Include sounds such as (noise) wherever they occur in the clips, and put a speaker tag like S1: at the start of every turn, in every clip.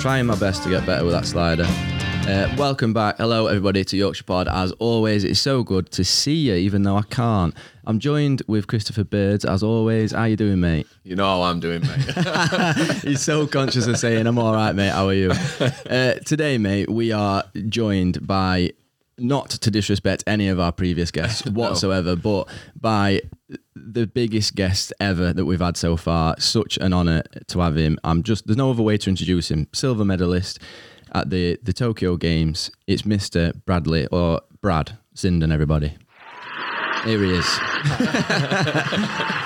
S1: trying my best to get better with that slider. Uh, welcome back. Hello, everybody, to Yorkshire Pod. As always, it's so good to see you, even though I can't. I'm joined with Christopher Birds, as always. How you doing, mate?
S2: You know how I'm doing, mate. (laughs)
S1: He's so conscious of saying, I'm all right, mate. How are you? Uh, today, mate, we are joined by, not to disrespect any of our previous guests whatsoever, but by the biggest guest ever that we've had so far. Such an honour to have him. I'm just, there's no other way to introduce him. Silver medalist at the, the Tokyo Games. It's Mr. Bradley, or Brad Zindon, everybody. Here he is.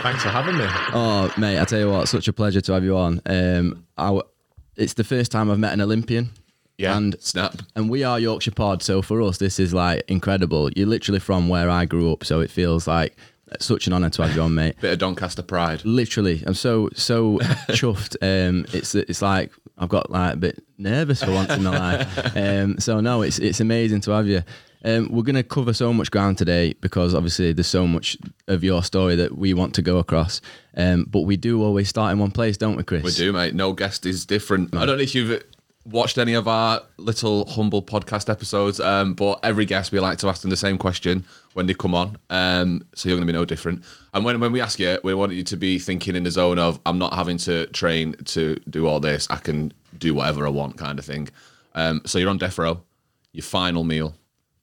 S3: Thanks for having me.
S1: Oh, mate, I tell you what, such a pleasure to have you on. Um, I w it's the first time I've met an Olympian.
S3: Yeah.
S1: And
S2: Snap.
S1: and we are Yorkshire Pod, so for us this is like incredible. You're literally from where I grew up, so it feels like such an honour to have you on, mate.
S2: Bit of Doncaster pride.
S1: Literally, I'm so
S2: (laughs)
S1: so chuffed. Um, it's it's like I've got like a bit nervous for once in my life. Um, so no, it's it's amazing to have you. Um, we're gonna cover so much ground today because obviously there's so much of your story that we want to go across. Um, but we do always start in one place, don't we, Chris?
S2: We do, mate. No guest is different. I don't know if you've watched any of our little humble podcast episodes, um, but every guest we like to ask them the same question when they come on. Um, so you're going to be no different. And when, when we ask you, we want you to be thinking in the zone of, I'm not having to train to do all this. I can do whatever I want, kind of thing. Um, so you're on death row, your final meal,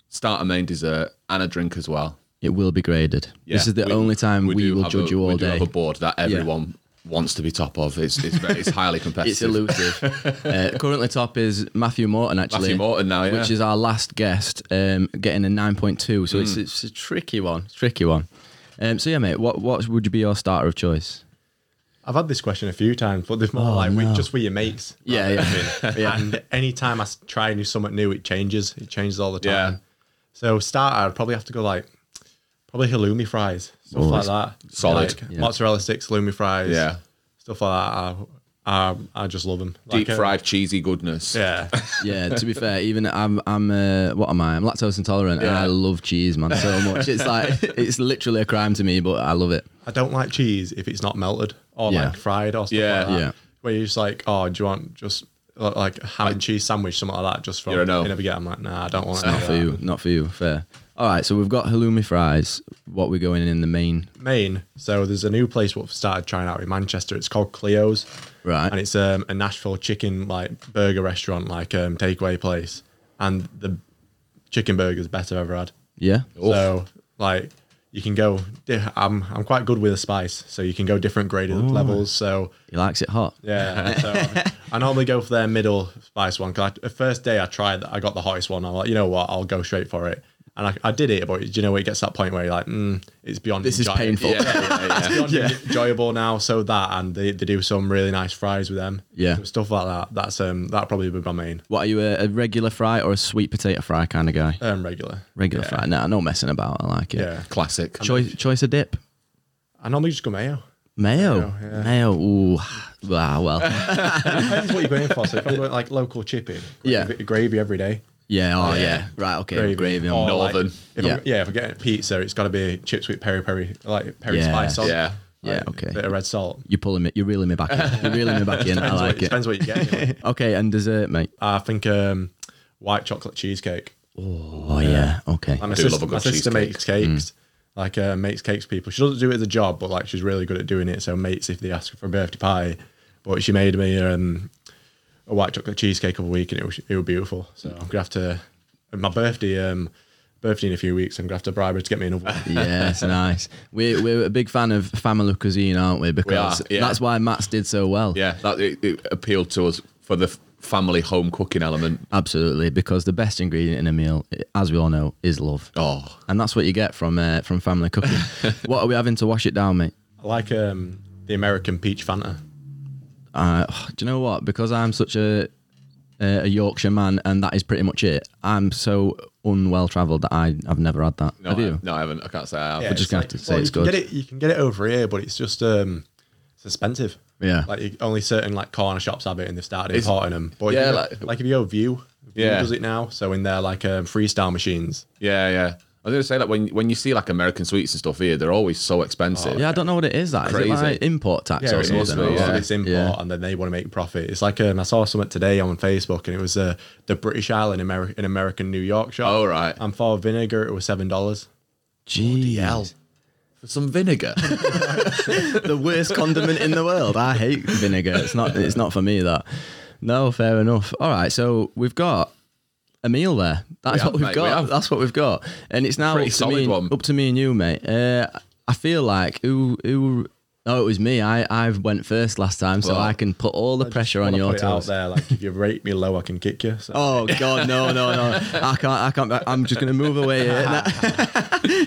S2: starter main dessert, and a drink as well.
S1: It will be graded. this
S2: Yeah,
S1: is the
S2: we-
S1: only time we,
S2: do
S1: will
S2: have
S1: judge
S2: a-
S1: you all
S2: we do
S1: day.
S2: have a board that everyone wants to be top of. It's it's, very- it's highly
S1: (laughs)
S2: competitive.
S1: It's elusive. uh, currently, top is Matthew Morton, actually.
S2: Matthew Morton now, yeah.
S1: Which is our last guest, um, getting a 9.2. So it's, it's a tricky one. It's a tricky one. Um, so, yeah, mate, what, what would you be your starter of choice?
S3: I've had this question a few times, but they're
S1: Oh,
S3: more like with, just with your mates.
S1: Yeah, yeah. Uh, (laughs) yeah.
S3: (laughs) And any time I s- try and do something new, it changes. It changes all the time.
S2: Yeah.
S3: So starter, I'd probably have to go like probably halloumi fries, stuff like that.
S2: solid.
S3: Like
S1: Oh, Yeah.
S3: Mozzarella sticks, halloumi fries.
S2: Yeah.
S3: Stuff like that. I, I, I just love them.
S2: Deep fried cheesy goodness.
S3: Yeah.
S1: yeah, to be fair, even I'm, I'm uh, what am I? I'm lactose intolerant and
S2: Yeah.
S1: I love cheese, man, so much. It's like, it's literally a crime to me, but I love it.
S3: I don't like cheese if it's not melted or
S1: Yeah.
S3: like fried or stuff
S2: Yeah.
S3: like that.
S1: Yeah.
S3: Where you're just like, oh, do you want just uh, like a ham and cheese sandwich, something like that, just from
S2: You're a no.
S3: you never get. I'm like, nah, I don't want
S1: Not
S3: it.
S1: for you, not for you. Fair. All right, so we've got halloumi fries. What we're going in the main,
S3: Maine. So there's a new place what I've started trying out in Manchester. It's called Cleo's,
S1: right?
S3: and it's um, a Nashville chicken like burger restaurant, like um, takeaway place, and the chicken burger's best I've ever had.
S1: yeah.
S3: So like you can go. di- I'm I'm quite good with a spice, so you can go different graded levels. So
S1: He likes it hot. (laughs)
S3: Yeah. So I normally go for their middle spice one because the first day I tried that, I got the hottest one. I'm like, you know what? I'll go straight for it. And I, I did it, but you know, it gets to that point where you're like, mm, it's beyond
S1: This is
S3: enjoy-
S1: painful.
S2: Yeah, yeah, yeah.
S3: It's beyond enjoyable now. So that, and they, they do some really nice fries with them.
S1: Yeah.
S3: So stuff like that. That's um that probably would be my main
S1: What are you a, a regular fry or a sweet potato fry kind of guy?
S3: um, regular.
S1: Regular fry. No, no messing about. I like it.
S3: Yeah.
S2: Classic.
S1: Choice choice of dip.
S3: I normally just go mayo.
S1: Mayo. Mayo. Ooh. Wow. Well.
S3: Depends what you're going for. So if I'm going like local chipping,
S1: Yeah.
S3: gravy every day.
S1: Yeah. Oh yeah. Right. Okay. Gravy. on.
S3: Or, Oh, like,
S2: Northern.
S3: if
S1: Yeah.
S3: I'm, yeah, if I'm getting pizza, it's got to be chips with peri peri, like peri
S1: Yeah.
S3: spice on.
S2: Yeah.
S1: Yeah,
S3: Like,
S1: okay.
S3: Bit of red salt.
S1: You're pulling me. You're reeling me back in. You're reeling me back in. I like
S3: Depends, what,
S1: it.
S3: depends what you
S1: (laughs)
S3: get. you know.
S1: Okay. And dessert, mate.
S3: I think um, white chocolate cheesecake.
S1: Oh yeah. Okay.
S3: And my
S2: do love
S3: sister,
S2: a good
S3: my sister
S2: cheesecake.
S3: makes cakes. Like uh, makes cakes for people. She doesn't do it as a job, but like she's really good at doing it. So mates, if they ask her for a birthday pie, but she made me um, a white chocolate cheesecake of a week, and it was it was beautiful. So I'm gonna have to my birthday um, birthday in a few weeks. I'm gonna have to bribe her to get me another. one.
S1: (laughs) Yes, nice. We're, we're a big fan of family cuisine, aren't we? Because
S2: yeah.
S1: that's why Matt's did so well.
S2: Yeah. That it, it appealed to us for the f- family home cooking element.
S1: Absolutely, because the best ingredient in a meal, as we all know, is love.
S2: Oh.
S1: and that's what you get from uh, from family
S2: (laughs)
S1: cooking. what are we having to wash it down, mate?
S3: I like um, the American peach Fanta.
S1: Uh, do you know what? Because I'm such a a Yorkshire man, and that is pretty much it. I'm so unwell travelled that I I've never had that.
S2: No,
S1: have you?
S2: I, no, I haven't. I can't say I have.
S3: Yeah,
S1: just
S3: it's
S1: gonna have to say
S3: well,
S1: it's
S3: you can
S1: good.
S3: Get it, you can get it over here, but it's just um, it's expensive.
S1: Yeah.
S3: like you, only certain like corner shops have it, and they've started
S2: It's-
S3: importing them. But
S2: yeah,
S3: yeah,
S2: like-
S3: like, if you go View, View
S2: Yeah.
S3: does it now. So in their like um, freestyle machines,
S2: Yeah, yeah. I was going to say that when when you see like American sweets and stuff here, they're always so expensive.
S1: Yeah, I don't know what it is. That is
S2: Crazy.
S1: it like import tax
S3: Yeah,
S1: or
S3: it's
S1: something.
S2: must
S3: also
S2: be,
S3: it's
S2: yeah.
S3: this import,
S1: Yeah.
S3: and then they want to make profit. It's like um, I saw something today on Facebook, and it was uh, the British Isle in American in American New York shop.
S2: Oh, right.
S3: And for vinegar, it was seven dollars.
S1: Gee,
S2: For some
S1: (laughs)
S2: vinegar.
S1: the worst condiment in the world. I hate vinegar. It's not. It's not for me. That. No, fair enough. All right, so we've got a meal there. That's
S2: We have,
S1: what we've
S2: mate, we
S1: got.
S2: have.
S1: That's what we've got, and it's now
S2: Pretty
S1: up to
S2: solid
S1: me.
S2: one.
S1: Up to me and you, mate. Uh, I feel like who who. Oh, it was me. I I went first last time, so
S2: Well,
S1: I can put all the pressure on
S3: Wanna
S1: your
S3: put it out
S1: toes.
S3: there, like if you rate me low, I can kick you. So.
S1: (laughs) Oh God, no, no, no! I can't, I can't. I'm just gonna move away.
S2: (laughs)
S1: Here.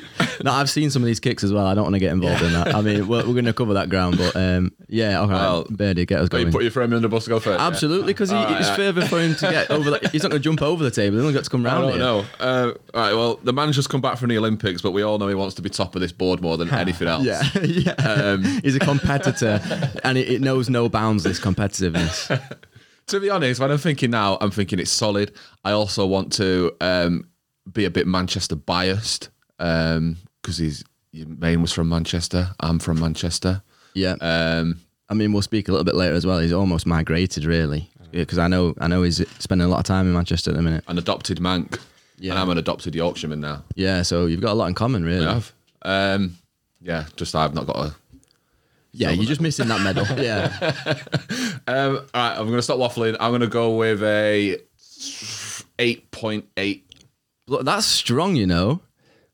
S1: (laughs) No. No, I've seen some of these kicks as well. I don't want to get involved in that. I mean, we're, we're gonna cover that ground, but um, yeah, all right,
S2: Well,
S1: Birdie, get us
S2: but
S1: going.
S2: you put your friend under the bus to go first. yeah?
S1: Absolutely, because
S2: All right,
S1: it's
S2: all right.
S1: further for him to get over. The, he's not gonna jump over the table. He's only got to come
S2: I
S1: round.
S2: don't
S1: here.
S2: know. Uh, all right. Well, the man's just come back from the Olympics, but we all know he wants to be top of this board
S1: (laughs)
S2: more than anything else.
S1: Yeah, yeah.
S2: Um,
S1: he's a competitor, and it, it knows no bounds. This competitiveness.
S2: To be honest, when I'm thinking now, I'm thinking it's solid. I also want to um, be a bit Manchester biased because he's your main was from Manchester. I'm from Manchester.
S1: Yeah.
S2: Um,
S1: I mean, we'll speak a little bit later as well. He's almost migrated, really, because I know, I know he's spending a lot of time in Manchester at the minute.
S2: an adopted Manc,
S1: Yeah.
S2: and I'm an adopted Yorkshireman now.
S1: Yeah, so you've got a lot in common, really.
S2: I have. Um, yeah, just I've not got a.
S1: Yeah, you're just missing that
S2: (laughs)
S1: medal. yeah,
S2: Um, all right, I'm gonna stop waffling. I'm gonna go with a eight point eight.
S1: Look, that's strong, you know.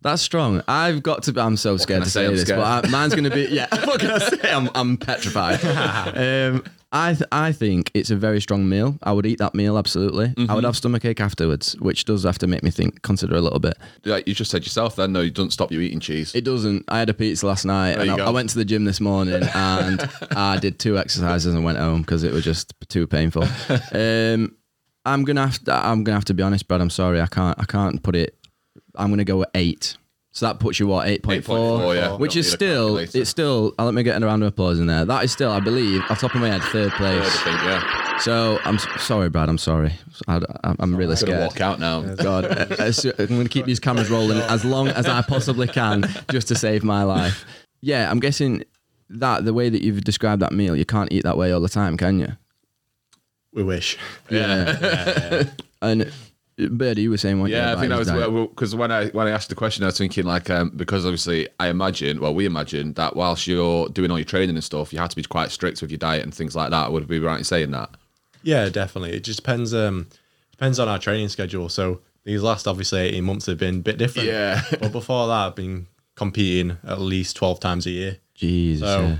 S1: That's strong. I've got to. I'm so scared
S2: I
S1: to
S2: say?
S1: say,
S2: I'm
S1: this,
S2: scared.
S1: but I, mine's gonna be.
S2: (laughs)
S1: Yeah, what can I say? I'm, I'm petrified. um, I th- I think it's a very strong meal. I would eat that meal absolutely. I
S2: Mm-hmm.
S1: would have stomachache afterwards, which does have to make me think, consider a little bit.
S2: Like you just said yourself, then no, you don't stop you eating cheese.
S1: It doesn't. I had a pizza last night, and
S2: you
S1: I,
S2: go.
S1: I went to the gym this
S2: (laughs)
S1: morning, and I did two exercises and went home because it was just too painful.
S2: (laughs)
S1: Um, I'm gonna have to, I'm gonna have to be honest, Brad. I'm sorry, I can't I can't put it. I'm gonna go with eight. So that puts you what eight point four,
S2: 8.4, yeah.
S1: which
S2: Don't
S1: is
S2: need a
S1: still
S2: calculator.
S1: it's still. Uh, let me get a round of applause in there. That is still, I believe, off the top of my head, third
S2: I
S1: place.
S2: think, (laughs) yeah.
S1: So I'm s- sorry, Brad. I'm sorry. I, am really
S2: I'm gonna
S1: scared.
S2: walk out now.
S1: God, as soo- I'm going to keep these cameras rolling as long as I possibly can just to save my life. Yeah, I'm guessing that the way that you've described that meal, you can't eat that way all the time, can you?
S3: We wish.
S1: Yeah. and Birdie, you were saying what?
S2: Yeah, I think that was
S1: diet.
S2: because when I when I asked the question, I was thinking like um, because obviously I imagine, well, we imagine that whilst you're doing all your training and stuff, you have to be quite strict with your diet and things like that. Would I be right in saying that?
S3: Yeah, definitely. It just depends. Um, depends on our training schedule. So these last obviously eighteen months have been a bit different.
S2: Yeah.
S3: but before that, I've been competing at least twelve times a year.
S1: Jesus.
S3: So
S1: yeah.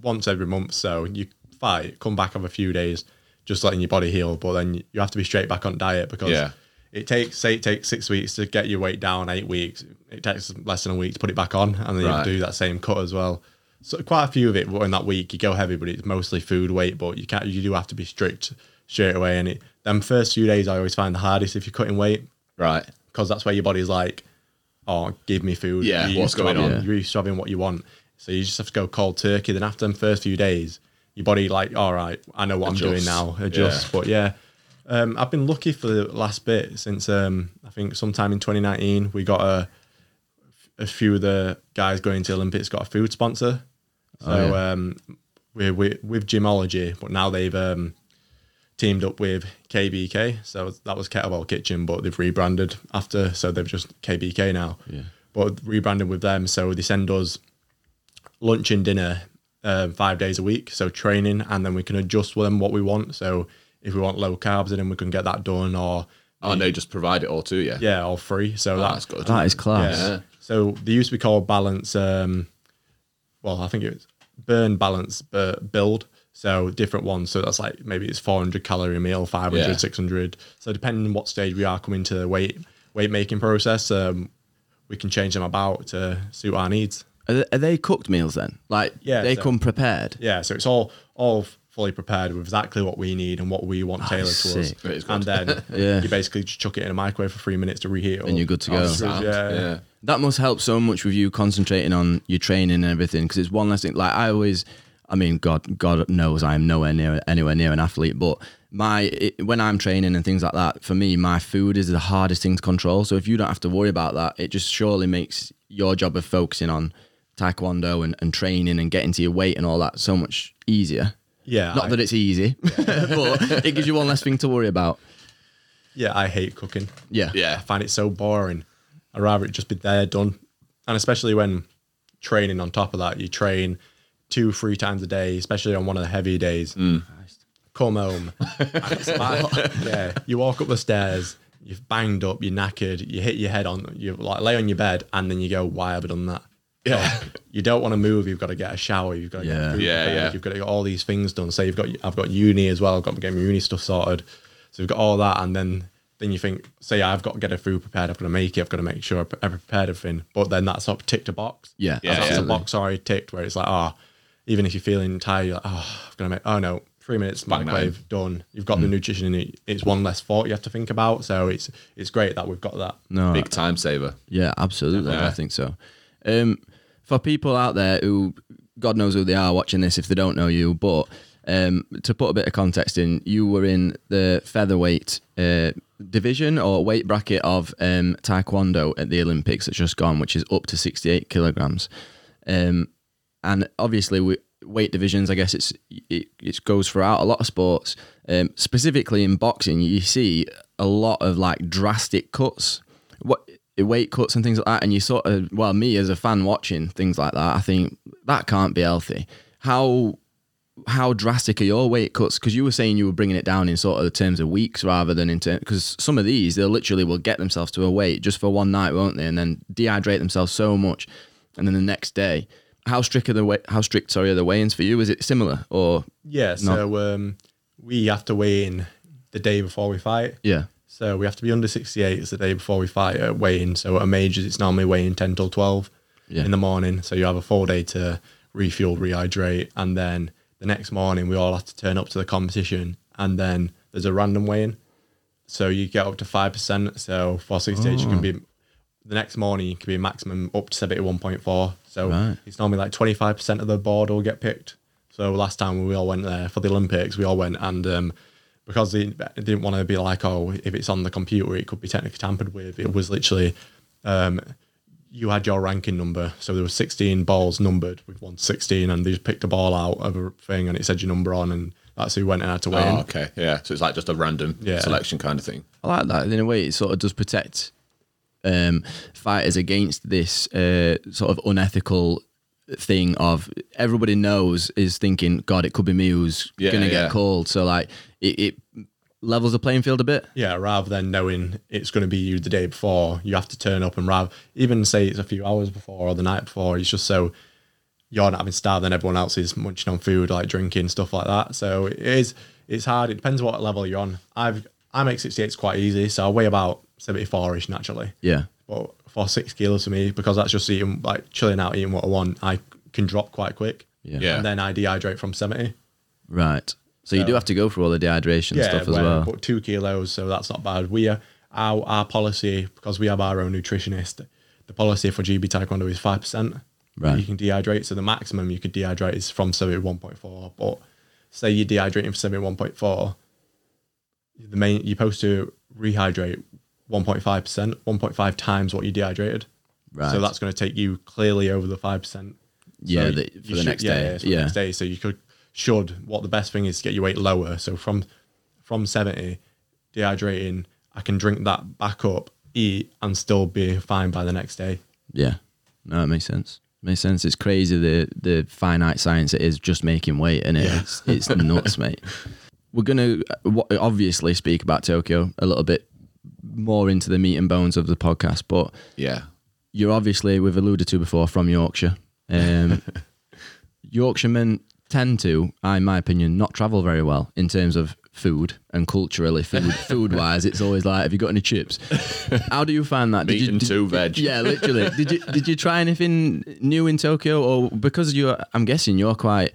S3: once every month. So you fight, come back have a few days, just letting your body heal. But then you have to be straight back on diet because
S2: Yeah.
S3: it takes say it takes six weeks to get your weight down, eight weeks. It takes less than a week to put it back on, and then
S2: Right.
S3: you do that same cut as well. So quite a few of it were in that week. You go heavy, but it's mostly food weight. But you can't. You do have to be strict straight away. And it them first few days I always find the hardest if you're cutting weight
S2: Right.
S3: because that's where your body's like, oh, give me food.
S2: Yeah,
S3: You're
S2: what's
S3: used to
S2: going
S3: having-
S2: on?
S3: You're used to having what you want. So you just have to go cold turkey. Then after them first few days, your body like, all right, I know what I'm doing
S2: Adjusts.
S3: now. Adjust. But yeah, um, I've been lucky for the last bit since um, I think sometime in 2019 we got a, a few of the guys going to Olympics got a food sponsor. So
S1: Oh,
S3: um, we're, we're with Gymology, but now they've um, teamed up with KBK. So that was Kettlebell Kitchen, but they've rebranded after. So they've just KBK now. Yeah. But rebranded with them. So they send us lunch and dinner um, five days a week. So training, and then we can adjust with them what we want. So if we want low carbs, then we can get that done, or
S2: Oh, and they just provide it all to you.
S3: yeah, or free. So
S2: Oh, that's
S3: that's
S2: good.
S1: That is class.
S3: yeah. So they used to be called balance. Um, well, I think it was burn, balance, bu- build. So different ones. So that's like maybe it's 400 calorie meal, 500,
S2: Yeah.
S3: 600. So depending on what stage we are coming to the weight weight making process, um, we can change them about to suit our needs.
S1: Are, they, are they cooked meals then? Like
S3: Yeah,
S1: they
S3: so-
S1: come prepared.
S3: Yeah. So it's all all fully prepared with exactly what we need and what we want tailored to us.
S1: sick.
S2: That is good.
S3: And then
S1: (laughs) Yeah.
S3: you basically just chuck it in a microwave for three minutes to reheat, it
S1: And
S3: up.
S1: you're good to
S2: Oh,
S1: go.
S2: sound.
S3: Yeah.
S2: yeah.
S1: That must help so much with you concentrating on your training and everything because it's one less thing. Like I always, I mean, God, God knows I am nowhere near anywhere near an athlete, but my it, when I'm training and things like that, for me, my food is the hardest thing to control. So if you don't have to worry about that, it just surely makes your job of focusing on taekwondo and, and training and getting to your weight and all that so much easier.
S3: Yeah,
S1: Not
S3: I-
S1: that it's easy, (laughs) but it gives you one less thing to worry about.
S3: Yeah, I hate cooking.
S1: Yeah.
S3: I
S2: Yeah.
S3: find it so boring. I'd rather it just be there done. And especially when training on top of that, you train two, three times a day, especially on one of the heavy days.
S2: Mm. (laughs)
S3: Come home. (laughs) It's like- yeah. You walk up the stairs, you've banged up, you're knackered, you hit your head on you like lay on your bed and then you go, Why have I done that? Yeah. you don't want to move, you've got to get a shower, you've got to
S1: Yeah.
S3: get food
S2: Yeah,
S3: prepared,
S2: yeah.
S3: you've got to get all these things done. So you've got I've got uni as well. I've got to get my uni stuff sorted. So you've got all that, and then then you think, say, I've got to get a food prepared. I've got to make it. I've got to make sure I've prepared everything. But then that's up ticked a box.
S1: Yeah,
S2: Yeah,
S3: that's
S2: yeah.
S3: a box already ticked where it's like, oh, even if you're feeling tired, you're like, oh, I've got to make. Oh no, three minutes
S2: Bang
S3: microwave done. You've got the nutrition in it. It's one less thought you have to think about. So it's it's great that we've got that.
S1: No,
S2: Big time saver.
S1: Yeah, absolutely. I
S2: Yeah.
S1: think so. Um, for people out there who, God knows who they are watching this if they don't know you, but um, to put a bit of context in, you were in the featherweight uh, division or weight bracket of um, Taekwondo at the Olympics that's just gone, which is up to 68 kilograms. Um, and obviously, we, weight divisions, I guess it's it, it goes throughout a lot of sports. Um, specifically in boxing, you see a lot of like drastic cuts what weight cuts and things like that and you sort of well me as a fan watching things like that i think that can't be healthy how how drastic are your weight cuts because you were saying you were bringing it down in sort of the terms of weeks rather than in terms because some of these they literally will get themselves to a weight just for one night won't they and then dehydrate themselves so much and then the next day how strict are the wei- how strict sorry are the weigh-ins for you is it similar or
S3: Yeah. So um, we have to weigh in the day before we fight.
S1: yeah
S3: So we have to be under 68. It's the day before we fight at weighing. So at a majors, it's normally weighing 10 till 12
S1: Yeah.
S3: in the morning. So you have a full day to refuel, rehydrate. And then the next morning, we all have to turn up to the competition. And then there's a random weighing. So you get up to 5%. So for 68, you can be, the next morning, you can be maximum up to 71.4. So it's normally like 25% of the board will get picked. So last time when we all went there for the Olympics, we all went and um, because they they didn't want to be like, oh, if it's on the computer, it could be technically tampered with. It was literally, um, you had your ranking number. So there were 16 balls numbered with one 16, and they just picked a ball out of a thing and it said your number on, and that's who went and had to win.
S2: Oh, okay. Yeah. So it's like just a random
S3: Yeah.
S2: selection kind of thing.
S1: I like that. In a way, it sort of does protect um, fighters against this uh, sort of unethical thing of everybody knows is thinking, God, it could be me who's
S2: Yeah,
S1: going to
S2: yeah.
S1: get called. So like it, it levels the playing field a bit.
S3: Yeah, rather than knowing it's going to be you the day before, you have to turn up and rather even say it's a few hours before or the night before. It's just so you're not having starved and everyone else is munching on food, like drinking stuff like that. So it is it's hard. It depends what level you're on. I've I make 68 quite easy, so I weigh about 74 ish naturally.
S1: Yeah.
S3: But for six kilos for me, because that's just eating like chilling out, eating what I want, I can drop quite quick.
S1: Yeah.
S2: Yeah.
S3: And then I dehydrate from 70.
S1: Right. So you do have to go for all the dehydration stuff as
S3: well,
S1: well.
S3: But two kilos, so that's not bad. We are our, our policy because we have our own nutritionist. The policy for GB Taekwondo is five percent.
S1: Right.
S3: You can dehydrate, so the maximum you could dehydrate is from seventy one point four. But say you're dehydrating for seventy one point four, the main you're supposed to rehydrate one point five percent, one point five times what you dehydrated.
S1: Right.
S3: So that's going to take you clearly over the five percent.
S1: Yeah, the- for the next day.
S3: Yeah, it's for
S1: Yeah.
S3: the next day. So you could should what the best thing is to get your weight lower. So from from seventy, dehydrating, I can drink that back up, eat, and still be fine by the next day.
S1: yeah. No, it makes sense. Makes sense. It's crazy the the finite science it is just making weight, and it's it's nuts, mate. We're gonna uh, wa- obviously speak about Tokyo a little bit more into the meat and bones of the podcast, but
S2: Yeah.
S1: you're obviously we've alluded to before from Yorkshire.
S2: (laughs)
S1: Um, Yorkshiremen tend to, I, in my opinion, not travel very well in terms of food and culturally
S2: (laughs)
S1: food food wise. It's always like, have you got any chips? How do you find that?
S2: Meat
S1: you,
S2: and two veg.
S1: Yeah,
S2: (laughs)
S1: literally. did you did you try anything new in Tokyo, or because you're? I'm guessing you're quite.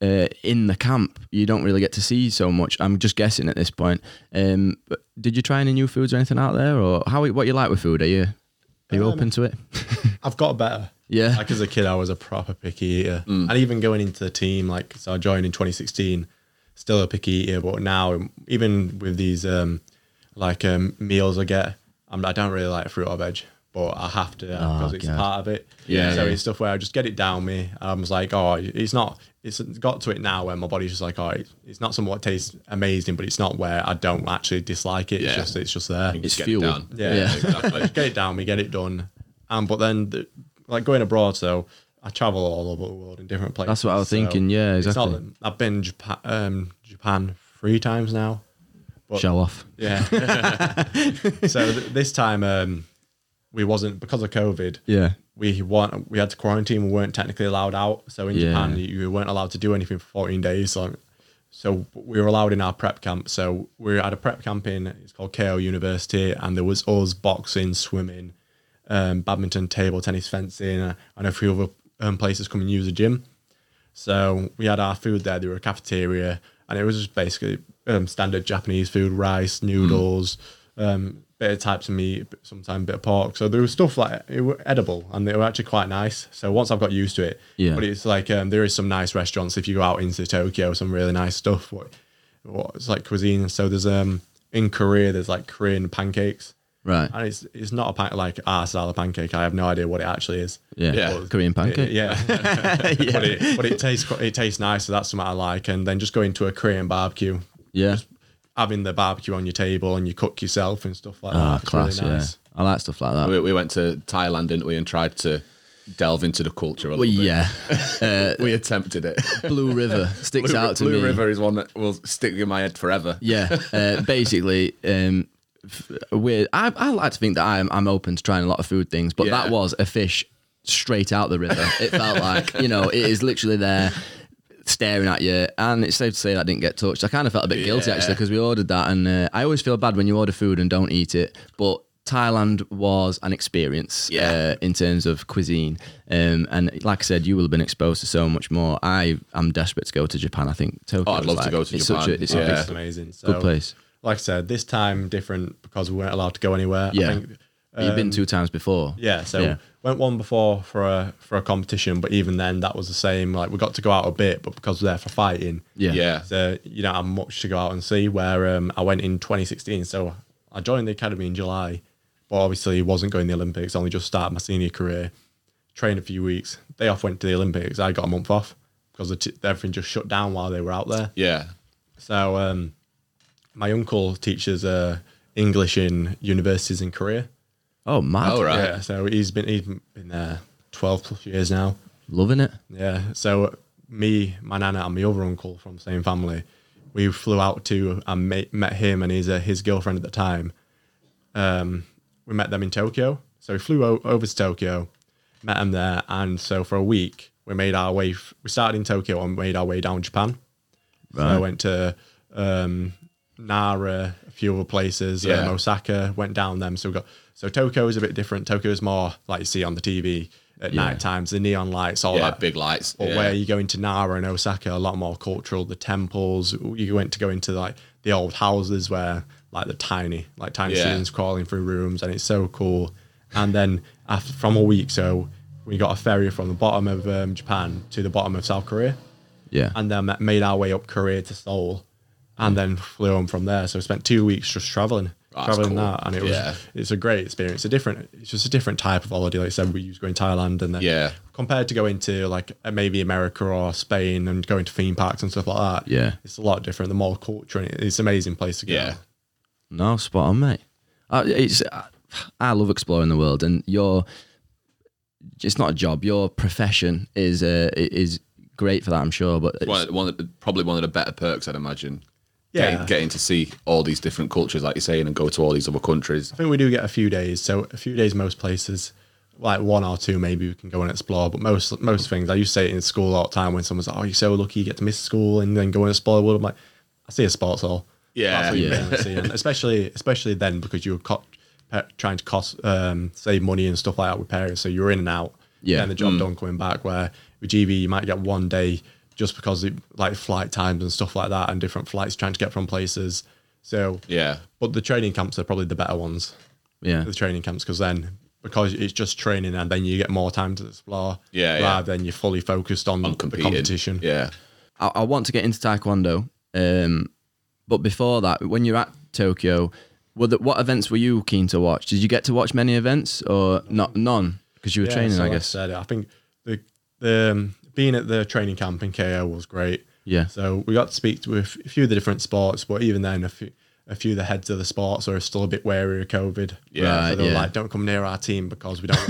S1: Uh, in the camp, you don't really get to see so much. I'm just guessing at this point. Um, but did you try any new foods or anything out there, or how what you like with food? Are you are
S2: Um,
S1: you open to it?
S3: I've got better.
S1: Yeah.
S3: Like as
S2: Mm.
S3: a kid, I was a proper picky eater. And even going into the team, like, so I joined in 2016 still a picky eater, but now um, even with these um, like um, meals I get, I'm, I don't really like fruit or veg, but I have to because it's
S1: God.
S3: part of it.
S2: Ah, Yeah,
S3: So
S2: yeah.
S3: it's stuff where I just get it down me. and I'm just like, oh, it's not. It's got to it now where my body's just like, oh, it's- it's not something what tastes amazing, but it's not where I don't actually dislike it. It's
S2: Yeah.
S3: just it's just there.
S1: It's
S2: Get it
S1: fuel.
S2: down.
S1: Yeah.
S3: Yeah.
S2: exactly.
S3: get it down, we get it done. Um, but then, the, like going abroad, so I travel all over the world in different places.
S1: That's what I was
S3: so
S1: thinking, yeah,
S3: it's not
S1: exactly.
S3: that- I've been Japan, um, Japan three times now.
S1: Show off.
S3: Yeah. (laughs) so th- this time, um, we wasn't because of COVID.
S1: Yeah.
S3: We want we had to quarantine. We weren't technically allowed out. So in
S1: Yeah.
S3: Japan, you you weren't allowed to do anything for 14 days. So, so we were allowed in our prep camp. So we had a prep camp in. It's called KO University, and there was us boxing, swimming, um, badminton, table tennis, fencing, uh, and a few other um, places come and use the gym. So we had our food there. There were a cafeteria, and it was just basically um, standard Japanese food: rice, noodles, um, bit of types of meat, but sometimes bit of pork. So there was stuff like it were edible, and they were actually quite nice. So once I've got used to it,
S1: Yeah.
S3: But it's like um, there is some nice restaurants if you go out into Tokyo, some really nice stuff. What, what it's like cuisine. So there's um in Korea, there's like Korean pancakes.
S1: Right.
S3: And it's it's not a pan- like our style of pancake. I have no idea what it actually is.
S1: Yeah.
S2: Yeah.
S1: Korean eh? pancake. (laughs)
S3: (laughs) Yeah, but it but it tastes qu- it tastes nice, so that's something I like. And then just going to a Korean barbecue,
S1: Yeah.
S3: having the barbecue on your table and you cook yourself and stuff like
S1: Ah,
S3: that. It's really
S1: class. yeah.
S3: nice.
S1: I like stuff like that.
S2: we, we went to Thailand, didn't we, and tried to delve into the culture a little
S1: Well,
S2: bit.
S1: yeah. (laughs) Uh,
S2: We attempted
S3: (laughs)
S2: it.
S1: Blue River sticks
S2: Blue,
S1: out to
S2: Blue
S1: me.
S2: River is one that will stick in my head forever.
S1: Yeah. Uh, basically, um, f- weird. I, I like to think that I'm, I'm open to trying a lot of food things, but
S2: Yeah.
S1: that was a fish straight out the river. It
S2: (laughs)
S1: felt like, you know, it is literally there staring at you. And it's safe to say that I didn't get touched. I kind of felt a bit guilty
S2: Yeah.
S1: actually because we ordered that. And uh, I always feel bad when you order food and don't eat it. But Thailand was an experience
S2: Yeah.
S1: uh, in terms of cuisine. Um, and like I said, you will have been exposed to so much more. I am desperate to go to Japan. I think Tokyo.
S2: Oh, I'd
S1: is
S2: love to
S1: like-
S2: go to
S1: it's
S2: Japan.
S1: Such a, it's a
S2: Yeah.
S1: big
S3: It's amazing. So,
S1: Good place.
S3: Like I said, this time different because we weren't allowed to go anywhere. I
S1: Yeah.
S3: think, um,
S1: You've been two times before.
S3: Yeah, so
S1: Yeah.
S3: went one before for a for a competition, but even then that was the same. Like we got to go out a bit, but because we're there for fighting,
S1: Yeah.
S2: Yeah.
S3: so you don't have much to go out and see. Where um, I went in 2016, so I joined the academy in July, but obviously wasn't going to the Olympics. Only just started my senior career, trained a few weeks. They off went to the Olympics. I got a month off because the t- everything just shut down while they were out there.
S2: Yeah.
S3: So um, my uncle teaches uh, English in universities in Korea.
S1: Oh, mad.
S2: All right.
S3: Yeah, so he's been he's been there 12 plus years now.
S1: Loving it.
S3: Yeah. So me, my nana, and my other uncle from the same family, we flew out to and met, met him and his uh, his girlfriend at the time. Um, we met them in Tokyo. So we flew o- over to Tokyo, met them there, and so for a week we made our way. F- we started in Tokyo and made our way down Japan. So I went to um, Nara, a few other places,
S2: Yeah.
S3: um, Osaka, went down them. So we got so Tokyo is a bit different. Tokyo is more like you see on the TV at night times, the neon lights, all
S2: Yeah.
S3: that
S2: Big lights.
S3: but
S2: yeah.
S3: where you go into Nara and Osaka, a lot more cultural. The temples you went to go into like the old houses where like the tiny, like tiny
S2: Yeah.
S3: ceilings crawling through rooms, and it's so cool. And then after, from a week, so we got a ferry from the bottom of um, Japan to the bottom of South Korea,
S1: Yeah.
S3: and then ma- made our way up Korea to Seoul, and then flew on from there. So we spent two weeks just traveling,
S2: That's
S3: traveling
S2: cool.
S3: that, and it was
S2: Yeah.
S3: it's a great experience. A different, it's just a different type of holiday. Like I said, we used to go in Thailand and then
S2: Yeah.
S3: compared to going to like uh, maybe America or Spain and going to theme parks and stuff like that.
S1: Yeah.
S3: it's a lot different. The more culture, and it- it's an amazing place to go.
S2: Yeah.
S1: no, spot on, mate. I, it's, I, I love exploring the world, and your it's not a job. Your profession is uh, is great for that, I'm sure. But it's,
S2: One, one of the- probably one of the better perks, I'd imagine.
S3: Yeah.
S2: Getting, getting to see all these different cultures, like you're saying, and go to all these other countries.
S3: I think we do get a few days. So a few days, most places, like one or two, maybe we can go and explore. But most most things, I used to say it in school all the time when someone's like, "Oh, you're so lucky, you get to miss school and then go and explore the world." I'm like, I see a sports hall.
S2: Yeah.
S3: That's what you
S1: Yeah.
S3: mainly see. And especially especially then because you were co- pe- trying to cost um, save money and stuff like that with parents, so you were in and out.
S1: Yeah. Mm.
S3: Then the job done coming back. Where with GB, you might get one day just because of like flight times and stuff like that, and different flights trying to get from places. So
S2: Yeah.
S3: but the training camps are probably the better ones.
S1: yeah,
S3: The training camps because then because it's just training and then you get more time to explore.
S2: Yeah, yeah.
S3: Rather than you're fully focused on, the
S2: Competing.
S3: competition.
S2: Yeah.
S1: I, I want to get into taekwondo. Um, but before that, when you're at Tokyo, were the, what events were you keen to watch? Did you get to watch many events or not? None, because you were
S3: Yeah,
S1: training,
S3: so
S1: I
S3: like
S1: guess.
S3: said, I think the the um, being at the training camp in KO was great.
S1: Yeah.
S3: So we got to speak to a f- a few of the different sports, but even then, a few a few of the heads of the sports are still a bit wary of COVID.
S1: Yeah,
S3: So they were
S1: yeah.
S3: like, "Don't come near our team because we don't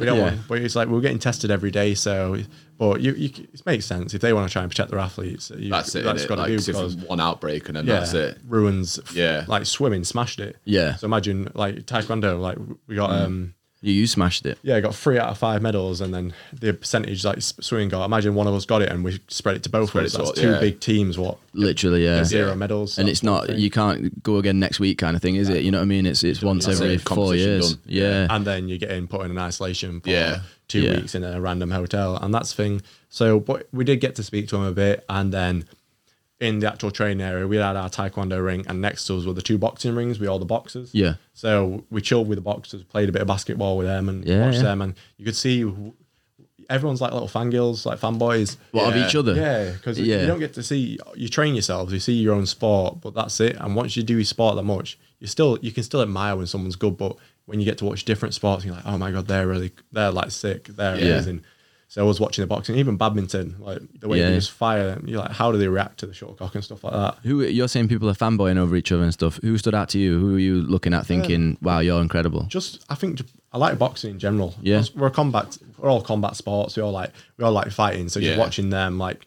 S3: we
S1: (laughs)
S3: don't
S1: Yeah.
S3: want." But it's like we we're getting tested every day, so. But you, you c- it makes sense if they want to try and protect their athletes. You,
S2: That's it.
S3: That's
S2: innit?
S3: got to
S2: like,
S3: do
S2: 'cause if
S3: because
S2: one outbreak and then
S3: yeah,
S2: that's it.
S3: ruins. f-
S2: Yeah.
S3: Like swimming smashed it.
S1: Yeah.
S3: So imagine like taekwondo. Like we got
S2: Mm.
S3: um
S1: You, you smashed it.
S3: yeah, got three out of five medals, and then the percentage like s- swimming got. Imagine one of us got it, and we spread it to both
S2: Spread
S3: of us.
S2: it
S3: That's
S2: to all-
S3: two
S2: yeah.
S3: big teams. What
S1: Literally, yeah.
S3: zero medals,
S1: And
S3: that
S1: it's
S3: sort
S1: not
S3: of thing.
S1: you can't go again next week kind of thing, is it? You know what I mean? It's it's once
S2: That's
S1: every
S2: it,
S1: four
S2: competition
S1: years.
S2: done.
S1: Yeah.
S3: and then you're getting put in an isolation for
S2: uh, Yeah.
S3: two
S1: Yeah.
S3: weeks in a random hotel, and that's the thing. So, but we did get to speak to him a bit, and then in the actual training area, we had our taekwondo ring, and next to us were the two boxing rings. We all the boxers.
S1: Yeah.
S3: So we chilled with the boxers, played a bit of basketball with them, and
S1: Yeah,
S3: watched
S1: yeah.
S3: them, and you could see w- everyone's like little fangirls, like fanboys.
S1: What
S2: Yeah.
S1: of each other?
S3: Yeah, because
S1: Yeah.
S3: you don't get to see. You train yourselves. You see your own sport, but that's it. And once you do your sport that much, you still you can still admire when someone's good. But when you get to watch different sports, you're like, oh my god, they're really they're like sick. They're
S1: Yeah.
S3: amazing. So I was watching the boxing, even badminton, like the way
S1: Yeah.
S3: they just fire them. You're like, how do they react to the shuttlecock and stuff like that?
S1: Who you're saying people are fanboying over each other and stuff? Who stood out to you? Who are you looking at thinking, "Wow, you're incredible"?
S3: Just I think I like boxing in general.
S1: Yeah.
S3: Us- we're a combat. We're all combat sports. We all like we all like fighting. So
S2: Yeah.
S3: just watching them like.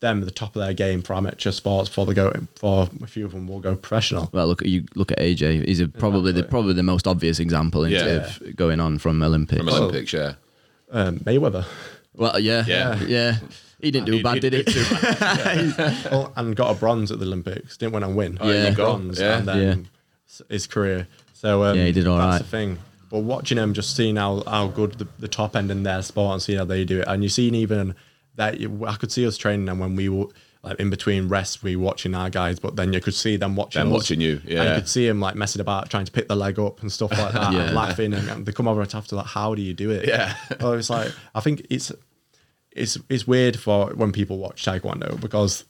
S3: Them at the top of their game for amateur sports before they go. Before a few of them will go professional.
S1: Well, look at you. Look at AJ. He's a, probably the
S3: Exactly.
S1: probably the most obvious example in
S2: Yeah.
S1: of going on from Olympics.
S2: From Olympics, yeah.
S3: um, Mayweather
S1: well, yeah, yeah,
S2: Yeah.
S1: He didn't do
S2: He-
S1: bad,
S2: he
S1: did he?
S2: too bad.
S3: (laughs) Oh, and got a bronze at the Olympics. Didn't win and win.
S1: there you
S3: Got
S2: go.
S3: bronze
S2: Yeah.
S3: and then
S1: Yeah.
S3: s- his career. So um,
S1: Yeah, he did all
S3: that's
S1: right.
S3: the thing. But watching him, just seeing how, how good the, the top end in their sport and seeing how they do it, and you seen even that you, I could see us training them when we were like in between rests, we were watching our guys, but then you could see them watching
S2: Them
S3: us.
S2: watching you,
S3: And
S2: yeah.
S3: you could see him like messing about, trying to pick the leg up and stuff like that,
S1: Yeah.
S3: and laughing, and, and they come over and after like, how do you do it? (laughs)
S2: Yeah.
S3: Oh, it's like I think it's it's it's weird for when people watch taekwondo because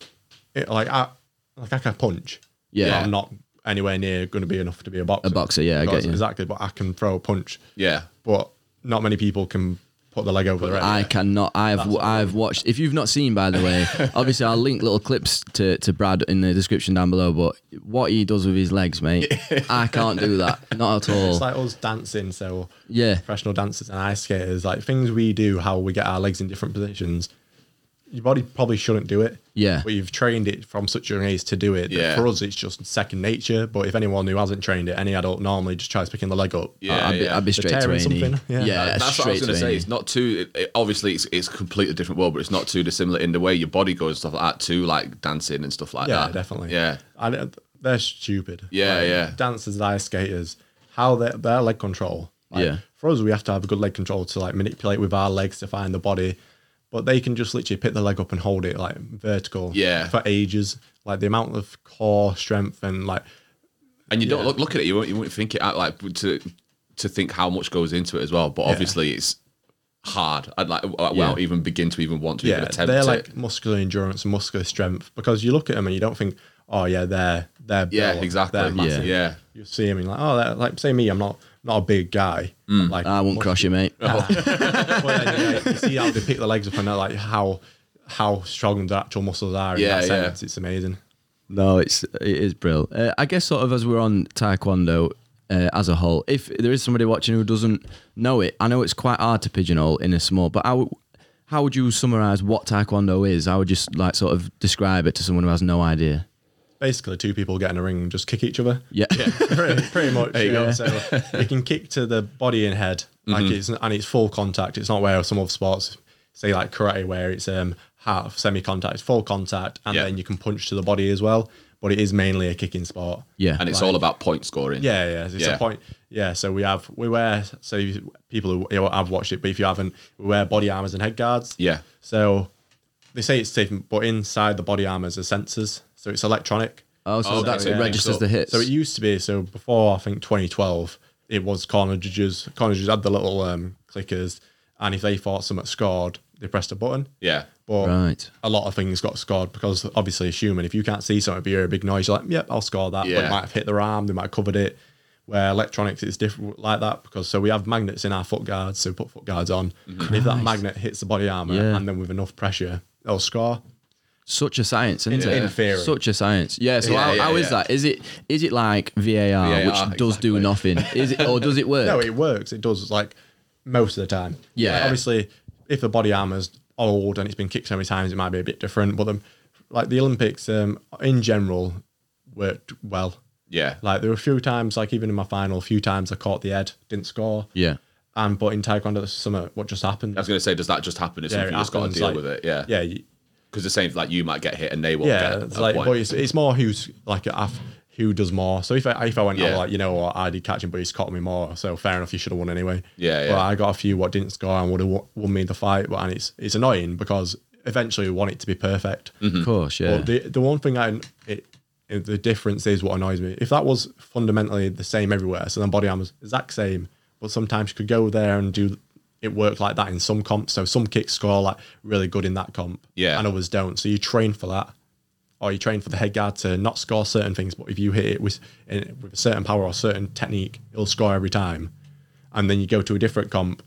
S3: it, like I like I can punch.
S1: Yeah.
S3: But I'm not anywhere near going to be enough to be a boxer.
S1: A boxer, yeah, I get
S3: Because-
S1: you.
S3: exactly. But I can throw a punch.
S2: Yeah.
S3: But not many people can put the leg over the
S1: I
S3: head.
S1: cannot. I've I've watched. If you've not seen, by the
S2: (laughs)
S1: way, obviously I'll link little clips to, to Brad in the description down below. But what he does with his legs,
S2: (laughs)
S1: mate, I can't do that. Not at all.
S3: It's like us dancing, so
S1: Yeah.
S3: professional dancers and ice skaters, like things we do, how we get our legs in different positions. Your body probably shouldn't do it.
S1: Yeah.
S3: But you've trained it from such a young age to do it. that
S2: Yeah.
S3: For us, it's just second nature. But if anyone who hasn't trained it, any adult normally just tries picking the leg up.
S2: Yeah,
S1: I'd, be,
S2: yeah.
S1: I'd be
S3: They're
S1: straight to any.
S3: tearing something,
S1: Yeah,
S3: yeah.
S2: That's what I
S1: straight
S2: was going
S1: to E.
S2: to say.
S1: any.
S2: It's not too. It, it- obviously, it's it's completely different world, but it's not too dissimilar in the way your body goes and stuff like that too, like dancing and stuff like
S3: Yeah,
S2: that.
S3: definitely.
S2: Yeah.
S3: And uh, they're stupid.
S2: Yeah, yeah.
S3: Dancers and ice skaters, how their their leg control. Like,
S1: Yeah.
S3: For us, we have to have a good leg control to like manipulate with our legs to find the body, but they can just literally pick the leg up and hold it like vertical.
S2: Yeah.
S3: For ages, like the amount of core strength and like
S2: And you don't
S3: Yeah.
S2: look look at it. You won't you won't think it out like to to think how much goes into it as well. But obviously, it's hard. I'd like well
S1: Yeah.
S2: even begin to even want to even
S3: yeah,
S2: attempt
S3: they're
S2: it.
S3: like muscular endurance, and muscular strength. Because you look at them and you don't think, oh yeah, they're they're
S2: yeah,
S3: built,
S2: exactly.
S3: they're
S2: yeah.
S3: massive.
S2: yeah.
S3: You see them and you're like oh, they're, like say me, I'm not not a big guy.
S2: Mm.
S3: Like
S1: I won't crush you, mate.
S3: But then, like, you see how they pick the legs up and they're like how how strong the actual muscles are. In
S2: Yeah,
S3: that
S2: yeah.
S3: sense. It's amazing.
S1: No, it's it is brilliant. Uh, I guess sort of as we're on taekwondo uh, as a whole, if there is somebody watching who doesn't know it, I know it's quite hard to pigeonhole in a small. But how how would you summarize what taekwondo is? I would just like sort of describe it to someone who has no idea.
S3: Basically, two people get in a ring and just kick each other.
S1: Yeah,
S3: (laughs) pretty, pretty much. you know, So you can kick to the body and head, like it's and it's full contact. It's not where some other sports say like karate, where it's um half semi contact, full contact, and
S2: Yeah.
S3: then you can punch to the body as well. But it is mainly a kicking sport.
S1: (laughs) yeah,
S2: And it's all about point scoring.
S3: Yeah, yeah. It's
S2: Yeah.
S3: a point. Yeah. So we have we wear so you- people who you know, have watched it, but if you haven't, we wear body armors and head guards.
S2: Yeah.
S3: So they say it's safe, but inside the body armors are sensors, so it's electronic.
S1: Oh, so
S2: Oh,
S1: that's
S2: yeah.
S1: it registers
S2: So-
S1: the hits.
S3: So it used to be. So before I think 2012, it was corner judges. Corner judges had the little um, clickers, and if they thought someone scored, they pressed a button.
S2: Yeah.
S3: But
S1: Right.
S3: a lot of things got scored because obviously, as human, if you can't see something, but you're a big noise, you're like, yep, I'll score that. But
S2: Yeah.
S3: it might have hit their arm, they might have covered it. Where electronics, it's different like that because so we have magnets in our foot guards, so we put foot guards on. If that magnet hits the body armor
S1: Yeah.
S3: and then with enough pressure, they'll score.
S1: Such a science, isn't
S2: In-
S1: it?
S3: in theory.
S1: Such a science. Yeah. So
S2: Yeah,
S1: how,
S2: yeah,
S1: how is
S2: yeah.
S1: that? Is it is it like VAR,
S2: VAR,
S1: which does do
S2: exactly.
S1: nothing? Is it or does
S2: (laughs)
S1: it work?
S3: No, it works. It does like most of the time.
S1: Yeah.
S3: Like, obviously, if the body armor's old and it's been kicked so many times, it might be a bit different. But um, like the Olympics, um, in general, worked well.
S2: Yeah.
S3: Like there were a few times, like even in my final, a few times I caught the head, didn't score.
S1: yeah.
S2: Mm.
S3: And but in Taekwondo, that's summer, what just happened?
S2: I was going to say, does that just happen? It's
S3: Yeah,
S2: something you just got to
S3: happens,
S2: deal
S3: like-
S2: with it. Yeah.
S3: Yeah. you-
S2: Because the same, like you might get hit and they won't
S3: yeah,
S2: get
S3: it's
S2: a
S3: like,
S2: point.
S3: but it's, it's more who's like af- who does more. So if I if I went,
S2: Yeah.
S3: oh, like you know what, I did catch him, but he's caught me more. So fair enough, you should have won anyway.
S2: Yeah,
S3: But
S2: yeah.
S3: I got a few what didn't score and would have won me the fight, but and it's it's annoying because eventually we want it to be perfect.
S2: Mm-hmm.
S1: Of course. Yeah.
S3: But the the one thing I it, it- the difference is what annoys me. If that was fundamentally the same everywhere, so then body armor's exact same, but sometimes you could go there and do it work like that in some comps. So some kicks score like really good in that comp,
S2: Yeah.
S3: and others don't. So you train for that, or you train for the head guard to not score certain things. But if you hit it with in- with a certain power or certain technique, it'll score every time. And then you go to a different comp,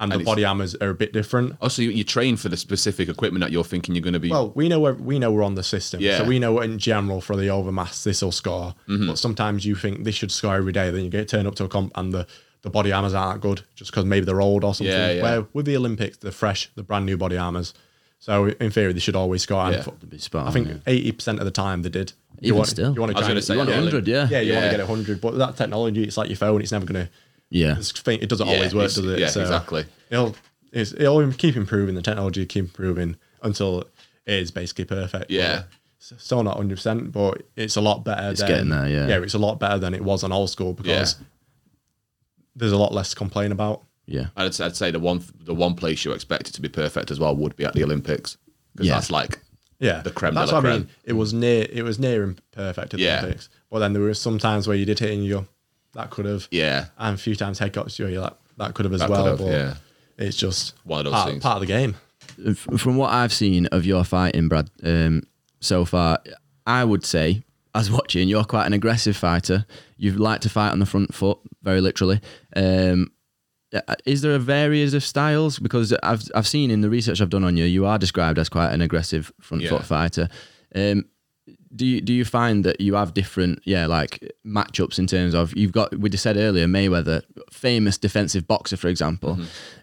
S3: and, the
S2: it's-
S3: body armors are a bit different.
S2: also, you, you train for the specific equipment that you're thinking you're going to be.
S3: Well, we know we're, we know we're on the system,
S2: Yeah. Mm-hmm.
S3: so we know in general for the overmass this will score. But sometimes you think this should score every day, then you get turned up to a comp and the, the body armors aren't good just because maybe they're old or something.
S2: Yeah, yeah.
S3: Where with the Olympics, they're fresh, the brand new body armors. So in theory, they should always score. And
S2: Yeah.
S3: fo-
S1: Be spot
S3: I
S1: on,
S3: think eighty percent of the time they did.
S1: Even
S3: want,
S1: still.
S3: you want
S2: I
S3: to
S2: was
S3: try
S2: gonna
S3: and-
S2: say,
S3: you wanna-
S2: yeah,
S1: 100, yeah.
S3: yeah, you want
S2: Yeah.
S3: to get hundred, but that technology, it's like your phone; it's never gonna.
S1: Yeah.
S3: it's thing- it doesn't
S2: Yeah,
S3: always work,
S2: it's-
S3: does it?
S2: yeah, exactly.
S3: It'll it's, it'll keep improving. The technology keep improving until it is basically perfect.
S2: Yeah.
S3: But it's still not hundred percent, but it's a lot better. It's than,
S1: getting there, yeah.
S3: yeah, it's a lot better than it was on old school because
S2: Yeah.
S3: there's a lot less to complain about.
S1: yeah.
S2: I'd, I'd say the one the one place you expect it to be perfect as well would be at the Olympics because
S1: Yeah.
S2: that's like
S3: Yeah,
S2: The creme de
S3: That's
S2: la
S3: what I
S2: creme.
S3: mean. It was near. It was near and perfect at
S2: Yeah.
S3: the Olympics, but then there were some times where you did hit and you go, that could have.
S2: yeah
S3: and a few times head cuts you, you're like, that could have as
S2: That
S3: well.
S2: could have,
S3: but
S2: yeah.
S3: it's just
S2: One of those
S3: part,
S2: things.
S3: part of the game.
S1: F- From what I've seen of your fighting, Brad, um, so far, I would say, as watching, you're quite an aggressive fighter. You like to fight on the front foot, very literally. Um, uh, is there a variance of styles? Because I've I've seen in the research I've done on you, you are described as quite an aggressive front
S2: Yeah.
S1: foot fighter. Um, do you, do you find that you have different yeah like matchups in terms of you've got we just said earlier Mayweather famous defensive boxer for example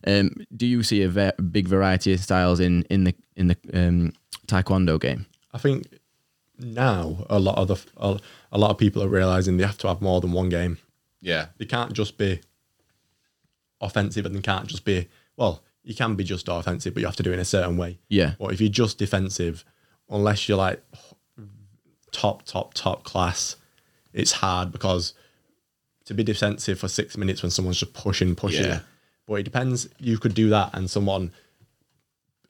S1: um, do you see a ve- big variety of styles in in the in the um, taekwondo game
S3: I think now a lot of the a, a lot of people are realizing they have to have more than one game.
S2: yeah
S3: They can't just be offensive, and they can't just be well. You can be just offensive, but you have to do it in a certain way.
S1: Yeah.
S3: Or if you're just defensive, unless you're like top, top, top class, it's hard because to be defensive for six minutes when someone's just pushing, pushing.
S2: Yeah.
S3: you. But it depends. You could do that, and someone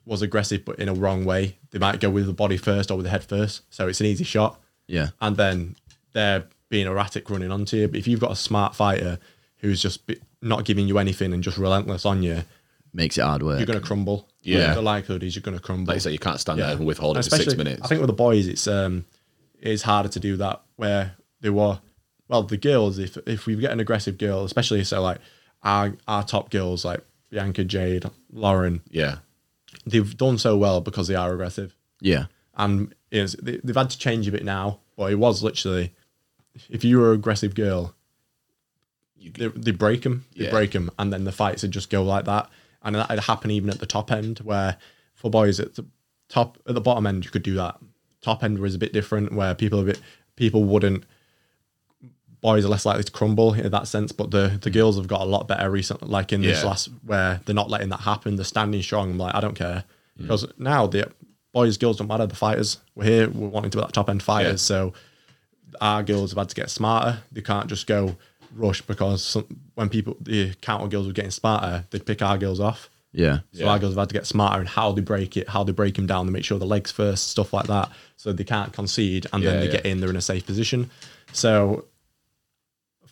S3: was aggressive, but in a wrong way. They might go with the body first or with the head first, so it's an easy shot.
S1: Yeah.
S3: and then they're being erratic running onto you. But if you've got a smart fighter who's just be- not giving you anything and just relentless on you,
S1: makes it hard work
S3: you're going to crumble.
S2: Yeah.
S3: the likelihood is you're going to crumble.
S2: like you say you can't stand there and withhold
S3: And
S2: it for six
S3: especially-
S2: minutes
S3: I think with the boys, it's um, it's harder to do that. Where they were, well, the girls. If if we get an aggressive girl, especially so like our our top girls like Bianca, Jade, Lauren,
S2: yeah
S3: they've done so well because they are aggressive
S1: yeah
S3: and you know, they, they've had to change a bit now. But it was literally, if you were an aggressive girl, they, they break them, they
S2: Yeah.
S3: break them, and then the fights would just go like that. And that would happen even at the top end, where for boys at the top, at the bottom end, you could do that. Top end was a bit different, where people a bit people wouldn't. Boys are less likely to crumble in that sense, but the the girls have got a lot better recently. Like in this
S2: Yeah.
S3: last, where they're not letting that happen. They're standing strong. I'm like, I don't care because now the boys, girls don't matter. The fighters, we're here. We're wanting to be that top end fighters,
S2: Yeah.
S3: so our girls have had to get smarter. They can't just go rush because some, when people the counter girls were getting smarter, they'd pick our girls off.
S1: yeah
S3: So
S2: Yeah.
S3: our girls have had to get smarter in how they break it, how they break them down. They make sure the legs first, stuff like that, so they can't concede. And
S2: Yeah,
S3: then they
S2: yeah.
S3: get in, they're in a safe position. So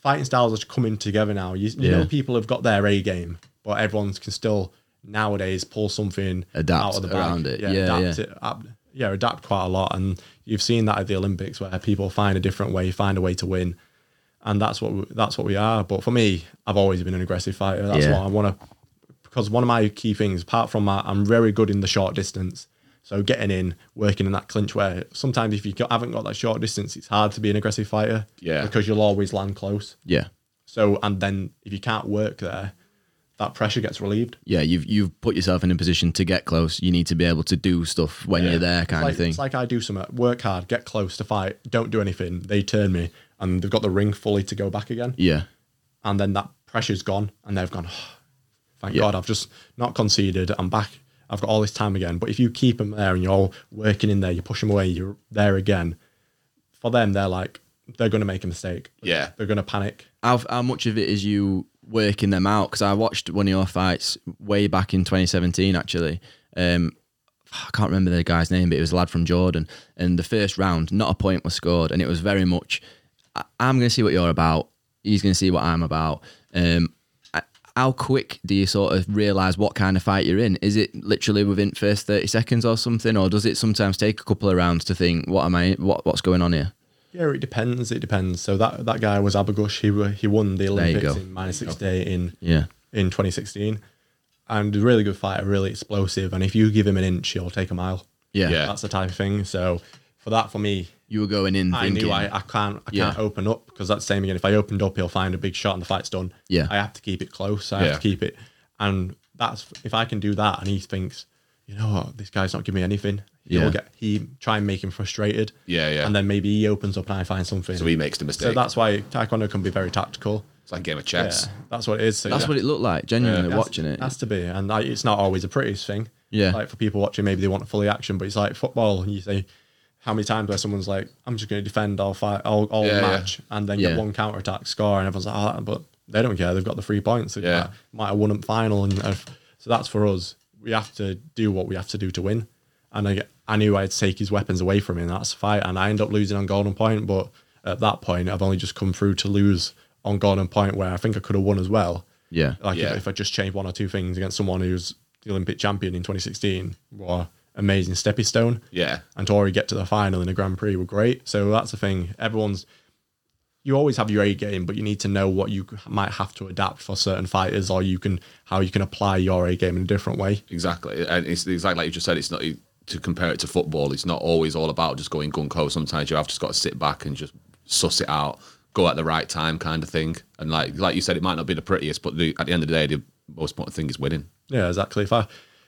S3: fighting styles are coming together now. You,
S1: Yeah.
S3: you know, people have got their A game, but everyone's can still nowadays pull something
S1: Adapt
S3: out of the bag.
S1: around it. Yeah,
S3: adapt
S1: yeah.
S3: It, ap- yeah, adapt quite a lot. And you've seen that at the Olympics where people find a different way, find a way to win. And that's what we, that's what we are. But for me, I've always been an aggressive fighter. That's
S1: Yeah.
S3: what I want to because one of my key things, apart from that, I'm very good in the short distance. So getting in, working in that clinch where sometimes if you got- haven't got that short distance, it's hard to be an aggressive fighter.
S2: Yeah.
S3: Because you'll always land close.
S1: Yeah.
S3: So and then if you can't work there, that pressure gets relieved.
S1: Yeah, you've you've put yourself in a position to get close. You need to be able to do stuff when you're there,
S3: It's
S1: kind
S3: like,
S1: of thing.
S3: It's like I do some work hard, get close to fight, don't do anything. They turn me and they've got the ring fully to go back again.
S1: yeah,
S3: and then that pressure's gone and they've gone "Oh, thank
S1: Yeah.
S3: god i've just not conceded i'm back i've got all this time again but if you keep them there and you're all working in there you push them away you're there again for them they're like they're going to make a mistake
S2: Yeah.
S3: they're going to panic
S1: how how much of it is you working them out? Because I watched one of your fights way back in 2017, actually. Um, I can't remember the guy's name, but it was a lad from Jordan. And the first round, not a point was scored, and it was very much, I- I'm going to see what you're about. He's going to see what I'm about. Um, I- how quick do you sort of realize what kind of fight you're in? Is it literally within first 30 seconds or something, or does it sometimes take a couple of rounds to think, what am I? What what's going on here?
S3: yeah it depends it depends so that that guy was abagush he wa- he won the
S1: go.
S3: olympics in minus six day in
S1: Yeah,
S3: in 2016 and a really good fighter really explosive and if you give him an inch he'll take a mile
S1: yeah.
S2: Yeah.
S3: that's the type of thing so for that for me
S1: You were going in.
S3: I
S1: thinking,
S3: knew I, I can't I
S1: Yeah.
S3: can't open up because that's the same again. If I opened up, he'll find a big shot and the fight's done.
S1: Yeah.
S3: I have to keep it close. I
S2: Yeah.
S3: have to keep it, and that's if I can do that, and he thinks, you know what, this guy's not giving me anything. He'll
S1: Yeah.
S3: get he try and make him frustrated.
S2: Yeah, yeah.
S3: And then maybe he opens up and I find something.
S2: So he makes the mistake.
S3: So that's why taekwondo can be very tactical.
S2: it's like a game of
S3: Yeah,
S2: chess.
S3: that's what it is. So
S1: That's
S3: yeah.
S1: what it looked like, genuinely
S3: It has-
S1: watching it.
S3: Has to be, and like, it's not always the prettiest thing.
S1: Yeah.
S3: like for people watching, maybe they want fully action, but it's like football. And you say, how many times where someone's like, "I'm just going to defend all fight, all, all
S2: Yeah,
S3: match," and then
S1: Yeah.
S3: get one counter attack score, and everyone's like, "Oh," but they don't care. They've got the three points. They
S2: Yeah.
S3: might, might have won at final, and if- so that's for us. We have to do what we have to do to win. And I, I knew I'd take his weapons away from him. in That's the fight, and I end up losing on golden point. But at that point, I've only just come through to lose on golden point, where I think I could have won as well.
S1: yeah.
S3: Like
S2: Yeah.
S3: if, if I just change one or two things against someone who's the Olympic champion in 2016, what a amazing stepping stone.
S2: Yeah.
S3: And to already get to the final in a Grand Prix were great. So that's the thing. Everyone's you always have your A game, but you need to know what you might have to adapt for certain fighters, or you can how you can apply your A game in a different way.
S2: Exactly, and it's exactly like you just said. It's not e, to compare it to football. It's not always all about just going gun ho. Sometimes you have just got to sit back and just suss it out, go at the right time, kind of thing. And like like you said, it might not be the prettiest, but the, at the end of the day, the most important thing is winning.
S3: Yeah, exactly. If I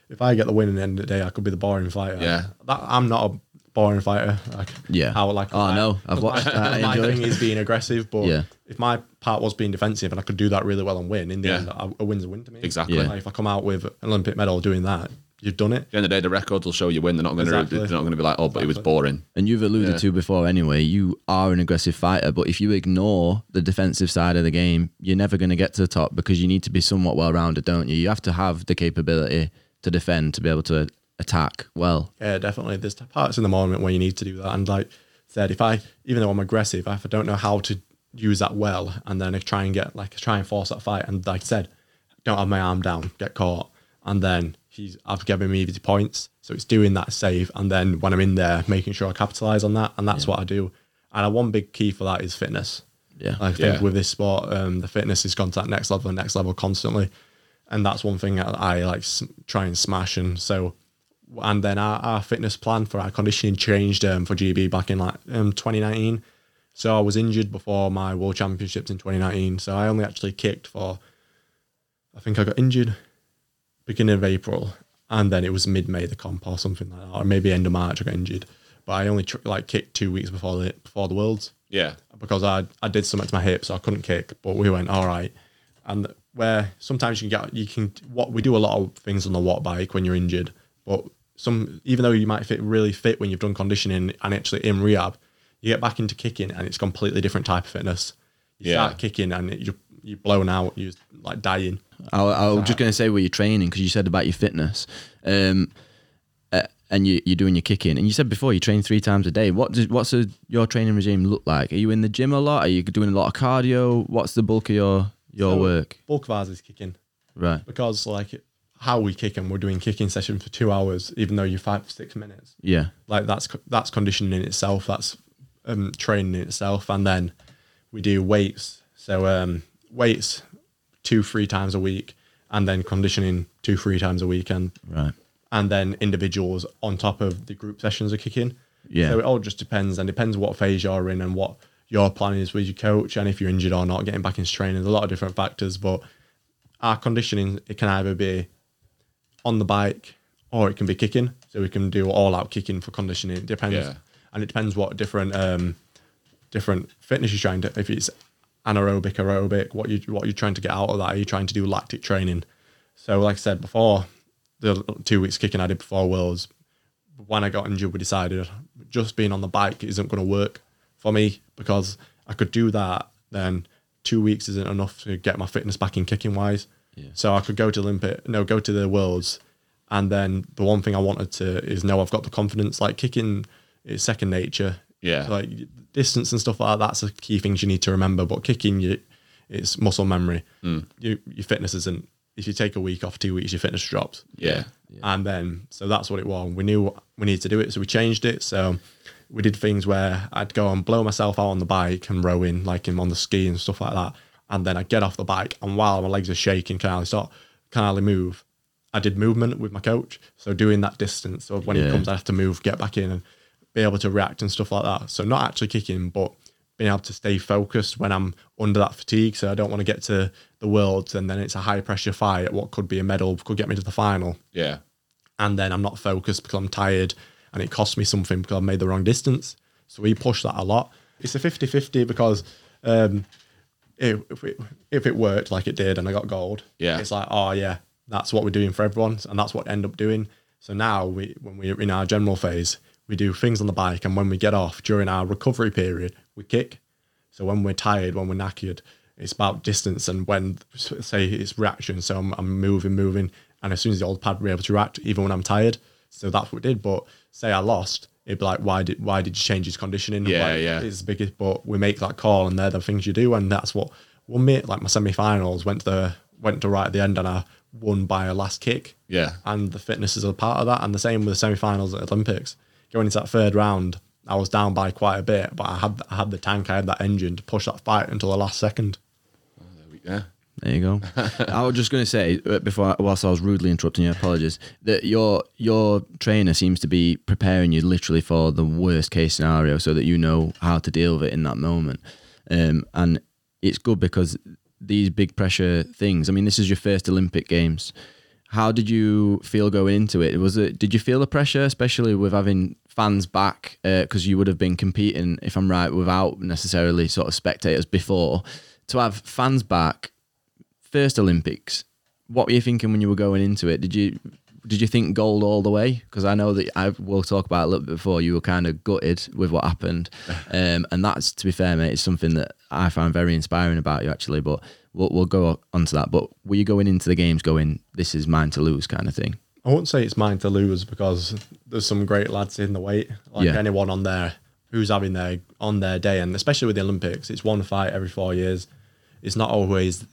S3: if I get the win at the end of the day, I could be the boring fighter.
S2: Yeah.
S3: that, I'm not a boring fighter. Like,
S1: Yeah.
S3: how like
S1: Oh, I know. I've watched
S3: my,
S1: that. I
S3: (laughs) my
S1: enjoyed
S3: thing
S1: it.
S3: is being aggressive, but
S1: Yeah.
S3: if my part was being defensive and I could do that really well and win, in the
S2: Yeah.
S3: end, a, a win's a win to me.
S2: Exactly.
S1: Yeah.
S3: Like, if I come out with an Olympic medal doing that, you've done it.
S2: At the end of the day, the records will show you win. They're not going to
S3: Exactly.
S2: they're not going to be like, oh, but it was boring.
S1: And you've alluded to before anyway, you are an aggressive fighter, but if you ignore the defensive side of the game, you're never going to get to the top because you need to be somewhat well rounded, don't you? You have to have the capability to defend, to be able to attack well.
S3: Yeah, definitely. There's parts in the moment where you need to do that. And like I said, if I, even though I'm aggressive, if I don't know how to use that well, and then I try and get like try and force that fight, and like I said, don't have my arm down, get caught, and then he's I've given me the points. So it's doing that save, and then when I'm in there, making sure I capitalize on that, and that's what I do. And uh, one big key for that is fitness.
S1: Yeah.
S3: I think
S2: Yeah.
S3: with this sport, um, the fitness is gone to that next level and next level constantly, and that's one thing that I like s- try and smash. And so, and then our, our fitness plan for our conditioning changed um, for GB back in like um, 2019. So I was injured before my World Championships in 2019. So I only actually kicked for, I think I got injured beginning of April, and then it was mid May the comp or something like that, or maybe end of March I got injured. But I only tr- like kicked two weeks before the before the Worlds
S2: Yeah,
S3: because I I did something to my hip, so I couldn't kick. But we went all right, and where sometimes you can get you can what we do a lot of things on the watt bike when you're injured, but some even though you might fit really fit when you've done conditioning and actually in rehab, you get back into kicking and it's a completely different type of fitness. You
S2: Yeah.
S3: start kicking and you you're blown out, you're like dying.
S1: I, I was just going to say where you're training because you said about your fitness, um, uh, and you, you're doing your kicking. And you said before you train three times a day. What does what's a, your training regime look like? Are you in the gym a lot? Are you doing a lot of cardio? What's the bulk of your your
S3: So-
S1: work?
S3: Bulk of ours is kicking
S1: Right.
S3: because like how we kick and we're doing kicking sessions for two hours, even though you're five six minutes.
S1: Yeah.
S3: Like that's co- that's conditioning in itself. That's um, training in itself. And then we do weights. So um, weights two three times a week, and then conditioning two three times a week, and
S1: Right.
S3: and then individuals on top of the group sessions are kicking.
S1: Yeah.
S3: So it all just depends and depends what phase you're in and what your plan is with your coach and if you're injured or not, getting back into training. There's a lot of different factors, but our conditioning it can either be on the bike or it can be kicking. So we can do all out kicking for conditioning. It depends.
S2: Yeah.
S3: And it depends what different um different fitness you're trying to if it's anaerobic, aerobic, what you what you're trying to get out of that. Are you trying to do lactic training? So like I said before, the two weeks kicking I did before Worlds, when I got injured, we decided just being on the bike isn't going to work for me because I could do that. Then two weeks isn't enough to get my fitness back in kicking wise. So I could go to Olympic, no, go to the Worlds, and then the one thing I wanted to is know I've got the confidence. Like kicking is second nature.
S2: Yeah.
S3: like distance and stuff like that. That's the key things you need to remember. But kicking, you, it's muscle memory. You, your fitness isn't. If you take a week off, two weeks, your fitness drops.
S2: Yeah.
S3: And then, so that's what it was. We knew we needed to do it, so we changed it. So we did things where I'd go and blow myself out on the bike and rowing, like him on the ski and stuff like that. And then I'd get off the bike, and while my legs are shaking, can hardly stop, can hardly move. I did movement with my coach, so doing that distance. So when
S1: Yeah.
S3: he comes, I have to move, get back in, and be able to react and stuff like that. So not actually kicking, but being able to stay focused when I'm under that fatigue. So I don't want to get to the world, and then it's a high pressure fight. What could be a medal could get me to the final
S2: Yeah.
S3: and then I'm not focused because I'm tired and it costs me something because I made the wrong distance. So we push that a lot. It's a 50 50 because um, it, if, it, if it worked like it did and I got gold,
S2: Yeah.
S3: it's like, oh, yeah, that's what we're doing for everyone. And that's what I end up doing. So now, we, when we're in our general phase, we do things on the bike. And when we get off during our recovery period, we kick. So when we're tired, when we're knackered, it's about distance and when, say, it's reaction. So I'm, I'm moving, moving. And as soon as the old pad, we're able to react, even when I'm tired. So that's what we did. But say I lost, it'd be like, why did why did you change his conditioning?
S2: Yeah,
S3: Like,
S2: yeah.
S3: It's the biggest, but we make that call, and they're the things you do, and that's what won me. Like my semi-finals went to went to right at the end, and I won by a last kick.
S2: Yeah.
S3: and the fitness is a part of that, and the same with the semi-finals at Olympics. Going into that third round, I was down by quite a bit, but I had I had the tank, I had that engine to push that fight until the last second.
S2: Yeah.
S1: There you go. I was just going to say uh, before, whilst I was rudely interrupting you, apologies, that your your trainer seems to be preparing you literally for the worst case scenario, so that you know how to deal with it in that moment. Um, and it's good because these big pressure things. I mean, this is your first Olympic Games. How did you feel going into it? Was it did you feel the pressure, especially with having fans back? Because you would have been competing, if I'm right, without necessarily sort of spectators before. To have fans back first Olympics, what were you thinking when you were going into it? Did you did you think gold all the way? Because I know that I will talk about it a little bit before. You were kind of gutted with what (laughs) happened, um, and that's to be fair, mate. It's something that I found very inspiring about you actually. But we'll we'll go on to that. But were you going into the games going, "This is mine to lose," kind of thing?
S3: I wouldn't say it's mine to lose because there's some great lads in the weight. Like
S1: Yeah.
S3: anyone on there who's having their on their day, and especially with the Olympics, it's one fight every four years. It's not always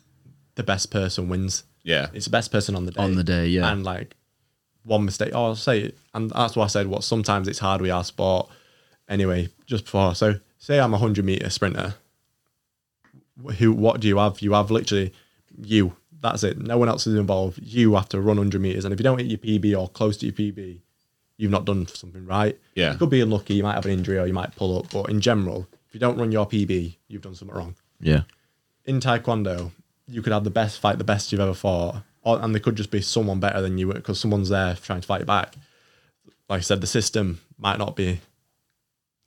S3: the best person wins.
S2: Yeah.
S3: It's the best person on the day.
S1: On the day, yeah.
S3: And like one mistake, oh, I'll say it. And that's why I said what sometimes it's hard with our sport. Anyway, just before, so say I'm a 100 meter sprinter. Who, what do you have? You have literally you. That's it. No one else is involved. You have to run 100 meters. And if you don't hit your PB or close to your PB, you've not done something right.
S2: Yeah.
S3: You could be unlucky. You might have an injury or you might pull up. But in general, if you don't run your PB, you've done something wrong
S1: Yeah,
S3: in taekwondo, you could have the best fight, the best you've ever fought, or, and there could just be someone better than you because someone's there trying to fight back. Like I said, the system might not be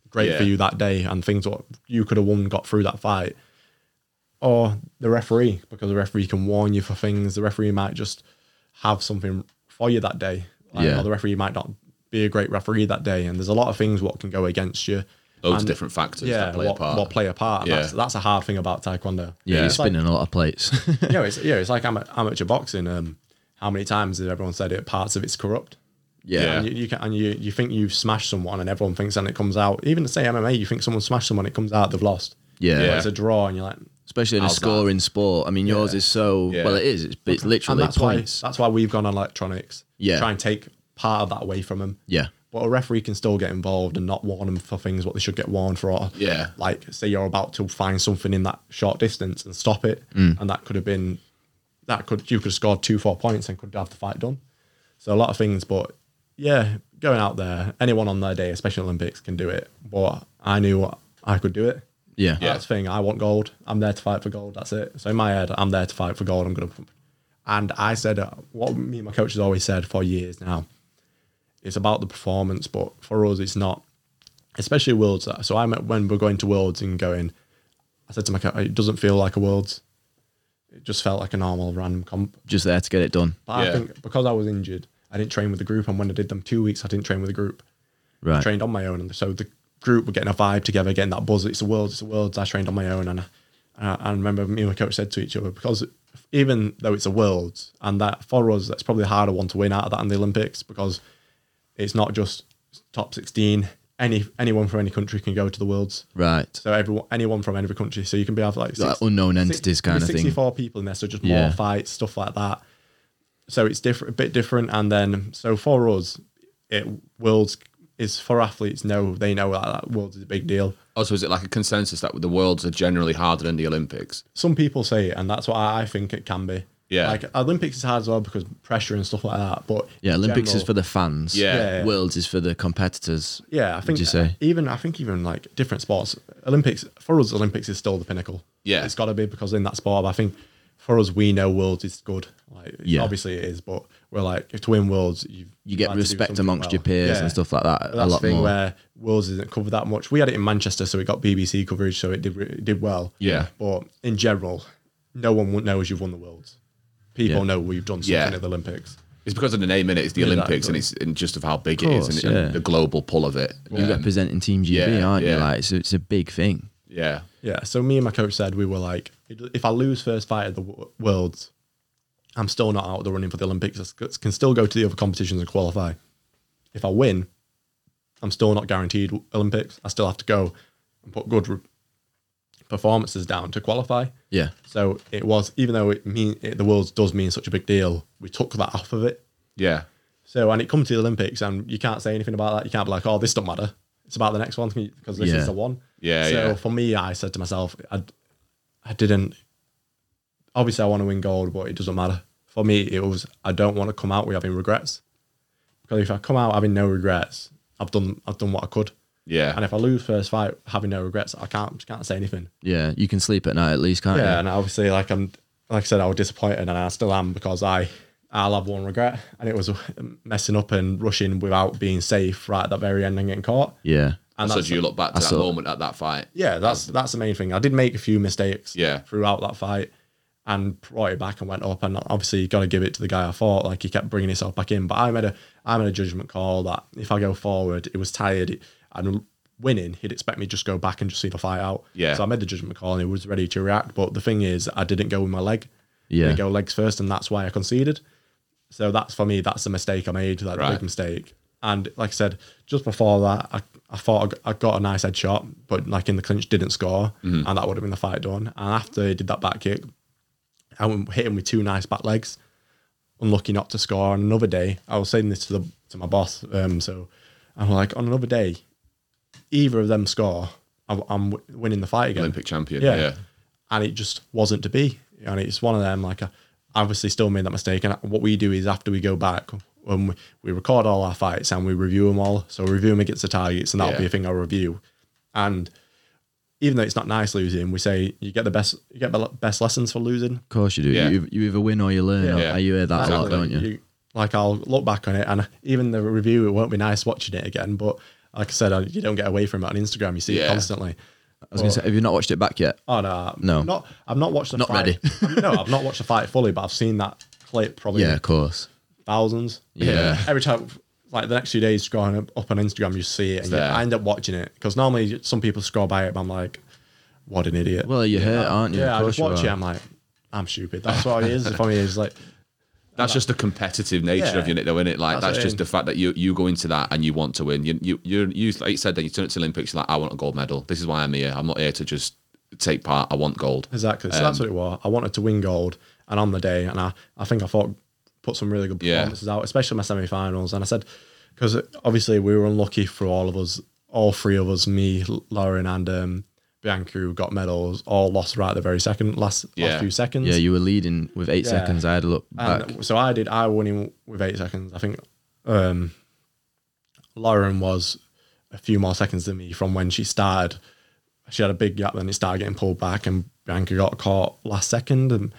S3: great for
S2: Yeah.
S3: you that day, and things what you could have won got through that fight, or the referee because the referee can warn you for things. The referee might just have something for you that day, like,
S1: Yeah.
S3: or the referee might not be a great referee that day, and there's a lot of things what can go against you.
S2: Loads of
S3: And-
S2: different factors
S3: yeah,
S2: that play
S3: what,
S2: a part.
S3: what play a part. And
S2: Yeah.
S3: that's, that's a hard thing about taekwondo.
S1: yeah, you're
S3: It's like-
S1: spinning a lot of plates. (laughs)
S3: yeah, it's yeah, it's like ama- amateur boxing. Um, how many times has everyone said it? Parts of it's corrupt.
S2: Yeah.
S3: And you, you can, and you you think you've smashed someone, and everyone thinks, and it comes out. Even say MMA, you think someone smashed someone, it comes out they've lost.
S1: yeah,
S2: Yeah.
S3: It's a draw, and you're like,
S1: especially in a
S2: How's that?
S1: scoring sport. I mean, yours is so
S2: Yeah.
S1: well. It is. It's, it's literally
S3: and that's
S1: points.
S3: why that's why we've gone on electronics.
S1: Yeah.
S3: try and take part of that away from them.
S1: Yeah.
S3: but a referee can still get involved and not warn them for things what they should get warned for. Or
S2: Yeah.
S3: like say you're about to find something in that short distance and stop it,
S1: Mm.
S3: and that could have been that could you could have scored two four points and could have the fight done. So a lot of things, but yeah, going out there, anyone on their day, especially Olympics, can do it. But I knew I could do it.
S1: yeah.
S2: Yeah.
S3: That's the thing. I want gold. I'm there to fight for gold. That's it. So in my head, I'm there to fight for gold. I'm gonna. And I said uh, what me and my coach has always said for years now. It's about the performance, but for us, it's not. Especially worlds. Uh, So I met when we're going to worlds and going. I said to my coach, it doesn't feel like a worlds. It just felt like a normal random comp.
S1: Just there to get it done.
S3: But
S2: Yeah.
S3: I think because I was injured, I didn't train with the group. And when I did them two weeks, I didn't train with the group
S1: Right.
S3: trained on my own, and so the group were getting a vibe together, getting that buzz. It's the world, it's the world. I trained on my own, and I, and I- I remember me and my coach said to each other because even though it's a world, and that for us, that's probably a harder one to win out of that in the Olympics because it's not just top sixteen. Any anyone from any country can go to the worlds.
S1: Right.
S3: So everyone, anyone from any country. So you can be have like,
S1: Like unknown entities kind of thing.
S3: Sixty-four people in there, so just
S1: Yeah.
S3: more fights, stuff like that. So it's different, a bit different. And then so for us, it worlds is for athletes. No, they know that, that worlds is a big deal.
S2: Also, is it like a consensus that the worlds are generally harder than the Olympics?
S3: Some people say it, and that's what I, I think it can be.
S2: Yeah.
S3: like Olympics is hard as well because pressure and stuff like that. But
S1: Yeah.
S3: in
S1: Olympics is
S3: general-
S1: for the fans.
S2: Yeah. Yeah,
S3: yeah.
S1: Worlds is for the competitors.
S3: yeah. I think
S1: you say?
S3: even I think even like different sports, Olympics for us, Olympics is still the pinnacle.
S2: Yeah.
S3: it's got to be because in that sport, I think for us, we know worlds is good. Like,
S1: Yeah.
S3: obviously it is, but we're like if to win worlds, you
S1: You get
S3: had to do
S1: respect
S3: something
S1: amongst
S3: well.
S1: your peers
S3: Yeah.
S1: and stuff like that. a
S3: That's the
S1: lot
S3: thing
S1: more.
S3: where Worlds isn't covered that much. We had it in Manchester, so it got BBC coverage, so it did it did well.
S2: Yeah.
S3: but in general, no one won- knows you've won the worlds. People
S1: Yeah.
S3: know we've done something
S2: Yeah.
S3: at the Olympics.
S2: It's because of the name in it. It's the
S3: Yeah, that-
S2: Olympics, and it's and just of how big
S1: course,
S2: it is, and,
S1: yeah.
S2: and the global pull of it.
S1: You're
S2: Um,
S1: representing Team GB,
S2: yeah,
S1: aren't you?
S2: yeah.
S1: Like, so it's a big thing.
S2: yeah,
S3: Yeah. So me and my coach said we were like, if I lose first fight at the wo- Worlds, I'm still not out of the running for the Olympics. I sc- can still go to the other competitions and qualify. If I win, I'm still not guaranteed Olympics. I still have to go and put good re- performances down to qualify.
S1: Yeah.
S3: So it was, even though it mean it, the Worlds does mean such a big deal, we took that off of it.
S2: yeah.
S3: So and it comes to the Olympics, and you can't say anything about that. You can't be like, "Oh, this don't matter." It's about the next one because this
S1: Yeah.
S3: is the one.
S2: Yeah,
S3: So
S2: yeah.
S3: for me, I said to myself, I, I didn't. Obviously, I want to win gold, but it doesn't matter for me. It was I don't want to come out with having regrets because if I come out having no regrets, I've done I've done what I could.
S2: Yeah.
S3: And if I lose first fight having no regrets, I can't can't say anything.
S1: Yeah. You can sleep at night at least, can't
S3: Yeah,
S1: you?
S3: and obviously, like I'm, like I said, I was disappointed, and I still am because I, I'll have one regret, and it was messing up and rushing without being safe right at that very end and getting caught.
S1: Yeah.
S3: And
S2: so do you look back to
S1: I
S2: that
S1: saw-
S2: moment at that fight?
S3: yeah, that's that's the main thing. I did make a few mistakes.
S2: Yeah.
S3: throughout that fight, and brought it back and went up. And obviously, you got to give it to the guy I fought. Like he kept bringing himself back in, but I made a I made a judgment call that if I go forward, it was tired and winning, he'd expect me to just go back and just see the fight out.
S2: Yeah.
S3: So I made the judgment call and he was ready to react. But the thing is, I didn't go with my leg.
S1: Yeah.
S3: Didn't go legs first, and that's why I conceded. So that's for me. That's the mistake I made. Like the
S2: Right.
S3: big mistake. And like I said, just before that, I, I thought I g- I got a nice head shot, but like in the clinch, didn't score,
S2: Mm-hmm.
S3: and that would have been the fight done. And after he did that back kick, I went hit him with two nice back legs. Unlucky not to score. And another day, I was saying this to the to my boss. Um, so I'm like, on another day, either of them score, I'm, I'm w- winning the fight again.
S2: Olympic champion.
S3: Yeah.
S2: Yeah.
S3: And it just wasn't to be. And it's one of them, like, I obviously still made that mistake. And what we do is after we go back, when we, we record all our fights and we review them all. So review them against the targets, and that'll
S2: Yeah.
S3: be a thing I'll review. And even though it's not nice losing, we say you get the best, you get the best lessons for losing.
S1: Of course you do.
S2: Yeah.
S1: You, you either win or you learn.
S3: Yeah.
S1: or-
S2: Yeah.
S1: You hear that a lot,
S3: Exactly.
S1: don't you?
S3: Like I'll look back on it, and even the review, it won't be nice watching it again. But like I said, I, you don't get away from it on Instagram. You see
S2: Yeah.
S3: it constantly.
S1: I was going to say, have you not watched it back yet?
S3: Oh no,
S1: No.
S3: not I've not watched the
S1: Not
S3: fight. (laughs)
S1: ready.
S3: no, I've not watched the fight fully, but I've seen that clip probably
S1: Yeah, of course.
S3: thousands.
S2: Yeah.
S3: every time, like the next few days, scrolling up, up on Instagram, you see it, and
S2: there.
S3: yeah, I end up watching it because normally some people scroll by it, but I'm like, what an idiot.
S1: Well, you're hurt, aren't you?
S3: yeah,
S1: Of
S3: I just
S1: course
S3: watch
S1: you
S3: it.
S1: are.
S3: I'm like, I'm stupid. That's what
S1: (laughs)
S3: it is for me. Is like,
S2: That's just the competitive nature
S3: Yeah.
S2: of unit, though, isn't it? Like that's,
S3: That's it.
S2: just the fact that you you go into that and you want to win. You you you you like you said, then you turn it to Olympics. You're like, I want a gold medal. This is why I'm here. I'm not here to just take part. I want gold. Um,
S3: Exactly. So that's what it was. I wanted to win gold, and on the day, and I, I think I thought put some really good
S2: Yeah.
S3: performances out, especially my semi-finals. And I said because obviously we were unlucky for all of us, all three of us, me, Lauren, and um, Bianca, who got medals, all lost right at the very second last
S2: Yeah.
S3: last few seconds.
S1: Yeah, you were leading with eight
S3: Yeah.
S1: seconds. I had a look back.
S3: And so I did. I won him with eight seconds. I think um, Lauren was a few more seconds than me from when she started. She had a big gap, then it started getting pulled back, and Bianca got caught last second. And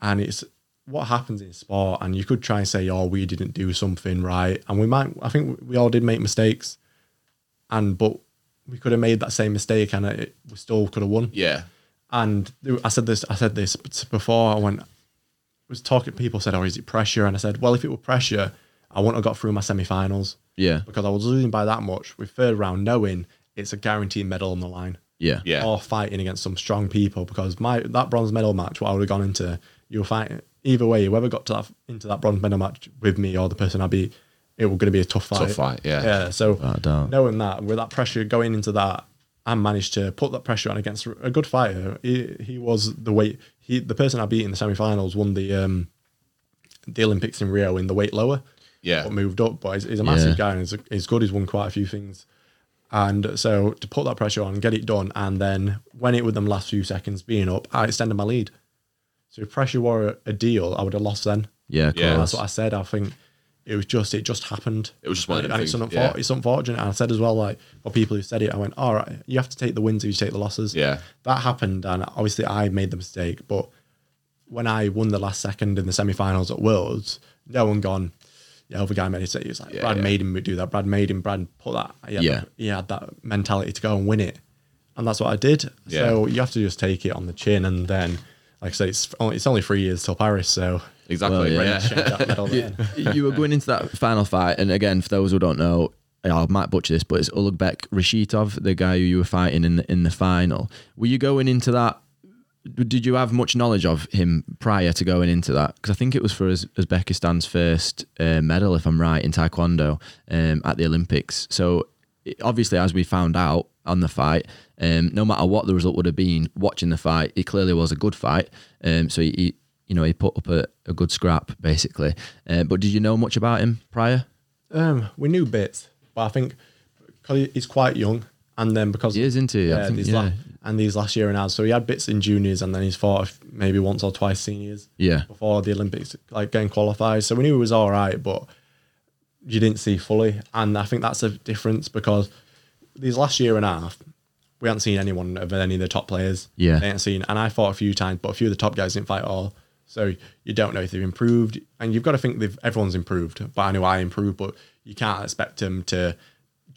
S3: and it's what happens in sport. And you could try and say, "Oh, we didn't do something right," and we might. I think we all did make mistakes, and but we could have made that same mistake, and it, we still could have won.
S2: Yeah,
S3: And there- I said this, I said this before. I went, was talking. People said, "Oh, is it pressure?" And I said, "Well, if it were pressure, I wouldn't have got through my semi-finals
S1: Yeah,
S3: because I was losing by that much with third round, knowing it's a guaranteed medal on the line,
S1: yeah,
S2: yeah,
S3: or fighting against some strong people. Because my that bronze medal match, what I would have gone into, you'll fight either way. Whoever got to that into that bronze medal match with me or the person I beat, it was going to be a tough fight.
S2: Tough fight, yeah.
S3: yeah. So
S1: Without a doubt.
S3: knowing that, with that pressure going into that, I managed to put that pressure on against a good fighter. He, he was the weight. He the person I beat in the semi-finals won the um, the Olympics in Rio in the weight lower.
S2: Yeah.
S3: but moved up. But he's, he's a massive
S1: Yeah.
S3: guy and he's, he's good. He's won quite a few things. And so to put that pressure on, get it done, and then when it with them last few seconds being up, I extended my lead. So if pressure were a deal, I would have lost then.
S1: yeah. Of
S2: Yeah.
S1: course.
S3: That's what I said. I think it was just it just happened.
S2: It was just one of
S3: and,
S2: them
S3: and it's,
S2: things,
S3: unfor-
S2: yeah.
S3: it's unfortunate. And I said as well, like for people who said it, I went, all right, you have to take the wins if you take the losses.
S2: Yeah.
S3: that happened, and obviously I made the mistake. But when I won the last second in the semi-finals at Worlds, no one gone. Yeah, other guy made it. So He was like,
S2: Yeah,
S3: Brad
S2: yeah.
S3: made him do that. Brad made him. Brad put that. He had
S1: Yeah.
S3: that- he had that mentality to go and win it, and that's what I did. So you have to just take it on the chin, and then, like I say, it's only, it's only three years till Paris, so
S2: exactly.
S1: Well,
S2: yeah.
S1: yeah.
S3: change that medal then.
S1: you were going into that final fight, and again, for those who don't know, I might butcher this, but it's Ulugbek Rashitov, the guy who you were fighting in the, in the final. Were you going into that? Did you have much knowledge of him prior to going into that? Because I think it was for Uz- Uzbekistan's first uh, medal, if I'm right, in Taekwondo um, at the Olympics. So it- obviously, as we found out on the fight, um, no matter what the result would have been, watching the fight, it clearly was a good fight. Um, so he, he, you know, he put up a, a good scrap basically. Uh, but did you know much about him prior?
S3: Um, we knew bits, but I think because he's quite young, and then because
S1: He is, isn't he? I
S3: yeah,
S1: think,
S3: these
S1: yeah.
S3: la- and these last year and as so he had bits in juniors, and then he's fought maybe once or twice seniors.
S1: Yeah.
S3: before the Olympics, like getting qualified. So we knew he was all right, but you didn't see fully, and I think that's a difference because these last year and a half. We hadn't seen anyone of any of the top players.
S1: Yeah.
S3: They hadn't seen, and I fought a few times, but a few of the top guys didn't fight at all. So you don't know if they've improved, and you've got to think they've everyone's improved. But I know I improved, but you can't expect them to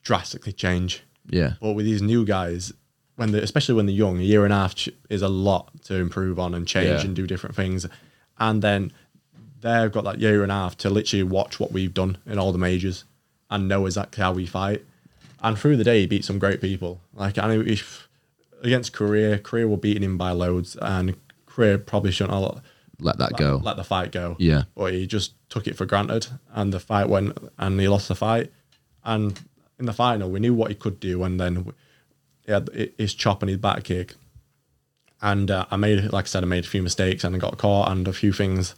S3: drastically change.
S1: Yeah.
S3: But with these new guys, when they especially when they're young, a year and a half ch- is a lot to improve on and change
S2: Yeah.
S3: and do different things. And then they've got that year and a half to literally watch what we've done in all the majors and know exactly how we fight. And through the day, he beat some great people. Like I know if against Korea, Korea were beating him by loads, and Korea probably shouldn't have let-
S1: Let that go.
S3: Let the fight go.
S1: Yeah.
S3: But he just took it for granted, and the fight went, and he lost the fight. And in the final, we knew what he could do, and then w- he had hi- his chop and his back kick. And uh, I made, like I said, I made a few mistakes, and I got caught, and a few things.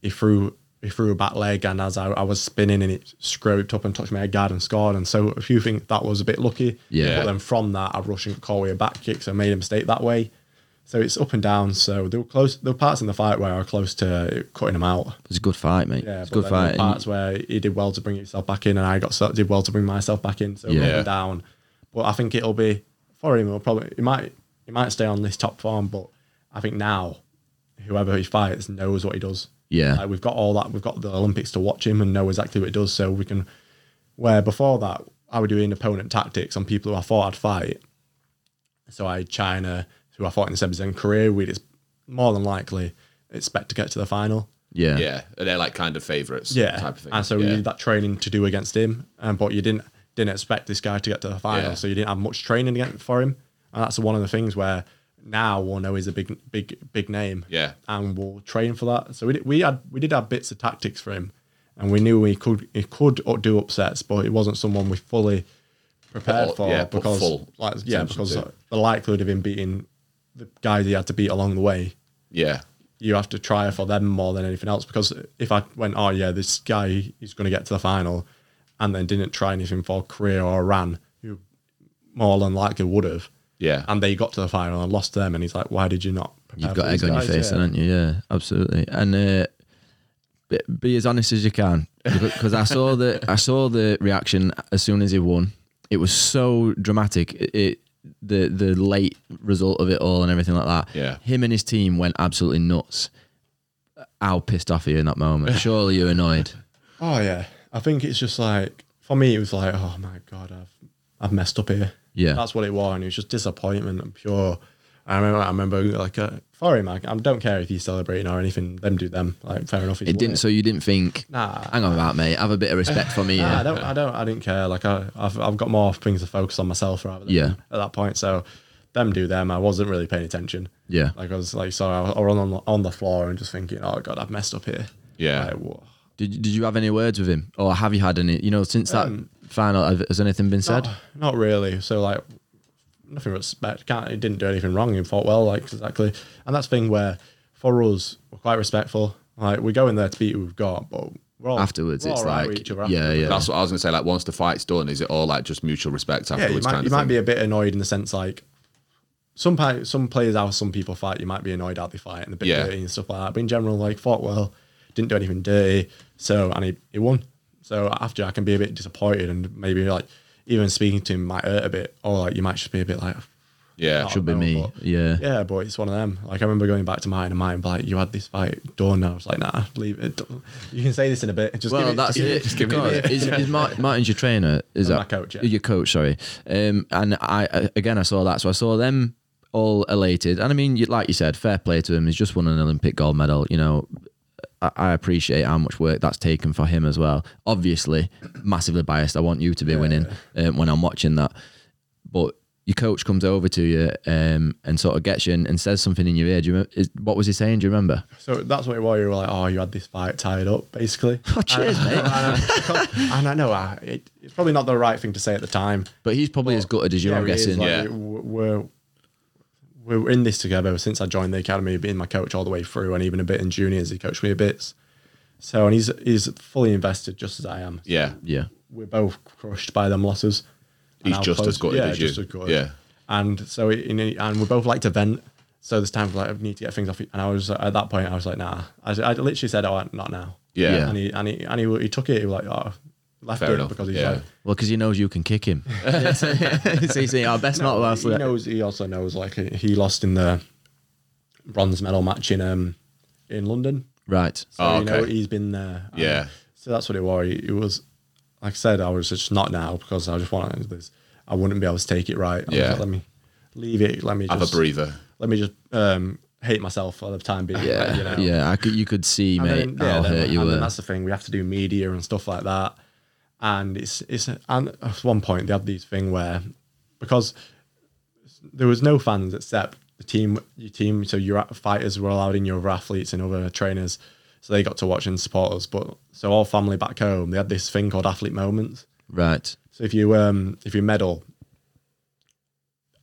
S3: He threw, he threw a back leg, and as I, I was spinning, and it scraped up and touched my head guard and scored. And so a few things that was a bit lucky.
S1: Yeah.
S3: But then from that, I rushed and got caught with a back kick, so I made a mistake that way. So it's up and down. So there were close. There were parts in the fight where I was close to cutting him out.
S1: It was a good fight, mate.
S3: Yeah,
S1: it's a
S3: but
S1: good
S3: then there were
S1: fight. And-
S3: parts where he did well to bring himself back in, and I got so, did well to bring myself back in. So
S1: Yeah.
S3: up and down. But I think it'll be for him. It'll probably it might it might stay on this top form, but I think now whoever he fights knows what he does.
S1: Yeah.
S3: like we've got all that. We've got the Olympics to watch him and know exactly what he does. So we can. Where before that, I would do in opponent tactics on people who I thought I'd fight. So I had China, who I fought in the semis in Korea, we'd ex- more than likely expect to get to the final. (laughs)
S1: yeah.
S2: Yeah, they're like kind of favourites.
S3: Yeah,
S2: type of thing.
S3: and so we
S2: yeah.
S3: did that training to do against him, um, but you didn't didn't expect this guy to get to the final,
S2: Yeah.
S3: so you didn't have much training again for him, and that's one of the things where now we'll know he's a big big big name.
S2: Yeah.
S3: and we'll train for that. So we did, we had we did have bits of tactics for him, and we knew he could he could u- do upsets, but it wasn't someone we fully prepared
S2: Put-
S3: for
S2: yeah, put
S3: because
S2: full
S3: like, yeah
S2: attention
S3: because
S2: to.
S3: the likelihood of him beating the guys he had to beat along the way,
S2: Yeah.
S3: you have to try for them more than anything else. Because if I went, oh yeah, this guy is going to get to the final, and then didn't try anything for career or ran, you more than likely would have.
S2: Yeah.
S3: And they got to the final and lost to them, and he's like, why did you not? prepare
S1: You've
S3: for
S1: got
S3: these
S1: egg on your
S3: guys?"
S1: face,
S3: Yeah.
S1: haven't you? Yeah, absolutely. And uh, be, be as honest as you can, because I saw
S3: (laughs)
S1: the I saw the reaction as soon as he won. It was so dramatic. It, it the the late result of it all and everything like that.
S2: Yeah.
S1: him and his team went absolutely nuts. How pissed off are you in that
S3: (laughs)
S1: moment? Surely you're annoyed.
S3: Oh yeah, I think it's just like for me, it was like, oh my god, I've I've messed up here.
S1: Yeah.
S3: that's what it was, and it was just disappointment and pure. I remember, I remember like, uh, for him, I, I don't care if he's celebrating or anything. Them do them. Like, fair enough. he's
S1: It
S3: won
S1: didn't. So you didn't think.
S3: Nah.
S1: Hang on about mate. Have a bit of respect for me.
S3: Nah, I
S1: here.
S3: don't. I don't. I didn't care. Like, I, I've I've got more things to focus on myself rather. Than
S1: Yeah.
S3: At that point, so them do them. I wasn't really paying attention.
S1: Yeah.
S3: Like I was like, so I was I was on the- on the floor and just thinking, oh god, I've messed up here.
S2: Yeah.
S3: Like, whoa.
S1: Did Did you have any words with him, or have you had any? You know, since that
S3: Um,
S1: final, have- has anything been said?
S3: Not, not really. So like nothing but respect. Can't he didn't do anything wrong. He thought well, like exactly. And that's the thing where for us we're quite respectful. Like we go in there to beat who we've got, but we're all
S1: Afterwards,
S3: we're
S1: it's
S3: all right with
S1: like,
S3: each other
S1: yeah,
S3: afterwards.
S1: yeah.
S2: That's what I was gonna say. Like once the fight's done, is it all like just mutual respect
S3: Yeah, you
S2: afterwards?
S3: might,
S2: kind
S3: you
S2: of
S3: might
S2: thing?
S3: be a bit annoyed in the sense like some pa- some players how some people fight, you might be annoyed how they fight and a bit
S2: Yeah.
S3: dirty and stuff like that. But in general, like fought well, didn't do anything dirty, so and he, he won. So after I can be a bit disappointed and maybe like even speaking to him might hurt a bit, or like you might just be a bit like
S2: Yeah.
S3: "Oh,
S1: Should be
S3: no,"
S1: me, yeah.
S3: yeah, but it's one of them. Like I remember going back to mine and mine, like you had this fight done. I was like, nah, leave it. Don't- You can say this in a bit. Just
S1: Well,
S3: give it,
S1: that's
S3: give
S1: it.
S3: Just give
S1: God,
S3: it. a bit.
S1: is, is
S3: (laughs)
S1: Mar- Martin's your trainer? Is
S3: I'm
S1: that
S3: my coach, yeah.
S1: Your coach, sorry. Um, and I uh, again, I saw that, so I saw them all elated. And I mean, you- like you said, fair play to him. He's just won an Olympic gold medal. You know, I, I appreciate how much work that's taken for him as well. Obviously, massively biased. I want you to be winning um, when I'm watching that, but. Your coach comes over to you um, and sort of gets you and, and says something in your ear. Do you remember, is, what was he saying? Do you remember?
S3: So that's what it was. You were like, oh, you had this fight tied up, basically.
S1: Oh, (laughs) cheers,
S3: and,
S1: mate.
S3: And, I- and I know I, it, it's probably not the right thing to say at the time.
S1: But he's probably as gutted as you. I'm
S3: it is,
S1: guessing.
S3: like,
S2: Yeah.
S3: it- We're, we're in this together since I joined the academy, being my coach all the way through, and even a bit in juniors, he coached me a bit. So, and he's he's fully invested just as I am.
S2: Yeah.
S1: yeah.
S3: We're both crushed by them losses. and
S2: He's
S3: how
S2: just as
S3: close-
S2: gutted
S3: yeah,
S2: as you.
S3: just as gutted.
S2: Yeah.
S3: And so, it, in it- and we both like to vent. So there's times like I need to get things off. you. And I was at that point, I was like, nah. I, I literally said, oh, not now.
S2: Yeah.
S1: Yeah.
S3: And he and he and he, he took it. He was like, oh, left
S2: Fair
S3: it
S2: enough,
S3: because he's
S2: yeah.
S3: like,
S1: Well, because he knows you can kick
S3: (laughs)
S1: him. (laughs) so he's saying, "Oh, best not last."
S3: he knows. He also knows like he he lost in the bronze medal match in um in London.
S1: Right.
S3: So
S2: Oh,
S3: you know
S2: okay.
S3: he's been there. And
S2: Yeah.
S3: So that's what it was. It was like I said, I was just not now because I just wanted this. I wouldn't be able to take it right. I was
S2: Yeah.
S3: like, let me leave it. Let me just
S2: Have a breather.
S3: Let me just um hate myself for the time being.
S1: Yeah,
S3: you know?
S1: yeah. I could, you could see,
S3: And
S1: mate,
S3: then- yeah,
S1: how
S3: then-
S1: hurt you eh?
S3: and then
S1: were.
S3: that's the thing. We have to do media and stuff like that. And it's it's and at one point they had these thing where because there was no fans except the team your team so your fighters were allowed in your other athletes and other trainers so they got to watch and support us but so our family back home they had this thing called athlete moments
S1: Right.
S3: so if you um if you medal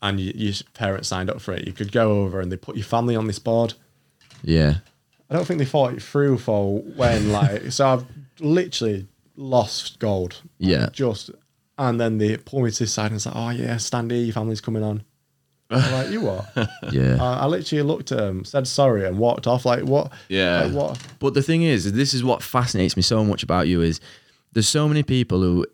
S3: and you, your parents signed up for it you could go over and they put your family on this board
S1: Yeah.
S3: I don't think they thought it through
S2: (laughs)
S3: for when like so I've literally lost gold.
S1: Yeah.
S3: Just and then they pull me to the side and it's like, Oh yeah, stand here, your family's coming on. I'm like,
S2: (laughs)
S3: you what? I,
S1: Yeah.
S3: I literally looked at him, said sorry and walked off like what
S2: Yeah.
S3: like, what
S1: But the thing is, this is what fascinates me so much about you is there's so many people who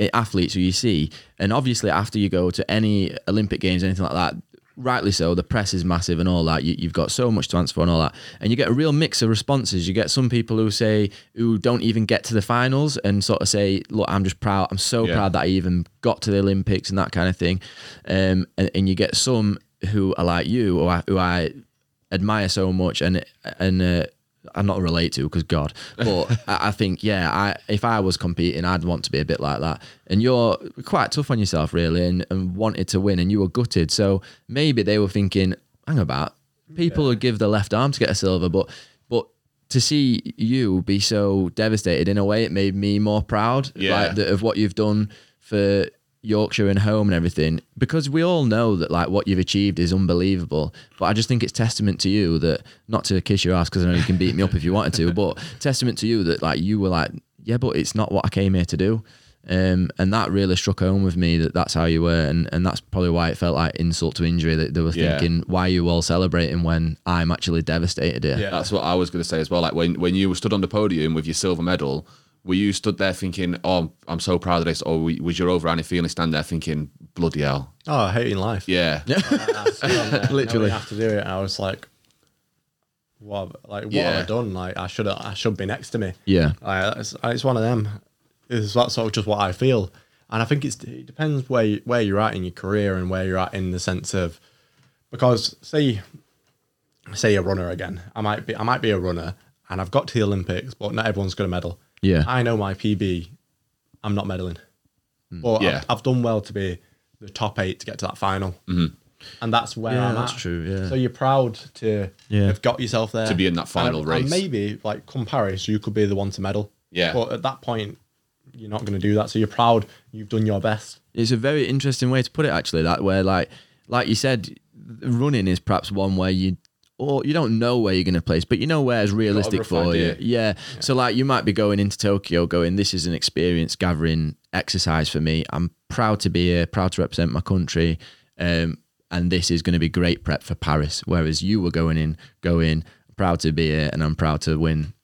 S1: eh, athletes who you see, and obviously after you go to any Olympic games, anything like that, rightly so, the press is massive and all that. You, you've got so much to answer for and all that, and you get a real mix of responses. You get some people who say who don't even get to the finals and sort of say, "Look, I'm just proud. I'm so
S2: Yeah.
S1: proud that I even got to the Olympics and that kind of thing," um, and, and you get some who are like you, or who I admire so much, and and. Uh, I not relate to because God, but I I think yeah, I if I was competing, I'd want to be a bit like that. And you're quite tough on yourself, really, and, and wanted to win, and you were gutted. So maybe they were thinking, hang about, people would give the left arm to get a silver, but but to see you be so devastated in a way, it made me more proud,
S2: Yeah.
S1: like, that- of what you've done for Yorkshire and home and everything, because we all know that like what you've achieved is unbelievable. But I just think it's testament to you that not to kiss your ass because I know you can beat me up if you wanted to, but testament to you that like you were like, yeah, but it's not what I came here to do. Um, and that really struck home with me that that's how you were, and, and that's probably why it felt like insult to injury that they were
S2: Yeah.
S1: thinking, why are you all celebrating when I'm actually devastated here?
S3: Yeah.
S2: That's what I was going to say as well. Like when when you stood on the podium with your silver medal, were you stood there thinking, "Oh, I'm so proud of this," or were- was your overriding feeling stand there thinking, "Bloody hell,
S3: Oh, hating life.
S2: yeah,
S1: Literally.
S3: literally have to do it. I was like, what? have- Like what
S2: Yeah.
S3: have I done? Like I should I should be next to me.
S1: Yeah.
S3: Like, it's, it's one of them. It's that's sort of just what I feel, and I think it's it depends where you, where you're at in your career and where you're at in the sense of because say say a runner again. I might be I might be a runner and I've got to the Olympics, but not everyone's going to medal.
S1: Yeah.
S3: I know my PB. I'm not medaling, but
S2: Mm. Yeah.
S3: I've, I've done well to be the top eight to get to that final,
S2: Mm-hmm.
S3: and that's where
S1: Yeah,
S3: I'm
S1: that's
S3: at.
S1: true, yeah.
S3: So you're proud to
S1: Yeah.
S3: have got yourself there
S2: To be in that final
S3: And-
S2: race.
S3: And maybe like come Paris, you could be the one to medal.
S2: Yeah.
S3: But at that point, you're not going to do that. So you're proud. You've done your best.
S1: It's a very interesting way to put it, actually. That where, like, like you said, running is perhaps one where you or you don't know where you're going to place, but you know where is realistic
S2: rough
S1: for you.
S2: idea.
S1: Yeah. So like, you might be going into Tokyo, going, "This is an experience gathering exercise for me. I'm proud to be here, proud to represent my country." Um, and this is going to be great prep for Paris. Whereas you were going in, going, proud to be here, and I'm proud to win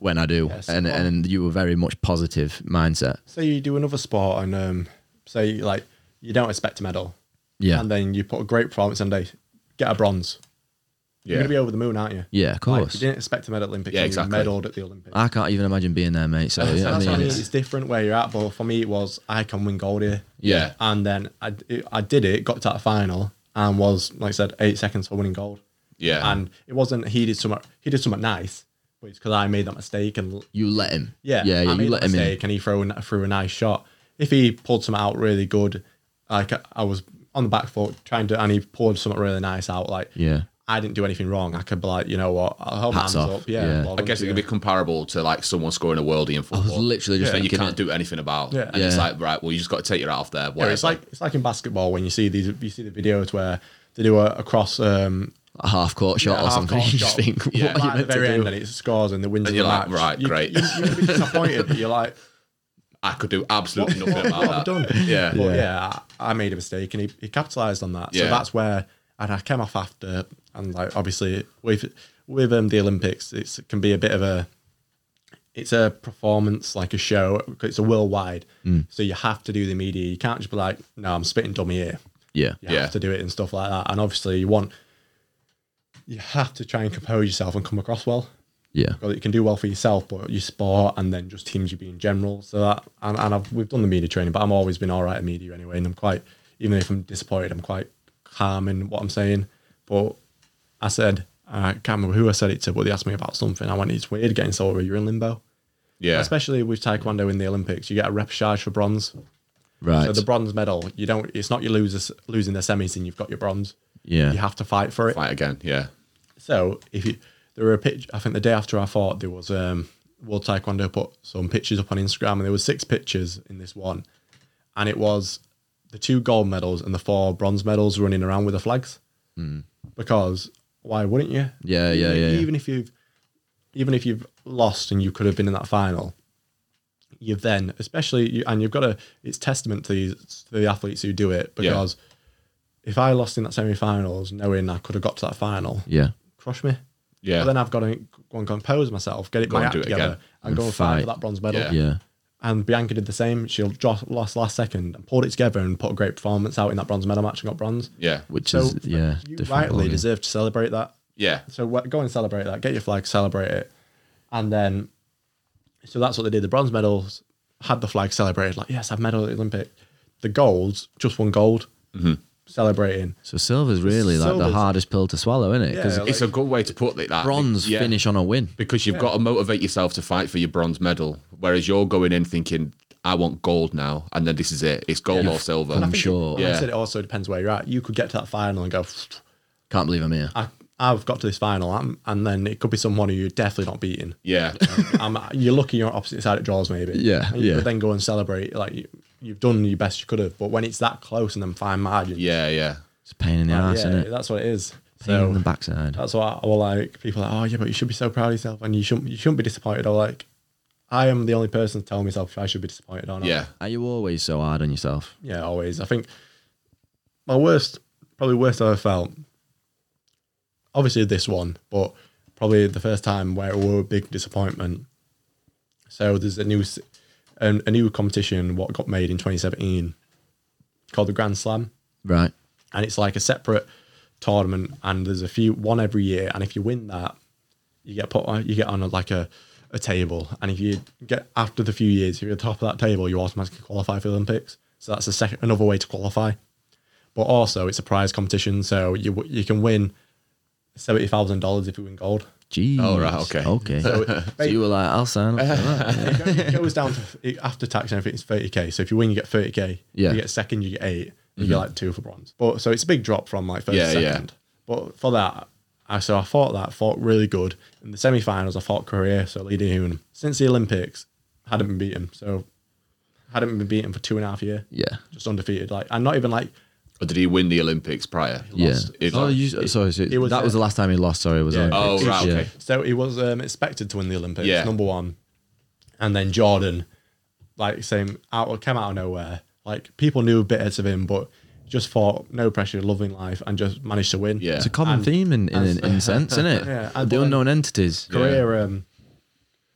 S1: when I do.
S3: yes.
S1: and
S3: Oh.
S1: and you were very much positive mindset.
S3: Say you do another sport and um, say like you don't expect to medal.
S1: Yeah.
S3: And then you put a great performance and they get a bronze. You're
S2: Yeah.
S3: going to be over the moon, aren't you?
S1: Yeah, of
S3: Like,
S1: course.
S3: you didn't expect to medal at the Olympics.
S2: Yeah,
S3: and you
S2: exactly.
S3: Medaled at the Olympics.
S1: I can't even imagine being there, mate. So, you know
S3: So
S1: what I
S3: (laughs) that's what I
S1: mean?
S3: mean.
S1: It's-
S3: It's different where you're at, but for me, it was I can win gold here.
S2: Yeah.
S3: And then I, it- I did it, got to that final, and was like I said, eight seconds for winning gold.
S2: yeah"?
S3: And it wasn't he did something he did something nice, but it's because I made that mistake and
S1: you let him.
S3: yeah,
S1: yeah, yeah
S3: I
S1: you
S3: made
S1: let
S3: that
S1: him in.
S3: mistake and he threw a, threw a nice shot. If he pulled something out really good, like I was on the back foot trying to, and he pulled something really nice out, like
S1: Yeah.
S3: I didn't do anything wrong. I could be like, you know what, I'll hold
S1: Hats
S3: my hands
S1: off.
S3: up. Yeah,
S1: Yeah.
S3: well
S2: I guess it
S3: done
S2: could
S3: to
S2: be
S3: you.
S2: comparable to like someone scoring a worldie in football.
S1: literally just
S2: that you
S1: thinking
S2: can't
S1: it.
S2: do anything about.
S3: Yeah.
S2: And it's
S1: Yeah.
S2: like right, well, you just got to take it out of there.
S3: Yeah,
S2: Whatever.
S3: it's like it's like in basketball when you see these, you see the videos where they do a, a cross um,
S1: A half court shot
S3: a
S1: or
S3: half
S1: something. (laughs)
S3: court
S1: You just
S3: shot.
S1: think, what
S3: yeah,
S1: are you
S3: like at
S1: meant
S3: the very
S1: to
S3: end
S1: do?
S3: and it scores and the wins.
S2: And
S3: the
S2: you're like,
S3: match.
S2: right,
S3: You-
S2: great.
S3: You, you're gonna be disappointed, but you're like,
S2: I could do absolutely
S3: what,
S2: nothing
S3: what have I
S2: about that. (laughs)
S3: done?
S2: Yeah.
S3: But yeah, I, I made a mistake, and he, he capitalized on that. So
S2: Yeah.
S3: that's where, and I came off after, and like obviously with with um, the Olympics, it's, it can be a bit of a, it's a performance like a show. It's a worldwide,
S2: Mm.
S3: so you have to do the media. You can't just be like, no, I'm spitting dummy here.
S1: Yeah.
S3: You
S2: Yeah.
S3: have to do it and stuff like that. And obviously, you want you have to try and compose yourself and come across well
S1: Yeah.
S3: well, you can do well for yourself, but your sport and then just teams you be in general. So that, and, and I've, we've done the media training, but I'm always been all right at media anyway. And I'm quite, even if I'm disappointed, I'm quite calm in what I'm saying. But I said, I can't remember who I said it to, but they asked me about something. I went, it's weird getting sober. You're in limbo,
S2: Yeah.
S3: especially with taekwondo in the Olympics. You get a repechage for bronze.
S1: Right.
S3: So the bronze medal, you don't, it's not you lose, losing the semis and you've got your bronze.
S1: Yeah.
S3: You have to fight for it.
S2: Fight again. Yeah.
S3: So if you, there were a pitch, I think the day after I fought, there was um, World Taekwondo put some pictures up on Instagram, and there was six pictures in this one, and it was the two gold medals and the four bronze medals running around with the flags, because why wouldn't you?
S1: Hmm. Yeah,
S3: Even-
S1: yeah, yeah, yeah.
S3: Even if you've even if you've lost and you could have been in that final, you've then, especially, you, and you've got to. It's testament to, these, to the athletes who do it
S2: Yeah.
S3: because if I lost in that semi-finals, knowing I could have got to that final,
S1: yeah.
S3: crush me.
S2: Yeah.
S3: But then I've got to go and compose myself, get it
S2: Go
S3: my
S2: and
S3: act
S2: do it
S3: together,
S2: again. Mm,
S3: and go
S1: And
S3: and fight for
S1: fight.
S3: that bronze medal.
S2: Yeah.
S1: Yeah.
S3: And Bianca did the same. She lost last second and pulled it together and put a great performance out in that bronze medal match and got bronze.
S2: Yeah.
S1: Which
S3: So
S1: is, yeah.
S3: you
S1: different
S3: rightly
S1: ballgame.
S3: deserve to celebrate that.
S2: Yeah.
S3: So wh- go and celebrate that. Get your flag, celebrate it, and then so that's what they did. The bronze medals had the flag celebrated, like yes, I've medal at the Olympic. The golds just won gold,
S2: Mm-hmm.
S3: celebrating.
S1: So silver's really like the
S3: Silver's-
S1: hardest pill to swallow, isn't it?
S3: Yeah,
S1: Because
S3: like-
S2: It's a good way to put it. That
S1: bronze
S2: Yeah.
S1: finish on a win.
S2: because you've got to motivate yourself to fight for your bronze medal, whereas you're going in thinking, "I want gold now," and then this is it. It's gold or silver.
S1: I'm sure.
S3: And I
S2: Yeah.
S3: said it also depends where you're at. You could get to that final and go,
S1: Can't believe I'm here.
S3: I, I've got to this final, I'm, and then it could be someone who you're definitely not beating. (laughs)
S2: Yeah,
S3: Um, you're lucky you're on opposite side at draws, maybe.
S1: Yeah,
S3: And you
S1: yeah.
S3: could then go and celebrate. Like you- you've done your best you could have. But when it's that close and then fine margins,
S2: Yeah, yeah.
S1: It's a pain in the
S3: yeah,
S1: ass, isn't it?
S3: that's what it is.
S1: Pain in the
S3: So
S1: backside.
S3: that's why I will like people are like, oh yeah, but you should be so proud of yourself and you shouldn't you shouldn't be disappointed. Or like, I am the only person to tell myself if I should be disappointed or not.
S2: Yeah.
S1: Are you always so hard on yourself?
S3: yeah, always. I think my worst, probably worst I ever felt. Obviously this one, but probably the first time where it were a big disappointment. So there's a new, s- um, a new competition what got made in 2017 called the Grand Slam,
S1: Right.
S3: and it's like a separate tournament, and there's a few one every year, and if you win that, you get put on, you get on a, like a a table, and if you get after the few years, if you're top of that table, you automatically qualify for the Olympics. So that's a second another way to qualify, but also it's a prize competition, so you w- you can win seventy thousand dollars if you win gold.
S1: Jeez.
S2: Oh, right, okay.
S1: Okay. (laughs) So, you were like, I'll sign up. for
S2: (laughs)
S1: that.
S3: It go- it goes down to after tax and everything. It's thirty k. So if you win, you get thirty k.
S1: Yeah.
S3: You get second, you get eight. You get like two for bronze. But so it's a big drop from like first
S2: Yeah, yeah.
S3: second. But for that, I so I fought that fought really good in the semi-finals. I fought Korea, so Lee Hoon. Since the Olympics, hadn't been beaten. So hadn't been beaten for two and a half year.
S1: Yeah.
S3: Just undefeated. Like and not even like
S2: Or did he win the Olympics prior?
S1: Yeah.
S2: If-
S1: oh, you, sorry. So
S3: it was,
S1: that was
S3: uh,
S1: the last time he lost. Sorry, it was
S3: Yeah.
S1: on.
S2: Oh, right, okay.
S3: So he was um, expected to win the Olympics,
S2: Yeah.
S3: number one. And then Jordan, like same out came out of nowhere. Like people knew bits of him, but just fought no pressure, loving life, and just managed to win.
S2: Yeah.
S1: It's a common theme in in, in, sense, isn't it?
S3: (laughs) Yeah, and-
S1: The unknown entities.
S3: Career. Um,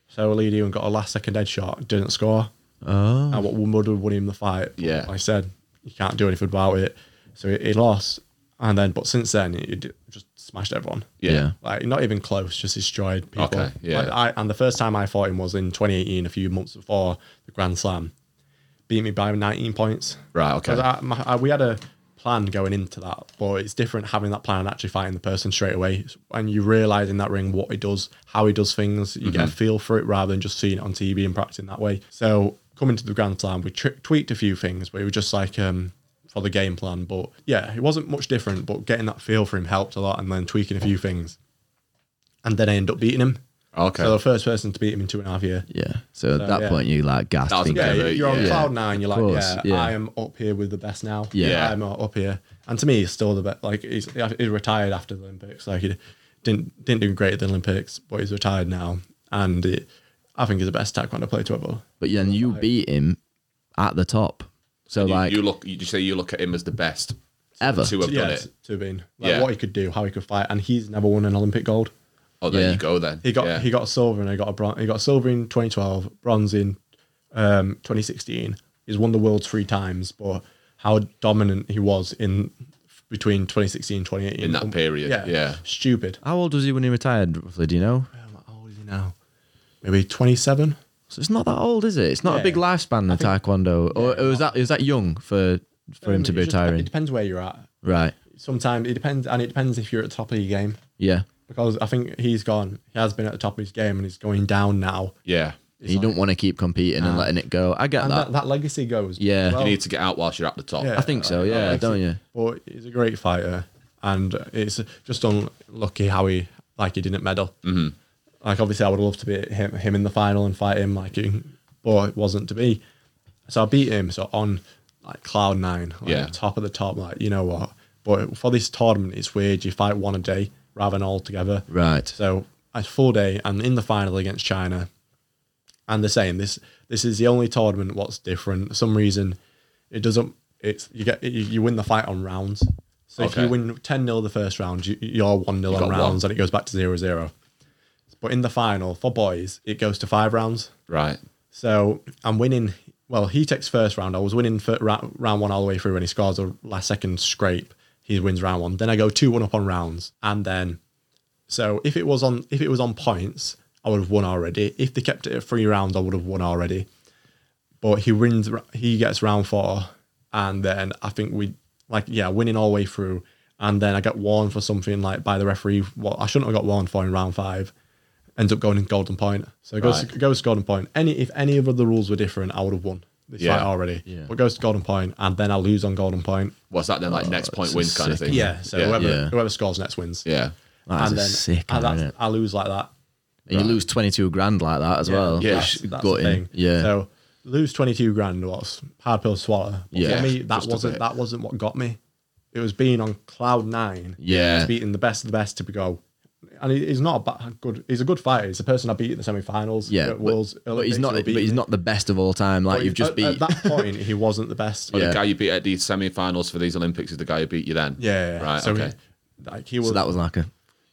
S3: so Lee Dewin got a last second head shot, didn't score.
S1: Oh.
S3: And what would have won him the fight? but
S2: Yeah.
S3: like I said you can't do anything about it. So he, he lost, and then but since then he d- just smashed everyone.
S2: yeah.
S1: Yeah.
S3: like not even close, just destroyed people.
S2: Okay, yeah.
S3: Like, I, and the first time I fought him was in 2018, a few months before the Grand Slam. Beat me by 19 points.
S2: Right, okay.
S3: 'Cause I, my, I, we had a plan going into that, but it's different having that plan and actually fighting the person straight away. And you realize in that ring what he does, how he does things. You
S2: Mm-hmm.
S3: get a feel for it rather than just seeing it on TV and practicing that way. So coming to the Grand Slam, we tri- tweaked a few things, but it was just like um, for the game plan. But yeah, it wasn't much different, but getting that feel for him helped a lot and then tweaking a few things. And then I end up beating him.
S2: Okay.
S3: So the first person to beat him in two and a half years.
S1: Yeah. So at that
S3: yeah.
S1: point, you like gasped.
S2: That was a
S1: thinking,
S2: bit
S3: Yeah,
S2: Yeah,
S3: you're on
S2: yeah.
S3: cloud nine. You're like,
S1: course,
S3: yeah,
S1: yeah.
S3: I am up here with the best now.
S1: Yeah.
S2: Yeah.
S3: I'm up here. And to me, he's still the best. Like he's he retired after the Olympics. Like he didn't didn't do great at the Olympics, but he's retired now, and it, I think he's the best taekwondo player to ever.
S1: But then you beat him at the top. So
S2: You,
S1: like
S2: you look. You say you look at him as the best
S1: ever.
S2: to have done
S3: Yeah,
S2: it.
S3: to have been like
S2: Yeah.
S3: what he could do, how he could fight, and he's never won an Olympic gold.
S2: Oh, there
S1: Yeah.
S2: you go. Then
S3: He got
S2: Yeah.
S3: he got a silver and he got a bronze. He got silver in 2012, bronze in um, 2016. He's won the world three times, but how dominant he was in between 2016 and 2018
S2: In that period, yeah.
S3: stupid. Um,
S1: How old was he when he retired? Roughly, do you know?
S3: How old is he now? Maybe 27.
S1: So it's not that old, is it? It's not a
S3: Yeah.
S1: big lifespan in taekwondo. or or was that is that young for for him to be
S3: Um, It just dep- It
S1: retiring?
S3: depends where you're at.
S1: Right.
S3: Sometimes it depends, and it depends if you're at the top of your game.
S1: Yeah.
S3: Because I think he's gone. He has been at the top of his game, and he's going down now.
S2: yeah.
S1: you don't want to keep competing and letting it go. I get
S3: And
S1: that.
S3: that, that legacy goes.
S1: Yeah.
S2: You need to get out whilst you're at the top.
S1: I think so. Yeah, don't you?
S3: But he's a great fighter, and it's just unlucky how he like he didn't medal. Mm-hmm. Like obviously, I would love to be him, him in the final and fight him like, he, but it wasn't to be. So I beat him. So on like cloud nine, like,
S2: Yeah.
S3: top of the top. Like you know what? But for this tournament, it's weird. You fight one a day rather than all together.
S1: Right.
S3: So a full day and in the final against China. And they're saying this this is the only tournament what's different. For some reason it doesn't it's you get you, you win the fight on rounds. So if
S2: Okay.
S3: you win 10 0 the first round, you, you're 1 0 on
S2: got one.
S3: rounds and it goes back to 0 0. But in the final, for boys, it goes to five rounds.
S2: Right.
S3: So I'm winning. Well, he takes first round. I was winning for round, round one all the way through, and he scores a last second scrape. He wins round one. Then I go two one up on rounds, and then so if it was on if it was on points, I would have won already. If they kept it at three rounds, I would have won already. But he wins. He gets round four, and then I think we like yeah winning all the way through, and then I get warned for something like by the referee. What I shouldn't have got warned for in round five. Ends up going in golden point. So it goes
S2: Right.
S3: to, goes to golden point. Any if any of the rules were different, I would have won this
S2: Yeah.
S3: fight already.
S1: Yeah.
S3: But it goes to golden point, and then I lose on golden point.
S2: What's that then? Like next point
S1: it's
S2: wins kind of
S1: sick.
S2: thing.
S3: Oh, Yeah. So
S2: yeah.
S3: whoever
S1: Yeah.
S3: whoever scores next wins.
S2: yeah.
S1: That's a sick
S3: and
S1: hour,
S3: that's-
S1: innit?
S3: I lose like that.
S1: And you lose twenty two grand like that as well.
S2: Yeah,
S1: That's
S2: sh-
S3: that's the
S1: gutting.
S3: thing.
S1: Yeah.
S3: So lose twenty two grand was hard pill to swallow. But
S1: Yeah,
S3: for me, that
S2: just a
S3: wasn't
S2: bit.
S3: that wasn't what got me. It was being on cloud nine.
S1: Yeah.
S3: beating the best of the best to go. And he- he's not a bad, good. He's a good fighter. He's the person I beat in the semi-finals.
S1: Yeah,
S3: at
S1: but,
S3: Worlds,
S1: but he's
S3: Olympics, Oh,
S1: not.
S3: he'll
S1: But
S3: beat
S1: he's
S3: me.
S1: not the best of all time. Like you've just
S3: at,
S1: beat.
S3: At uh, that point, he wasn't the best.
S1: (laughs)
S2: But
S1: Yeah.
S2: the guy you beat at the semi-finals for these Olympics is the guy who beat you then.
S3: Yeah, yeah, yeah.
S2: Right.
S3: So
S2: okay.
S3: he, like he was.
S1: so
S3: (laughs)
S1: that was like a.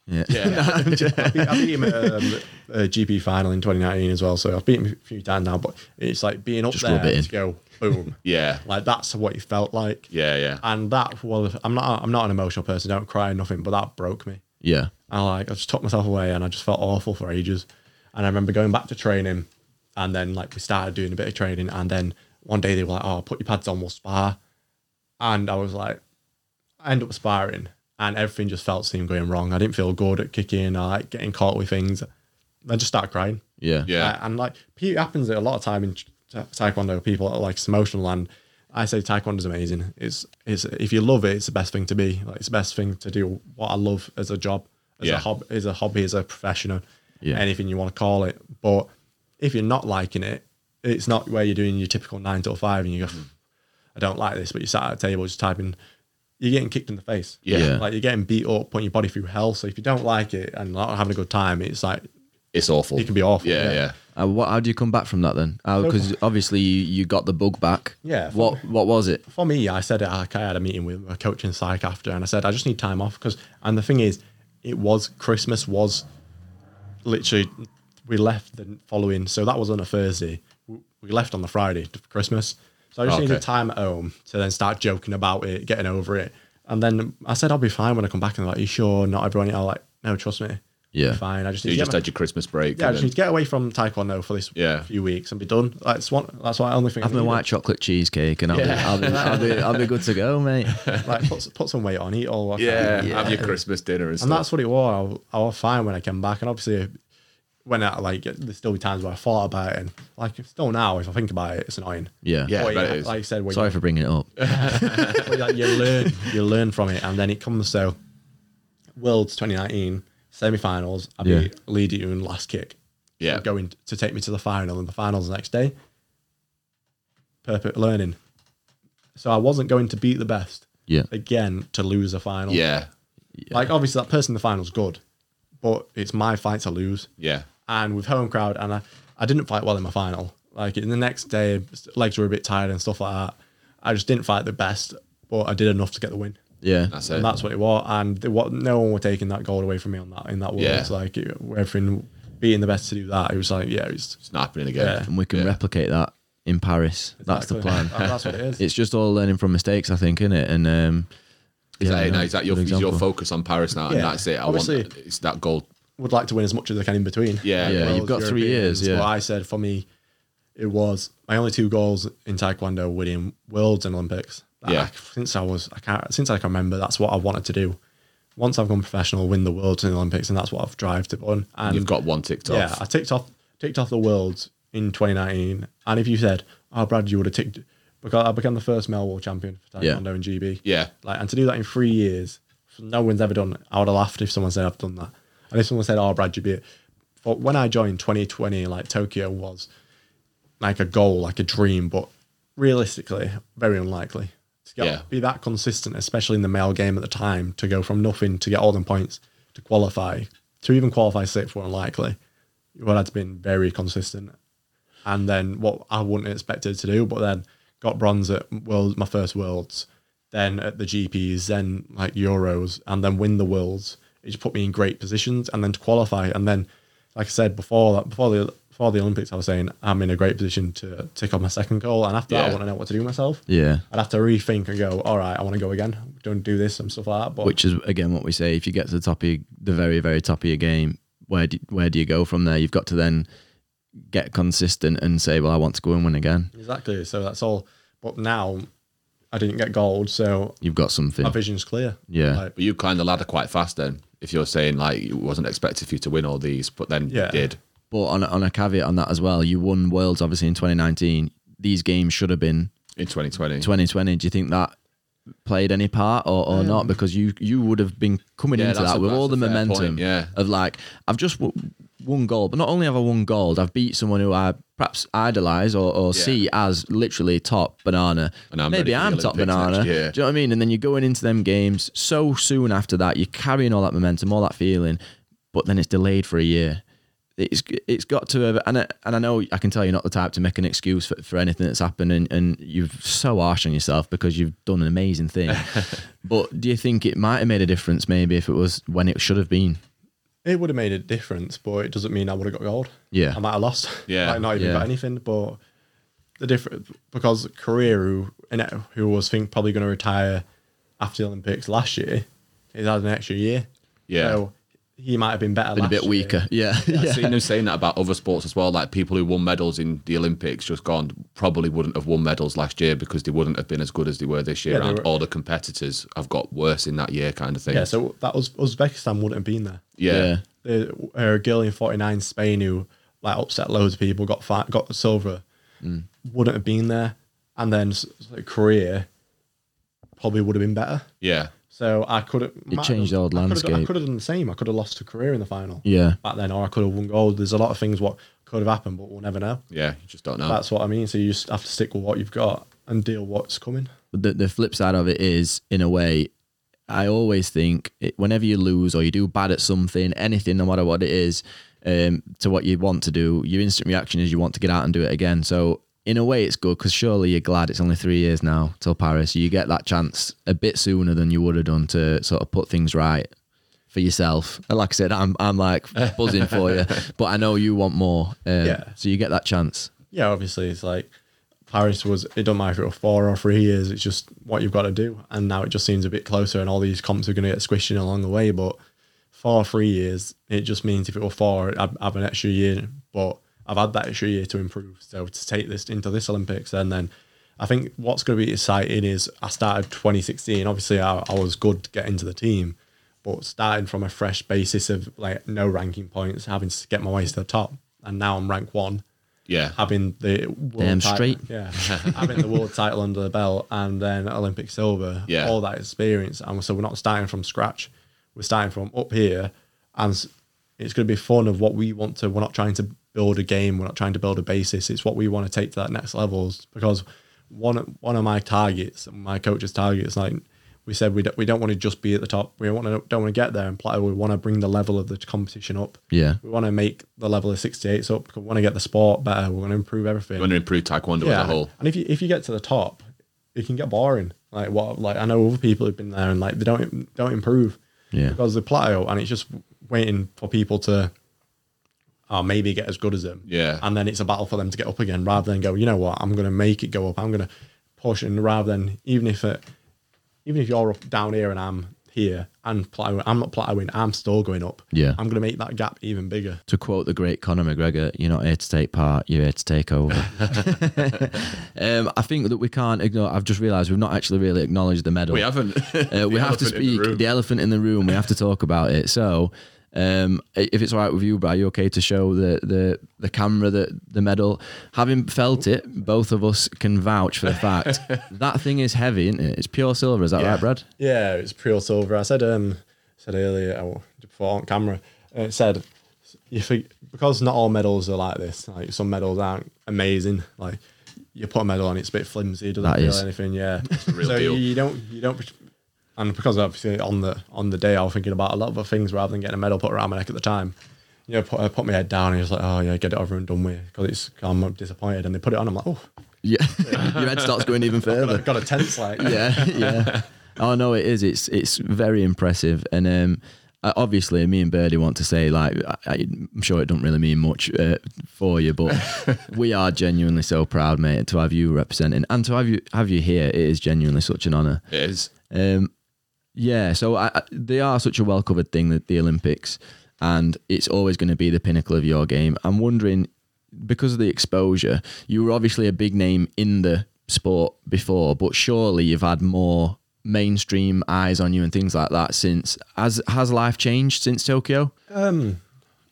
S1: Yeah.
S2: yeah.
S3: I, beat, I beat him at um, a GP final in 2019 as well. So I've beaten him a few times now. But it's like being up
S1: Just
S3: there
S1: rub it in.
S3: to go
S1: (laughs)
S3: boom.
S2: Yeah.
S3: Like that's what he felt like.
S2: Yeah. Yeah.
S3: And that well, I'm not. I'm not an emotional person. I don't cry nothing. But that broke me.
S1: Yeah.
S3: I like I just took myself away and I just felt awful for ages. And I remember going back to training and then like we started doing a bit of training and then one day they were like, Oh, put your pads on, we'll spar. And I was like, I end up sparring and everything just felt seemed going wrong. I didn't feel good at kicking or like getting caught with things. I just started crying.
S1: Yeah.
S2: Yeah.
S3: Uh, and like it happens a lot of time in t- taekwondo, people are like it's emotional and I say taekwondo is amazing. It's it's if you love it, it's the best thing to be. Like it's the best thing to do. What I love as a job, as
S2: Yeah.
S3: a hobby, as a hobby, as a professional,
S1: Yeah.
S3: anything you want to call it. But if you're not liking it, it's not where you're doing your typical nine till five and you go, I don't like this. But you sat at a table just typing. You're getting kicked in the face.
S2: Yeah.
S1: Yeah.
S3: Like you're getting beat up, putting your body through hell. So if you don't like it and not having a good time, it's like
S2: It's awful.
S3: it can be awful.
S2: Yeah. Yeah.
S1: Uh, what, how do you come back from that then? Because obviously you, you got the bug back.
S3: Yeah, for-
S1: What What was it?
S3: for me, I said I I had a meeting with a coach in psych after, and I said I just need time off because. And the thing is, it was Christmas was literally we left the following, so that was on a Thursday. W- We left on the Friday for Christmas, so I just
S2: Okay.
S3: needed time at home to then start joking about it, getting over it, and then I said I'll be fine when I come back. And they're like, you sure? Not everyone. I'm like, no, trust me,
S1: Yeah.
S3: I'm fine. I just need
S2: You
S3: to get
S2: just
S3: my-
S2: had your Christmas break.
S3: yeah, I
S2: and
S3: just
S2: then-
S3: need to get away from taekwondo for this
S2: Yeah.
S3: few weeks and be done. That's one. That's the only thing. I
S1: Have my
S3: needed.
S1: white chocolate cheesecake and I'll,
S3: Yeah.
S1: be, I'll, be, I'll, be, I'll be good to go, mate.
S3: Like put, put some weight on, eat all. I can.
S2: yeah, Have your Christmas dinner and
S3: and
S2: stuff.
S3: that's what it was. I, I was fine when I came back, and obviously, when I like, there's still times where I thought about it, and like still now, if I think about it, it's annoying.
S1: Yeah.
S2: Yeah.
S3: But
S2: I bet it is.
S3: like I said, when
S1: Sorry for bringing it up.
S3: you, like, (laughs) you learn, you learn from it, and then it comes. So, Worlds 2019 semi-finals, I
S1: Yeah.
S3: beat Lee Yoon last kick.
S2: Yeah.
S3: going to take me to the final, and the finals the next day. Perfect learning. So I wasn't going to beat the best
S1: Yeah.
S3: again to lose a final.
S2: Yeah.
S3: Like obviously that person in the final's good, but it's my fight to lose.
S2: Yeah.
S3: And with home crowd, and I, I didn't fight well in my final. Like in the next day, legs were a bit tired and stuff like that. I just didn't fight the best, but I did enough to get the win.
S1: Yeah.
S2: That's it.
S3: And that's what it was. And the, what no one were taking that goal away from me on that in that world.
S2: Yeah.
S3: It's like it, everything being the best to do that. It was like yeah, it's
S2: It's not happening again.
S3: Yeah.
S1: And we can replicate that in Paris. That's the plan.
S3: exactly- (laughs) That's what
S1: (laughs)
S3: it is.
S1: It's just all learning from mistakes, I think, isn't it? And um,
S2: Is
S1: yeah,
S2: that, it
S1: no,
S2: now? is that your
S1: good
S2: is your
S1: example.
S2: focus on Paris now? And
S3: Yeah.
S2: that's it. I want
S3: Obviously-
S2: it's that goal.
S3: would like to win as much as I can in between.
S2: Yeah.
S3: As
S2: Yeah,
S1: you've
S3: as
S1: got three
S3: Europeans.
S1: years, yeah.
S3: What I said for me, it was my only two goals in Taekwondo winning Worlds and Olympics. Like,
S2: Yeah.
S3: I- since I was, I can't, since I can remember, that's what I wanted to do. Once I've gone professional, win the Worlds and Olympics, and that's what I've drived to on. And
S2: You've got one ticked off.
S3: yeah, I ticked off ticked off the worlds in 2019. And if you said, "Oh, Brad, you would have ticked," because I became the first male world champion for
S1: Yeah.
S3: Taekwondo and GB.
S2: Yeah.
S3: like and to do that in three years, no one's ever done. it. I would have laughed if someone said I've done that, and if someone said, "Oh, Brad, you beat." it." But when I joined 2020, like Tokyo was like a goal, like a dream, but realistically, very unlikely to get,
S2: Yeah.
S3: be that consistent, especially in the male game at the time, to go from nothing to get all them points to qualify, to even qualify sixth were unlikely. You would have been very consistent. And then what I wouldn't expected to do, but then got bronze at world my first worlds, then at the GPs, then like Euros, and then win the worlds. It just put me in great positions and then to qualify. And then like I said before that before the before the Olympics, I was saying I'm in a great position to tick on my second goal, and after that,
S2: Yeah.
S3: I want to know what to do with myself.
S1: Yeah.
S3: I'd have to rethink and go, all right, I want to go again. Don't do this and stuff like that. But
S1: Which is again what we say: if you get to the top of your, the very, very top of your game, where do, where do you go from there? You've got to then get consistent and say, "Well, I want to go and win again."
S3: exactly, so that's all. But now, I didn't get gold, so
S1: You've got something.
S3: my vision's clear.
S1: Yeah.
S3: Like,
S2: But you climbed the ladder quite fast then. If you're saying like you wasn't expected for you to win all these, but then
S3: Yeah.
S2: you did.
S1: But on a- on a caveat on that as well, you won worlds obviously in 2019. These games should have been
S2: In 2020.
S1: 2020. Do you think that played any part or, or not? Because you you would have been coming
S2: Yeah,
S1: into
S2: that's
S1: that
S2: a-
S1: with all the
S2: that's a fair
S1: momentum
S2: point, yeah.
S1: of like I've just w- one goal, but not only have I won gold, I've beat someone who I perhaps idolise or, or
S2: Yeah.
S1: see as literally top banana.
S2: And I'm ready
S1: Maybe
S2: for the
S1: I'm top
S2: Olympics
S1: banana.
S2: next year.
S1: Do you know what I mean? And then you're going into them games so soon after that, you're carrying all that momentum, all that feeling, but then it's delayed for a year. It's it's got to have, and I, and I know I can tell you're not the type to make an excuse for, for anything that's happened, and, and you're so harsh on yourself because you've done an amazing
S2: (laughs)
S1: thing. but do you think it might have made a difference maybe if it was when it should have been?
S3: It would have made a difference, but it doesn't mean I would have got gold.
S1: Yeah.
S3: I might have lost. (laughs)
S2: Yeah.
S3: Might not even
S1: Yeah.
S3: got anything, but the difference because Korea, who, and it- who was think probably going to retire after the Olympics last year, he's had an extra year.
S2: Yeah.
S3: So he might have been better.
S1: Been a
S3: last
S1: bit
S3: year.
S1: weaker. Yeah. (laughs)
S2: I've
S1: yeah.
S2: seen them saying that about other sports as well. Like people who won medals in the Olympics just gone probably wouldn't have won medals last year because they wouldn't have been as good as they were this year.
S3: Yeah, they
S2: and
S3: were-
S2: all the competitors have got worse in that year, kind of thing.
S3: Yeah. So that was Uzbekistan wouldn't have been there.
S2: yeah.
S1: Yeah.
S3: The, a girl in 49, Spain, who like upset loads of people, got fi- got silver,
S1: Mm.
S3: wouldn't have been there. And then s- s- Korea probably would have been better.
S2: Yeah.
S3: So I could have. might have
S1: changed the
S3: done-
S1: old
S3: I could have done- I
S1: landscape.
S3: could have done the same. I could have lost to Korea in the final.
S1: Yeah.
S3: Back then, or I could have won gold. There's a lot of things what could have happened, but we'll never know.
S2: Yeah. You just don't know.
S3: That's what I mean. So you just have to stick with what you've got and deal with what's coming.
S1: the, the flip side of it is, in a way, I always think it, whenever you lose or you do bad at something, anything, no matter what it is, um, to what you want to do, your instant reaction is you want to get out and do it again. So, in a way, it's good because surely you're glad it's only three years now till Paris. You get that chance a bit sooner than you would have done to sort of put things right for yourself. And like I said, I'm, I'm like buzzing for you, but I know you want more. Um,
S3: Yeah.
S1: So, you get that chance.
S3: Yeah, obviously, it's like Paris was. It don't matter if it was four or three years. It's just what you've got to do. And now it just seems a bit closer, and all these comps are going to get squished in along the way. But four or three years, it just means if it were four, I'd have an extra year. But I've had that extra year to improve. So to take this into this Olympics, and then I think what's going to be exciting is I started 2016. Obviously, I, I was good to get into the team, but starting from a fresh basis of like no ranking points, having to get my way to the top, and now I'm rank one
S2: yeah.
S3: having the world
S1: Damn
S3: title,
S1: straight.
S3: (laughs) yeah, having the world title under the belt and then Olympic silver,
S2: Yeah.
S3: all that experience, and so we're not starting from scratch, we're starting from up here, and s- it's going to be fun of what we want to. We're not trying to build a game, we're not trying to build a basis. It's what we want to take to that next levels because one one of my targets, my coach's targets, like. We said we don't, we don't want to just be at the top. We want to don't want to get there and plateau. We want to bring the level of the competition up.
S1: Yeah.
S3: We want to make the level of 68s up. We want to get the sport better. We want to improve everything.
S2: You want to improve Taekwondo as a whole.
S3: And if you if you get to the top, it can get boring. Like what? Like I know other people have been there and like they don't don't improve.
S1: Yeah.
S3: Because they plateau and it's just waiting for people to, oh, maybe get as good as them.
S2: Yeah.
S3: And then it's a battle for them to get up again, rather than go. You know what? I'm going to make it go up. I'm going to push, and rather than even if it, even if you're up down here and I'm here and plateauing, I'm not plateauing. I'm still going up.
S1: Yeah.
S3: I'm going to make that gap even bigger.
S1: to quote the great Conor McGregor, you're not here to take part, you're here to take
S2: (laughs)
S1: over. um, I think that we can't ignore, I've just realised we've not actually really acknowledged the medal.
S2: (laughs) We haven't.
S1: Uh, we
S2: The
S1: have to
S2: elephant in the
S1: speak, the,
S2: room.
S1: elephant in the room, we have to talk about it. So, um, i- if it's all right with you, Brad, are you okay to show the, the, the camera the, the medal? Having felt it, both of us can vouch for the
S2: (laughs)
S1: fact that thing is heavy, isn't it? It's pure silver, is that right, Brad?
S3: Yeah, it's pure silver. I said um said earlier oh, before on camera. uh, It said you think because not all medals are like this. Like some medals aren't amazing. Like you put a medal on, it's a bit flimsy. Doesn't
S1: That
S3: feel
S1: is.
S3: anything. Yeah.
S2: real
S3: so
S2: deal.
S3: You, you don't you don't. And because obviously on the on the day I was thinking about a lot of other things rather than getting a medal put around my neck at the time. You know, put, I put my head down and it was like, oh yeah, get it over and done with. Because it's I'm disappointed. And they put it on. I'm like, oh,
S1: Yeah. (laughs) Your head starts going even further.
S3: I've got a tense
S1: (laughs)
S3: like.
S1: yeah, yeah. Oh no, it is. It's it's very impressive, and um, uh, obviously, me and Birdie want to say like I, I'm sure it don't really mean much uh, for you, but we are genuinely so proud, mate, to have you representing and to have you have you here. It is genuinely such an honour.
S2: It is.
S1: Um, yeah, so I, I, they are such a well covered thing that the Olympics, and it's always going to be the pinnacle of your game. I'm wondering because of the exposure, you were obviously a big name in the sport before, but surely you've had more mainstream eyes on you and things like that since. Has has life changed since Tokyo?
S3: I'd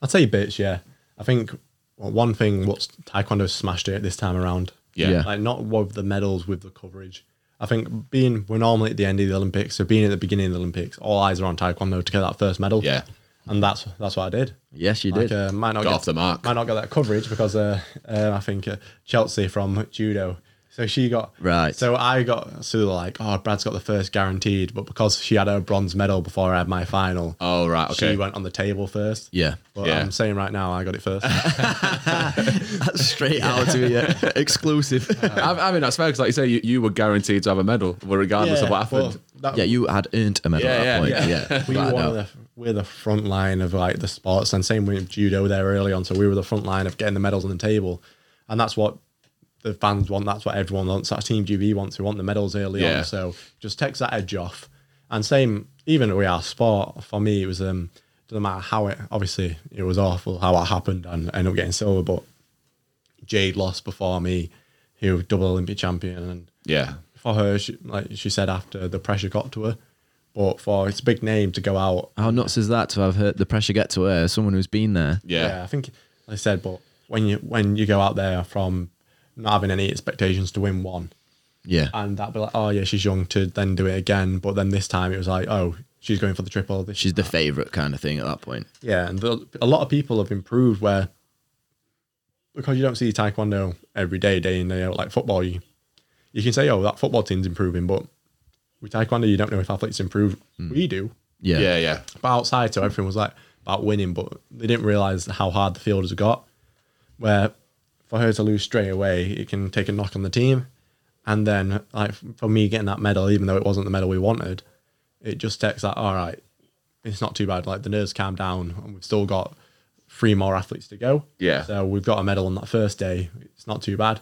S3: say bits, yeah. I think well, one thing what's Taekwondo smashed it this time around.
S2: Yeah.
S1: Yeah.
S3: Like not with the medals, with the coverage. I think being we're normally at the end of the Olympics, so being at the beginning of the Olympics, all eyes are on Taekwondo to get that first medal.
S2: Yeah.
S3: and that's that's what I did.
S1: Yes, you
S3: Like,
S1: did.
S3: uh, might not
S2: Got
S3: get
S2: off the mark.
S3: Might not get that coverage because uh, uh, I think uh, Chelsea from judo. So she got
S1: Right.
S3: So I got so they were like, oh, Brad's got the first guaranteed, but because she had her bronze medal before I had my final,
S2: Oh, right, okay.
S3: she went on the table first.
S1: yeah.
S3: But
S2: Yeah.
S3: I'm saying right now, I got
S1: (laughs)
S3: it first.
S1: That's (laughs) straight out to you.
S3: (laughs)
S1: Exclusive.
S2: Uh, I, I mean, that's fair because, like you say, you, you were guaranteed to have a medal, well, regardless of what
S3: Well,
S2: happened.
S3: that-
S1: yeah, you had earned a medal
S2: Yeah,
S1: at that point.
S2: yeah, yeah.
S1: Yeah.
S3: we
S1: right
S3: were
S1: now.
S3: the, we're the front line of like the sports and same with judo there early on so we were the front line of getting the medals on the table and that's what the fans want that's what everyone wants that's team GB wants we want the medals early
S2: Yeah.
S3: on so just takes that edge off and same even with our sport for me it was um doesn't matter how it obviously it was awful how it happened and I ended up getting silver but Jade lost before me who double Olympic champion and
S2: Yeah.
S3: for her, she, like she said after the pressure got to her, but for it's a big name to go out.
S1: How nuts is that to have heard the pressure get to her? Someone who's been there.
S2: Yeah.
S3: I think like I said, but when you when you go out there from not having any expectations to win one,
S1: Yeah.
S3: and that be like, oh yeah, she's young to then do it again, but then this time it was like, oh, she's going for the triple. This
S1: She's the favourite kind of thing at that point.
S3: yeah, and the, a lot of people have improved where because you don't see taekwondo every day, day in day out, like football, you you can say, oh, that football team's improving, but with taekwondo, you don't know if athletes improve. We do.
S1: Yeah.
S2: Yeah. Yeah.
S3: But outside, so everything was like about winning, but they didn't realize how hard the fielders got. Where for her to lose straight away, it can take a knock on the team. And then, like for me getting that medal, even though it wasn't the medal we wanted, it just takes that. All right, it's not too bad. Like the nerves calm down, and we've still got three more athletes to go.
S2: Yeah.
S3: So we've got a medal on that first day. It's not too bad.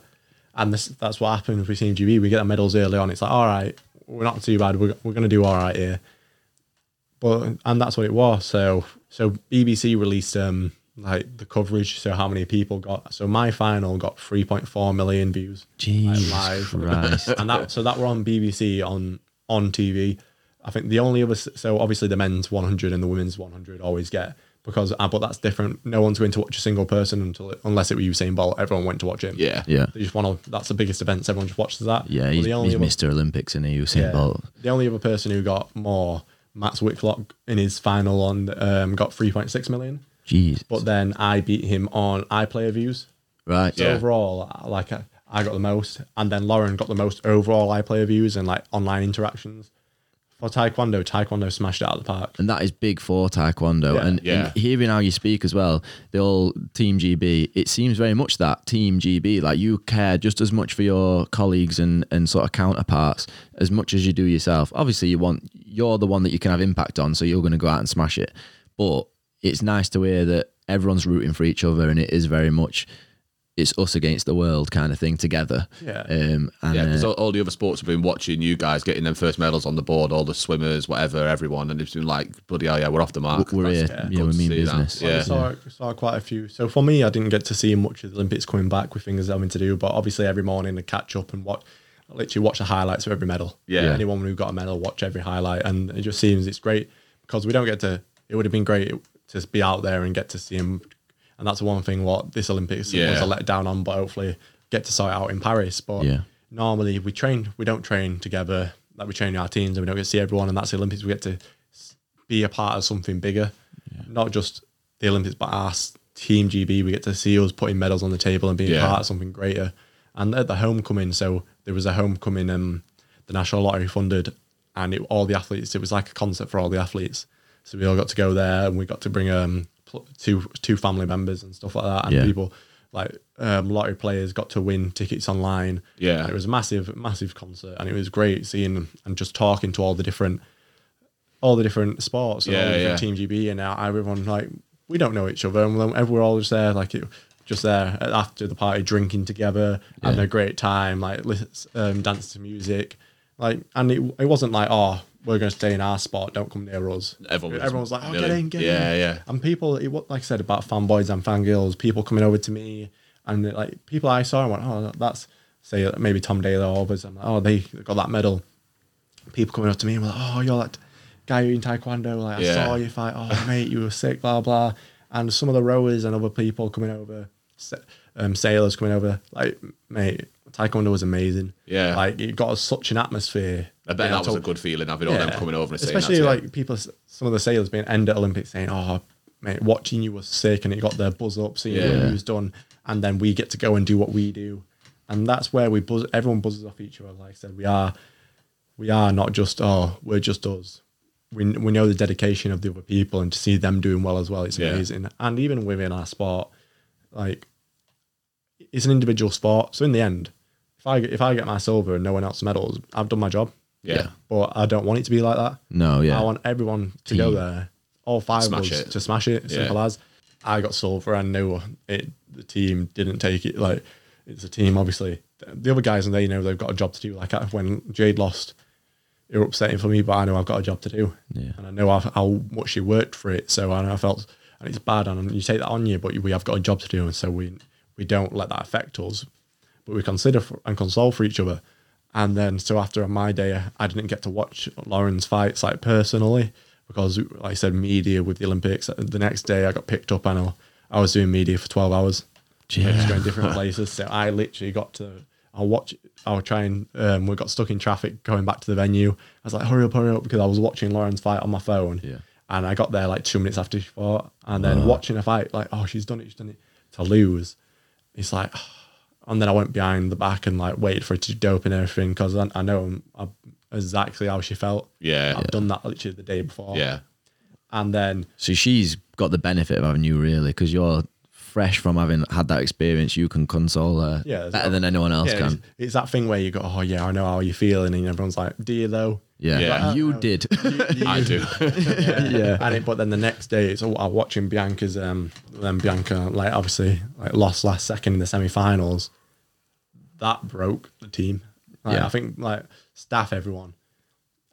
S3: And this, that's what happens with Team GB. We get the medals early on. It's like, all right, we're not too bad. We're, we're going to do all right here but and that's what it was. So so BBC released um like the coverage. So how many people got? So my final got 3.4 million views.
S1: Jesus
S3: live.
S1: Christ.
S3: and that so that were on BBC on on TV. I think the only other so obviously the men's 100 and the women's 100 always get because uh, but that's different. No one's going to watch a single person until unless it were Usain Bolt. Everyone went to watch him.
S2: Yeah.
S1: Yeah.
S3: They just want to. That's the biggest event. so Everyone just watches that.
S1: Yeah.
S3: But
S1: He's,
S3: the only
S1: he's
S3: other-
S1: Mr. Olympics in EU St.
S3: yeah.
S1: Bolt.
S3: The only other person who got more, Max Whitlock, in his final on um, got 3.6 million.
S1: Jeez.
S3: But then I beat him on iPlayer views.
S1: right.
S3: So
S2: Yeah.
S3: overall, I- like I, I got the most, and then Lauren got the most overall iPlayer views and like online interactions. For Taekwondo, Taekwondo smashed it out of the park.
S1: and that is big for taekwondo.
S3: Yeah.
S1: and,
S2: Yeah.
S1: and hearing how you speak as well, the old Team GB, it seems very much that Team GB. Like you care just as much for your colleagues and and sort of counterparts as much as you do yourself. Obviously, you want you're the one that you can have impact on, so you're going to go out and smash it. But it's nice to hear that everyone's rooting for each other, and it is very much. It's us against the world kind of thing together.
S3: Yeah.
S1: Um, and
S2: Yeah,
S1: uh,
S2: because all, all the other sports have been watching you guys getting them first medals on the board, all the swimmers, whatever, everyone, and it's been like, bloody hell, yeah, we're off the mark.
S1: we're here.
S2: That's
S1: Yeah,
S2: good
S1: we
S2: to
S1: mean
S2: see that.
S1: business.
S3: I
S2: Yeah.
S3: saw, saw quite a few. So for me, I didn't get to see much of the Olympics coming back with things having to do, but obviously every morning I catch up and watch, I literally watch the highlights of every medal.
S2: Yeah.
S3: Anyone who got a medal, watch every highlight. And it just seems it's great because we don't get to, it would have been great to be out there and get to see him. And that's the one thing what this Olympics
S2: Yeah.
S3: was a letdown on, but hopefully get to sort it out in Paris. But
S1: Yeah.
S3: normally we train, we don't train together, like we train our teams and we don't get to see everyone. And that's the Olympics, we get to be a part of something bigger, not just the Olympics, but our s- team GB. We get to see us putting medals on the table and being
S2: Yeah.
S3: part of something greater. And at the homecoming, so there was a homecoming, um, the National Lottery funded, and it, all the athletes. It was like a concert for all the athletes. So we all got to go there, and we got to bring um pl- two two family members and stuff like that, and
S1: Yeah.
S3: people like um, lottery players got to win tickets online.
S2: Yeah.
S3: And it was a massive, massive concert, and it was great seeing and just talking to all the different all the different sports and all the
S2: Yeah,
S3: different Team GB and now everyone like we don't know each other and we're- we're all just there like it, just there after the party drinking together having a great time like lis- um, dancing to music like and it, it wasn't like oh we're going to stay in our spot don't come near us
S2: Everyone was
S3: everyone was like oh get
S2: milling.
S3: in get
S2: Yeah,
S3: in
S2: yeah.
S3: and people it was like I said about fanboys and fangirls people coming over to me and like people I saw and went oh that's say maybe Tom Daly or others I'm like oh they got that medal people coming up to me and were like, "Oh, you're that guy in taekwondo. Like, I
S2: Yeah.
S3: saw you fight. Oh, mate, you were sick. Blah blah." And some of the rowers and other people coming over, sa- um, sailors coming over, like, mate, taekwondo was amazing.
S2: Yeah.
S3: like it got us such an atmosphere.
S2: I bet
S3: Yeah,
S2: that was a
S3: tot-
S2: good feeling having all them coming over and saying
S3: Especially
S2: that to you.
S3: like people, some of the sailors being end at Olympics saying, "Oh, mate, watching you was sick," and it got their buzz up, seeing
S2: Yeah.
S3: what you was done, and then we get to go and do what we do, and that's where we buzz. Everyone buzzes off each other. Like I said, we are, we are not just oh, we're just us. We, we know the dedication of the other people, and to see them doing well as well, it's
S2: Yeah.
S3: amazing. And even within our sport, like it's an individual sport. So in the end, if I if I get my silver and no one else medals, I've done my job.
S2: Yeah. Mm,
S3: But I don't want it to be like that.
S1: No, yeah.
S3: I want everyone to go there, all five
S2: Smash
S3: of us,
S2: it.
S3: to smash it. Simple
S2: Yeah.
S3: as. I got silver and no, it. The team didn't take it. Like it's a team, obviously. The other guys and they know they've got a job to do. Like I- when Jade lost, it was upsetting for me, but I know I've got a job to do,
S1: Yeah.
S3: and I know I've, how much she worked for it. So I know I felt, and it's bad, and you take that on you, but we have got a job to do, and so we we don't let that affect us, but we consider for, and console for each other. And then so after my day, I didn't get to watch Lauren's fights like personally because, like I said, media with the Olympics. The next day, I got picked up and I, I was doing media for twelve hours. I was
S2: (laughs)
S3: going different places. So I literally got to. I'll watch. I'll try and. Um, we got stuck in traffic going back to the venue. I was like, hurry up, hurry up, because I was watching Lauren's fight on my phone.
S1: Yeah.
S3: And I got there like two minutes after she fought, and then watching a fight, like, oh, she's done it, she's done it. To lose, it's like, (sighs) and then I went behind the back and like waited for her to dope and everything because I, I know i exactly how she felt.
S2: Yeah.
S3: I've done that literally the day before.
S2: Yeah.
S3: and then
S1: So she's got the benefit of having you really because you're fresh from having had that experience. You can console her
S3: Yeah,
S1: better than anyone else
S3: yeah, it's,
S1: can.
S3: it's that thing where you go, oh yeah, I know how you're feeling, and everyone's like, do you though?
S1: Yeah,
S2: Yeah.
S1: you
S3: (laughs)
S1: did.
S2: I do.
S3: yeah. And it, but then the next day, it's oh, I'm watching Bianca's. Um, then Bianca, like obviously, like lost last second in the semi-finals. That broke the team. Like,
S1: Yeah.
S3: I think like staff, everyone,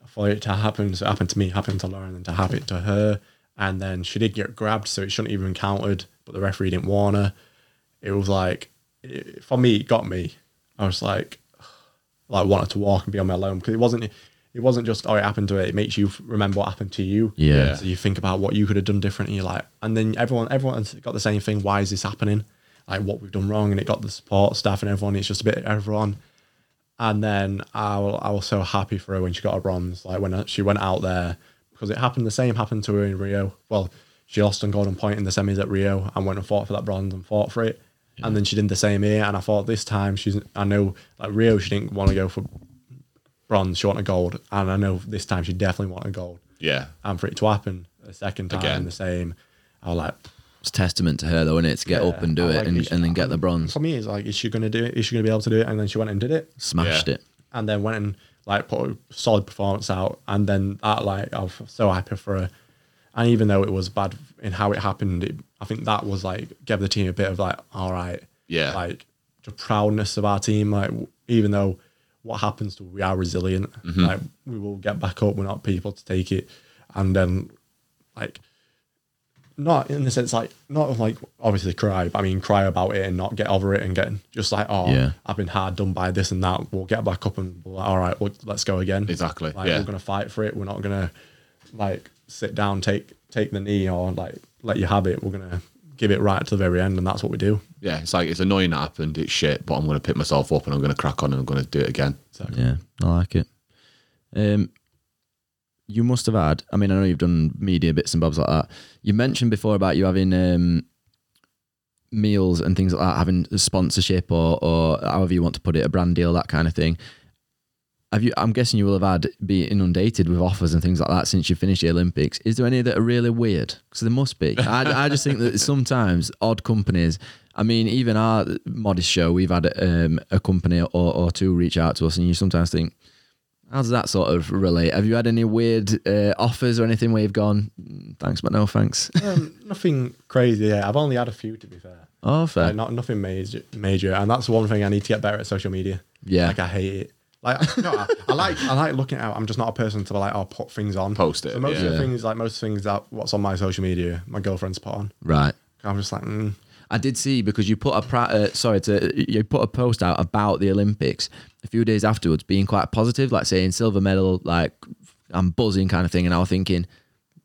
S3: for it to happen. So it happened to me, happened to Lauren, and to happen to her. And then she did get grabbed, so it shouldn't even counted. But the referee didn't warn her. It was like, it, for me, it got me. I was like, (sighs) like wanted to walk and be on my own because it wasn't it wasn't just oh it happened to it. It makes you f- remember what happened to you.
S1: Yeah.
S3: So you think about what you could have done different, and you're like, and then everyone everyone's got the same thing. Why is this happening? Like what we've done wrong, and it got the support staff and everyone. It's just a bit of everyone. And then I was, I was so happy for her when she got her bronze. Like when uh, she went out there because it happened the same happened to her in Rio. Well, she lost on Golden Point in the semis at Rio and went and fought for that bronze and fought for it. And then she did the same here. And I thought this time she's I know like Rio she didn't want to go for bronze, she wanted gold. And I know this time she definitely wanted gold.
S2: Yeah.
S3: And for it to happen a second time
S2: Again.
S3: the same, I was like
S1: It's testament to her though, isn't it? To get
S3: yeah,
S1: up and do
S3: I
S1: it
S3: like
S1: and,
S3: it.
S1: and then get the bronze.
S3: for me it's like is she gonna do it? Is she gonna be able to do it? And then she went and did it.
S1: Smashed
S2: Yeah.
S1: it.
S3: and then went and like put a solid performance out and then that like I was so happy for her and even though it was bad in how it happened it, I think that was like gave the team a bit of like all right
S2: Yeah.
S3: like the proudness of our team like w- even though what happens to we are resilient like we will get back up we're not people to take it and then like not in the sense like not like obviously cry but I mean cry about it and not get over it and get just like oh
S1: Yeah.
S3: I've been hard done by this and that. We'll get back up and we're like, all right, well, let's go again.
S2: Exactly,
S3: Like,
S2: yeah.
S3: We're gonna fight for it. We're not gonna like sit down, take take the knee, or like let you have it. We're gonna give it right to the very end, and that's what we do.
S2: Yeah. It's like, it's annoying that happened. It's shit, but I'm going to pick myself up and I'm going to crack on and I'm going to do it again.
S1: Yeah, I like it. Um, you must have had. I mean, I know you've done media bits and bobs like that. You mentioned before about you having um, meals and things like that, having a sponsorship or or however you want to put it, a brand deal, that kind of thing. Have you? I'm guessing you will have had be inundated with offers and things like that since you finished the Olympics. Is there any that are really weird? Because there must be. I, I just think that sometimes odd companies. I mean, even our modest show, we've had um, a company or, or two reach out to us, and you sometimes think, how does that sort of relate? Have you had any weird uh, offers or anything where you've gone, "Mm, thanks, but no thanks?
S3: Um, nothing crazy. Yeah, I've only had a few to be fair.
S1: oh, fair.
S3: Like, not nothing major, major, and that's one thing I need to get better at social media.
S1: Yeah.
S3: like I hate it. Like (laughs) no, I, I like I like looking out. I'm just not a person to like I'll put things on,
S2: Post it,
S3: So most of
S1: yeah.
S3: the things, like most things that what's on my social media, my girlfriend's put on.
S1: right.
S3: I'm just like, mm,
S1: I did see because you put a pra- uh, sorry to you put a post out about the Olympics a few days afterwards, being quite positive, like saying silver medal, like I'm buzzing kind of thing, and I was thinking,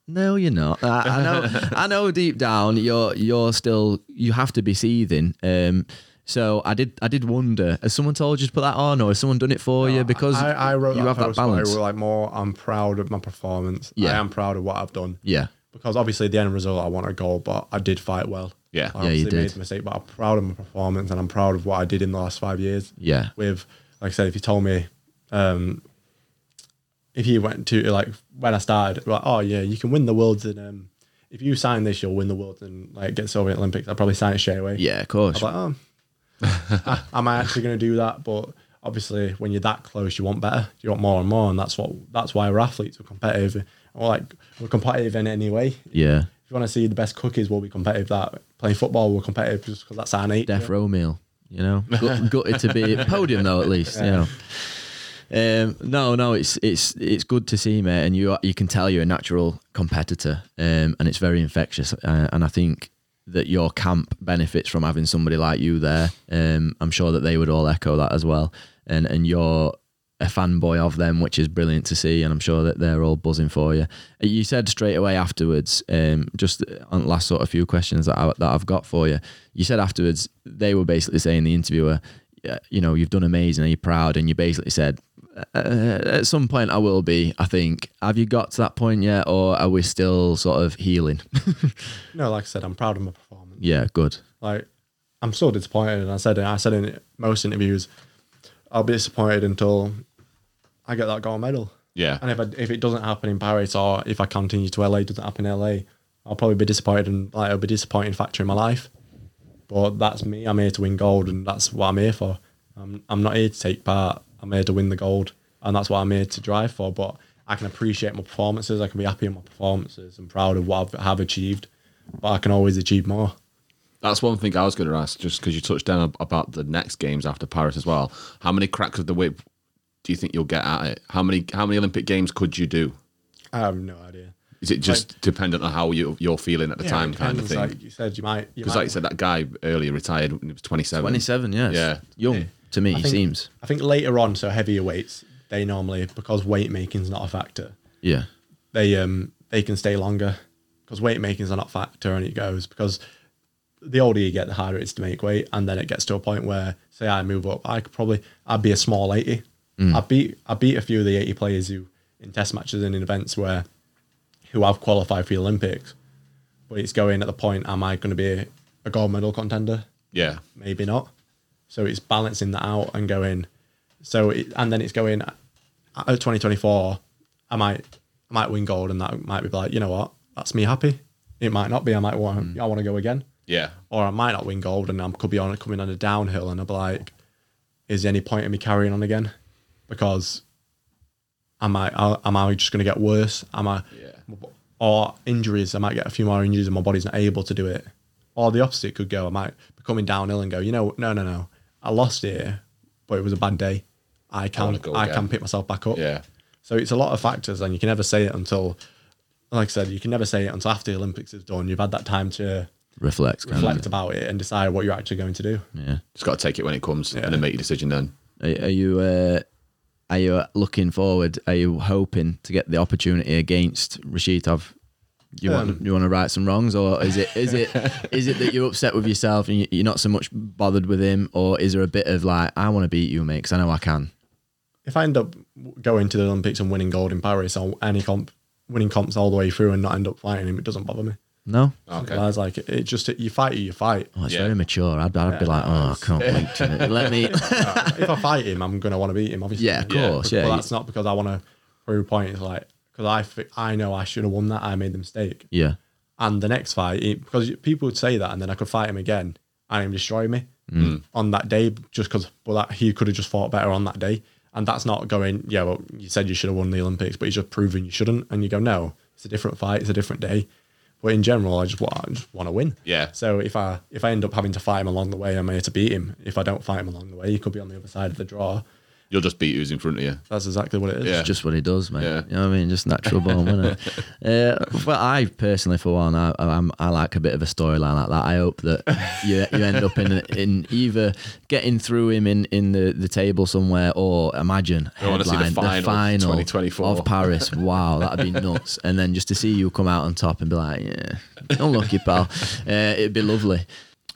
S1: no, you're not. I, I know, I know deep down, you're you're still you have to be seething. Um, So I did. I did wonder. Has someone told you to put that on, or has someone done it for you? Because
S3: I, I wrote
S1: you have
S3: that
S1: that
S3: post where I
S1: balance.
S3: wrote, like more. I'm proud of my performance.
S1: Yeah.
S3: I am proud of what I've done.
S1: yeah,
S3: Because obviously the end result, I want a goal, but I did fight well.
S2: Yeah.
S3: I
S1: Yeah, you
S3: obviously made
S1: did.
S3: a mistake, but I'm proud of my performance and I'm proud of what I did in the last five years.
S1: yeah,
S3: With, like I said, if you told me, um, if you went to like when I started, like, oh yeah, you can win the worlds and um, if you sign this, you'll win the worlds and like get silver at Olympics. I'd probably sign it straight away.
S1: yeah. Of course.
S3: I was like, oh, am I actually going to do that? But obviously, when you're that close, you want better. You want more and more, and that's what that's why we're athletes. We're competitive. We're like we're competitive in any way.
S1: yeah,
S3: If you want to see the best cookies, we'll be competitive. That playing football, we're competitive just because that's our nature.
S1: death row meal. You know, Gut- gutted to be at podium though. At least you know. Um, no, no, it's it's it's good to see, mate, and you are, you can tell you're a natural competitor, um, and it's very infectious. Uh, and I think that your camp benefits from having somebody like you there. Um, I'm sure that they would all echo that as well. And and you're a fanboy of them, which is brilliant to see, and I'm sure that they're all buzzing for you. Uh, You said straight away afterwards, um, just on the last sort of few questions that I, that I've got for you. You said afterwards they were basically saying the interviewer, "Yeah, you know, you've done amazing, are you proud? And you basically said, uh, at some point I will be. I think. Have you got to that point yet, or are we still sort of healing? (laughs)
S3: No, like I said, I'm proud of my performance.
S1: yeah, good.
S3: Like I'm so disappointed, and I said I said in most interviews, I'll be disappointed until I get that gold medal.
S2: Yeah.
S3: And if I, if it doesn't happen in Paris or if I continue to LA, doesn't happen in LA, I'll probably be disappointed and like it'll be a disappointing factor in my life. But that's me. I'm here to win gold, and that's what I'm here for. I'm I'm not here to take part. I'm here to win the gold, and that's what I'm here to drive for. But I can appreciate my performances. I can be happy in my performances and proud of what I've have achieved. But I can always achieve more.
S2: That's one thing I was going to ask, just because you touched down ab- about the next games after Paris as well. How many cracks of the whip do you think you'll get at it? How many how many Olympic games could you do?
S3: I have no idea.
S2: Is it just dependent on how you you're feeling at the time,
S3: it
S2: kind of
S3: depends,
S2: thing?
S3: Like you said, you might. You
S2: Because,
S3: might-
S2: like you said, that guy earlier retired when he was 27.
S1: Twenty-seven. Yes.
S2: Yeah.
S1: Young to me
S3: I think-
S1: seems.
S3: I think later on, so heavier weights, they normally because weight making's not a factor.
S1: Yeah.
S3: they um they can stay longer because weight making's not a factor and it goes because the older you get the harder it is to make weight and then it gets to a point where say I move up I could probably I'd be a small 80 I beat I beat a few of the 80 players who in test matches and in events where who have qualified for the Olympics but it's going at the point am I going to be a gold medal contender
S2: Yeah.
S3: maybe not. So it's balancing that out and going. So it, and then it's going at 2024. I might I might win gold and that might be like you know what that's me happy. It might not be. I might want I want to go again,
S2: Yeah.
S3: or I might not win gold and I could be on coming on a downhill and I'll be like, is there any point in me carrying on again? Because am I I- am I just going to get worse? Am I
S2: Yeah.
S3: or injuries? I might get a few more injuries and my body's not able to do it. Or the opposite could go. I might be coming downhill and go, you know, no, no, no, I lost it, but it was a bad day. I can
S2: wanna go
S3: I
S2: again."
S3: can pick myself back up.
S2: Yeah.
S3: So it's a lot of factors, and you can never say it until, like I said, you can never say it until after the Olympics is done. You've had that time to
S1: Reflects. Kind
S3: reflect about it and decide what you're actually going to do.
S1: Of, yeah.
S2: Just got to take it when it comes and then make your decision then.
S1: Are, are you uh, are you looking forward? Are you hoping to get the opportunity against Rashidov? You
S3: Um,
S1: want you want to right some wrongs, or is it is
S3: (laughs)
S1: it is it that you're upset with yourself and you- you're not so much bothered with him, or is there a bit of like I want to beat you, mate, because I know I can.
S3: If I end up going to the Olympics and winning gold in Paris or any comp, winning comps all the way through and not end up fighting him, it doesn't bother me.
S1: No,
S2: Okay.
S3: I was like, it just you fight,
S1: (laughs)
S3: you fight.
S1: oh, it's
S2: Yeah.
S1: very mature. I'd, I'd be like, oh, I can't wait
S2: (laughs)
S1: to let me. (laughs)
S3: if I fight him, I'm gonna want to beat him. Obviously,
S1: yeah, of
S2: Yeah.
S1: course,
S3: But
S1: yeah,
S3: that's not because I want to prove a point. It's like because I fi- I know I should have won that. I made the mistake.
S1: yeah,
S3: And the next fight, it- because people would say that, and then I could fight him again, and him destroy me
S2: Mm.
S3: on that day, just because. Well, that he could have just fought better on that day, and that's not going. Yeah, well, you said you should have won the Olympics, but he's just proving you shouldn't, and you go, no, it's a different fight, it's a different day. But in general, I just want, I just want to win.
S2: Yeah.
S3: So if I if I end up having to fight him along the way, I'm here to beat him. If I don't fight him along the way, he could be on the other side of the draw.
S2: You'll just beat who's in front of you.
S3: That's exactly what it is.
S2: Yeah.
S1: It's just what he does, man.
S2: Yeah.
S1: You know what I mean? Just natural born, isn't
S2: (laughs)
S1: it? Uh, well, I personally, for one, I, I'm, I like a bit of a storyline like that. I hope
S2: (laughs)
S1: that you, you end up in in either getting through him in, in the, the table somewhere, or imagine
S2: I wanna see the
S1: headline,
S2: final, 2024.
S1: of Paris. Wow,
S2: (laughs)
S1: that'd be nuts. And then just to see you come out on top and be like, yeah, unlucky pal, uh, it'd be lovely.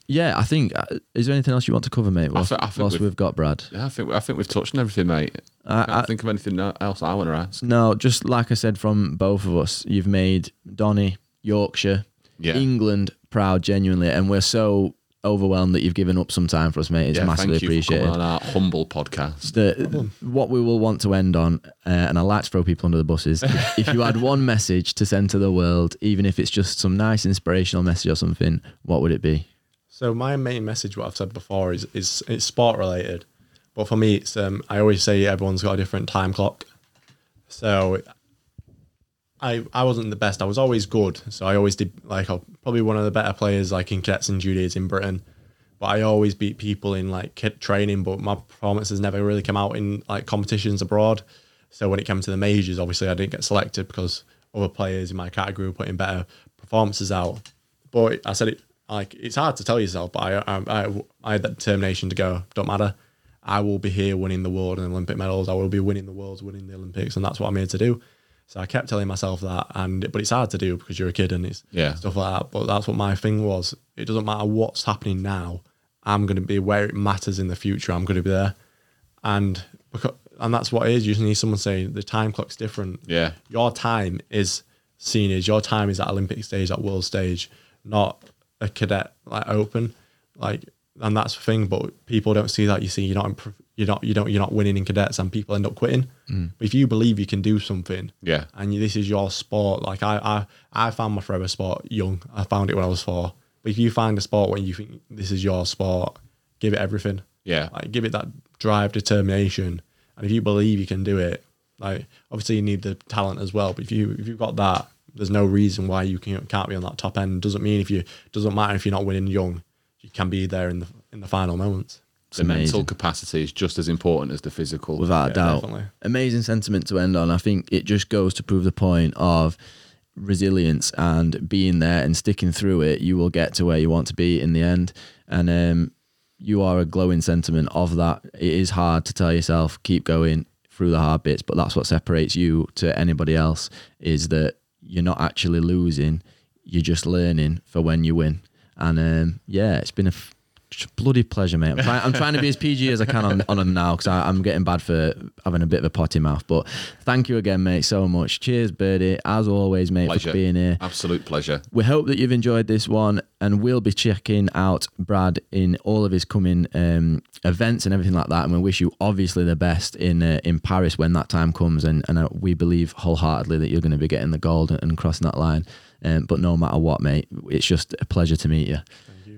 S1: yeah, I think. Uh, is there anything else you want to cover, mate? Whilst,
S2: thi- I think
S1: whilst
S2: we've-
S1: we've got Brad.
S2: Yeah, I think I think we've touched on everything, mate. I can't think of anything else I want to ask.
S1: No, just like I said from both of us, you've made Donny, Yorkshire,
S2: Yeah.
S1: England proud genuinely, and we're so overwhelmed that you've given up some time for us, mate. It's
S2: Yeah,
S1: massively
S2: thank you for coming
S1: appreciated.
S2: on our humble podcast.
S1: The, what we will want to end on, uh, and I like to throw people under the
S2: (laughs)
S1: buses. If, if you had one message to send to the world, even if it's just some nice inspirational message or something, what would it be?
S3: So my main message, what I've said before, is is it's sport related, but for me, it's um, I always say everyone's got a different time clock. So I I wasn't the best. I was always good. So I always did like I'm probably one of the better players like in cadets and juniors in Britain, but I always beat people in like kid training. But my performances never really come out in like competitions abroad. So when it came to the majors, obviously I didn't get selected because other players in my category were putting better performances out. But I said it like it's hard to tell yourself, but I I, I, I had that determination to go. Don't matter. I will be here winning the world and Olympic medals. I will be winning the worlds, winning the Olympics, and that's what I'm here to do. So I kept telling myself that, and but it's hard to do because you're a kid and it's
S2: Yeah.
S3: stuff like that. But that's what my thing was. It doesn't matter what's happening now. I'm going to be where it matters in the future. I'm going to be there, and because, and that's what it is. You just need someone saying the time clock's different.
S2: Yeah.
S3: your time is seniors. Your time is at Olympic stage, at world stage, not a cadet like open, like. And that's the thing, but people don't see that. You see, you're not, improv- you're not, you don't, you're not winning in cadets, and people end up quitting. But if you believe you can do something,
S2: Mm. Yeah.
S3: and you, this is your sport. Like I, I, I found my forever sport young. I found it when I was four. But if you find a sport when you think this is your sport, give it everything.
S2: Yeah.
S3: like give it that drive, determination, and if you believe you can do it, like obviously you need the talent as well. But if you if you've got that, there's no reason why you can, can't be on that top end. Doesn't mean if you doesn't matter if you're not winning young, you can be there in the in the final moments.
S2: the mental capacity is just as important as the physical.
S1: without a doubt.
S3: definitely.
S1: Amazing sentiment to end on. I think it just goes to prove the point of resilience and being there and sticking through it. You will get to where you want to be in the end. And um, you are a glowing sentiment of that. It is hard to tell yourself, keep going through the hard bits, but that's what separates you to anybody else is that you're not actually losing. You're just learning for when you win. And um, yeah, it's been a f- just bloody pleasure, mate. I'm trying, I'm trying to be as PG as I can on, on them now because I'm getting bad for having a bit of a potty mouth. But thank you again, mate, so much. Cheers, Birdie, as always, mate,
S2: Pleasure.
S1: for being here.
S2: Absolute pleasure.
S1: We hope that you've enjoyed this one, and we'll be checking out Brad in all of his coming um, events and everything like that. And we wish you obviously the best in uh, in Paris when that time comes. And and uh, we believe wholeheartedly that you're going to be getting the gold and, and crossing that line. Um, but no matter what, mate, it's just a pleasure to meet you.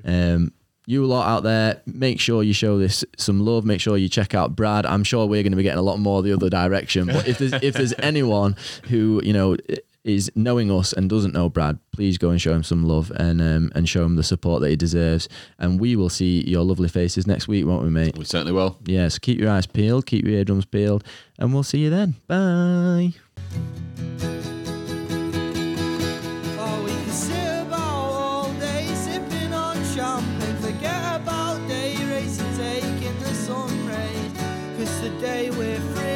S1: Um, you lot out there, make sure you show this some love. Make sure you check out Brad. I'm sure we're going to be getting a lot more the other direction. But if there's if there's anyone who you know i- is knowing us and doesn't know Brad, please go and show him some love and um, and show him the support that he deserves. And we will see your lovely faces next week, won't we, mate?
S2: We certainly will.
S1: Yeah. So keep your eyes peeled, keep your eardrums peeled, and we'll see you then. Bye.
S4: Oh, we can sit about all day, sipping on champagne. Forget about day racing, taking the sun rays. Cause today we're free.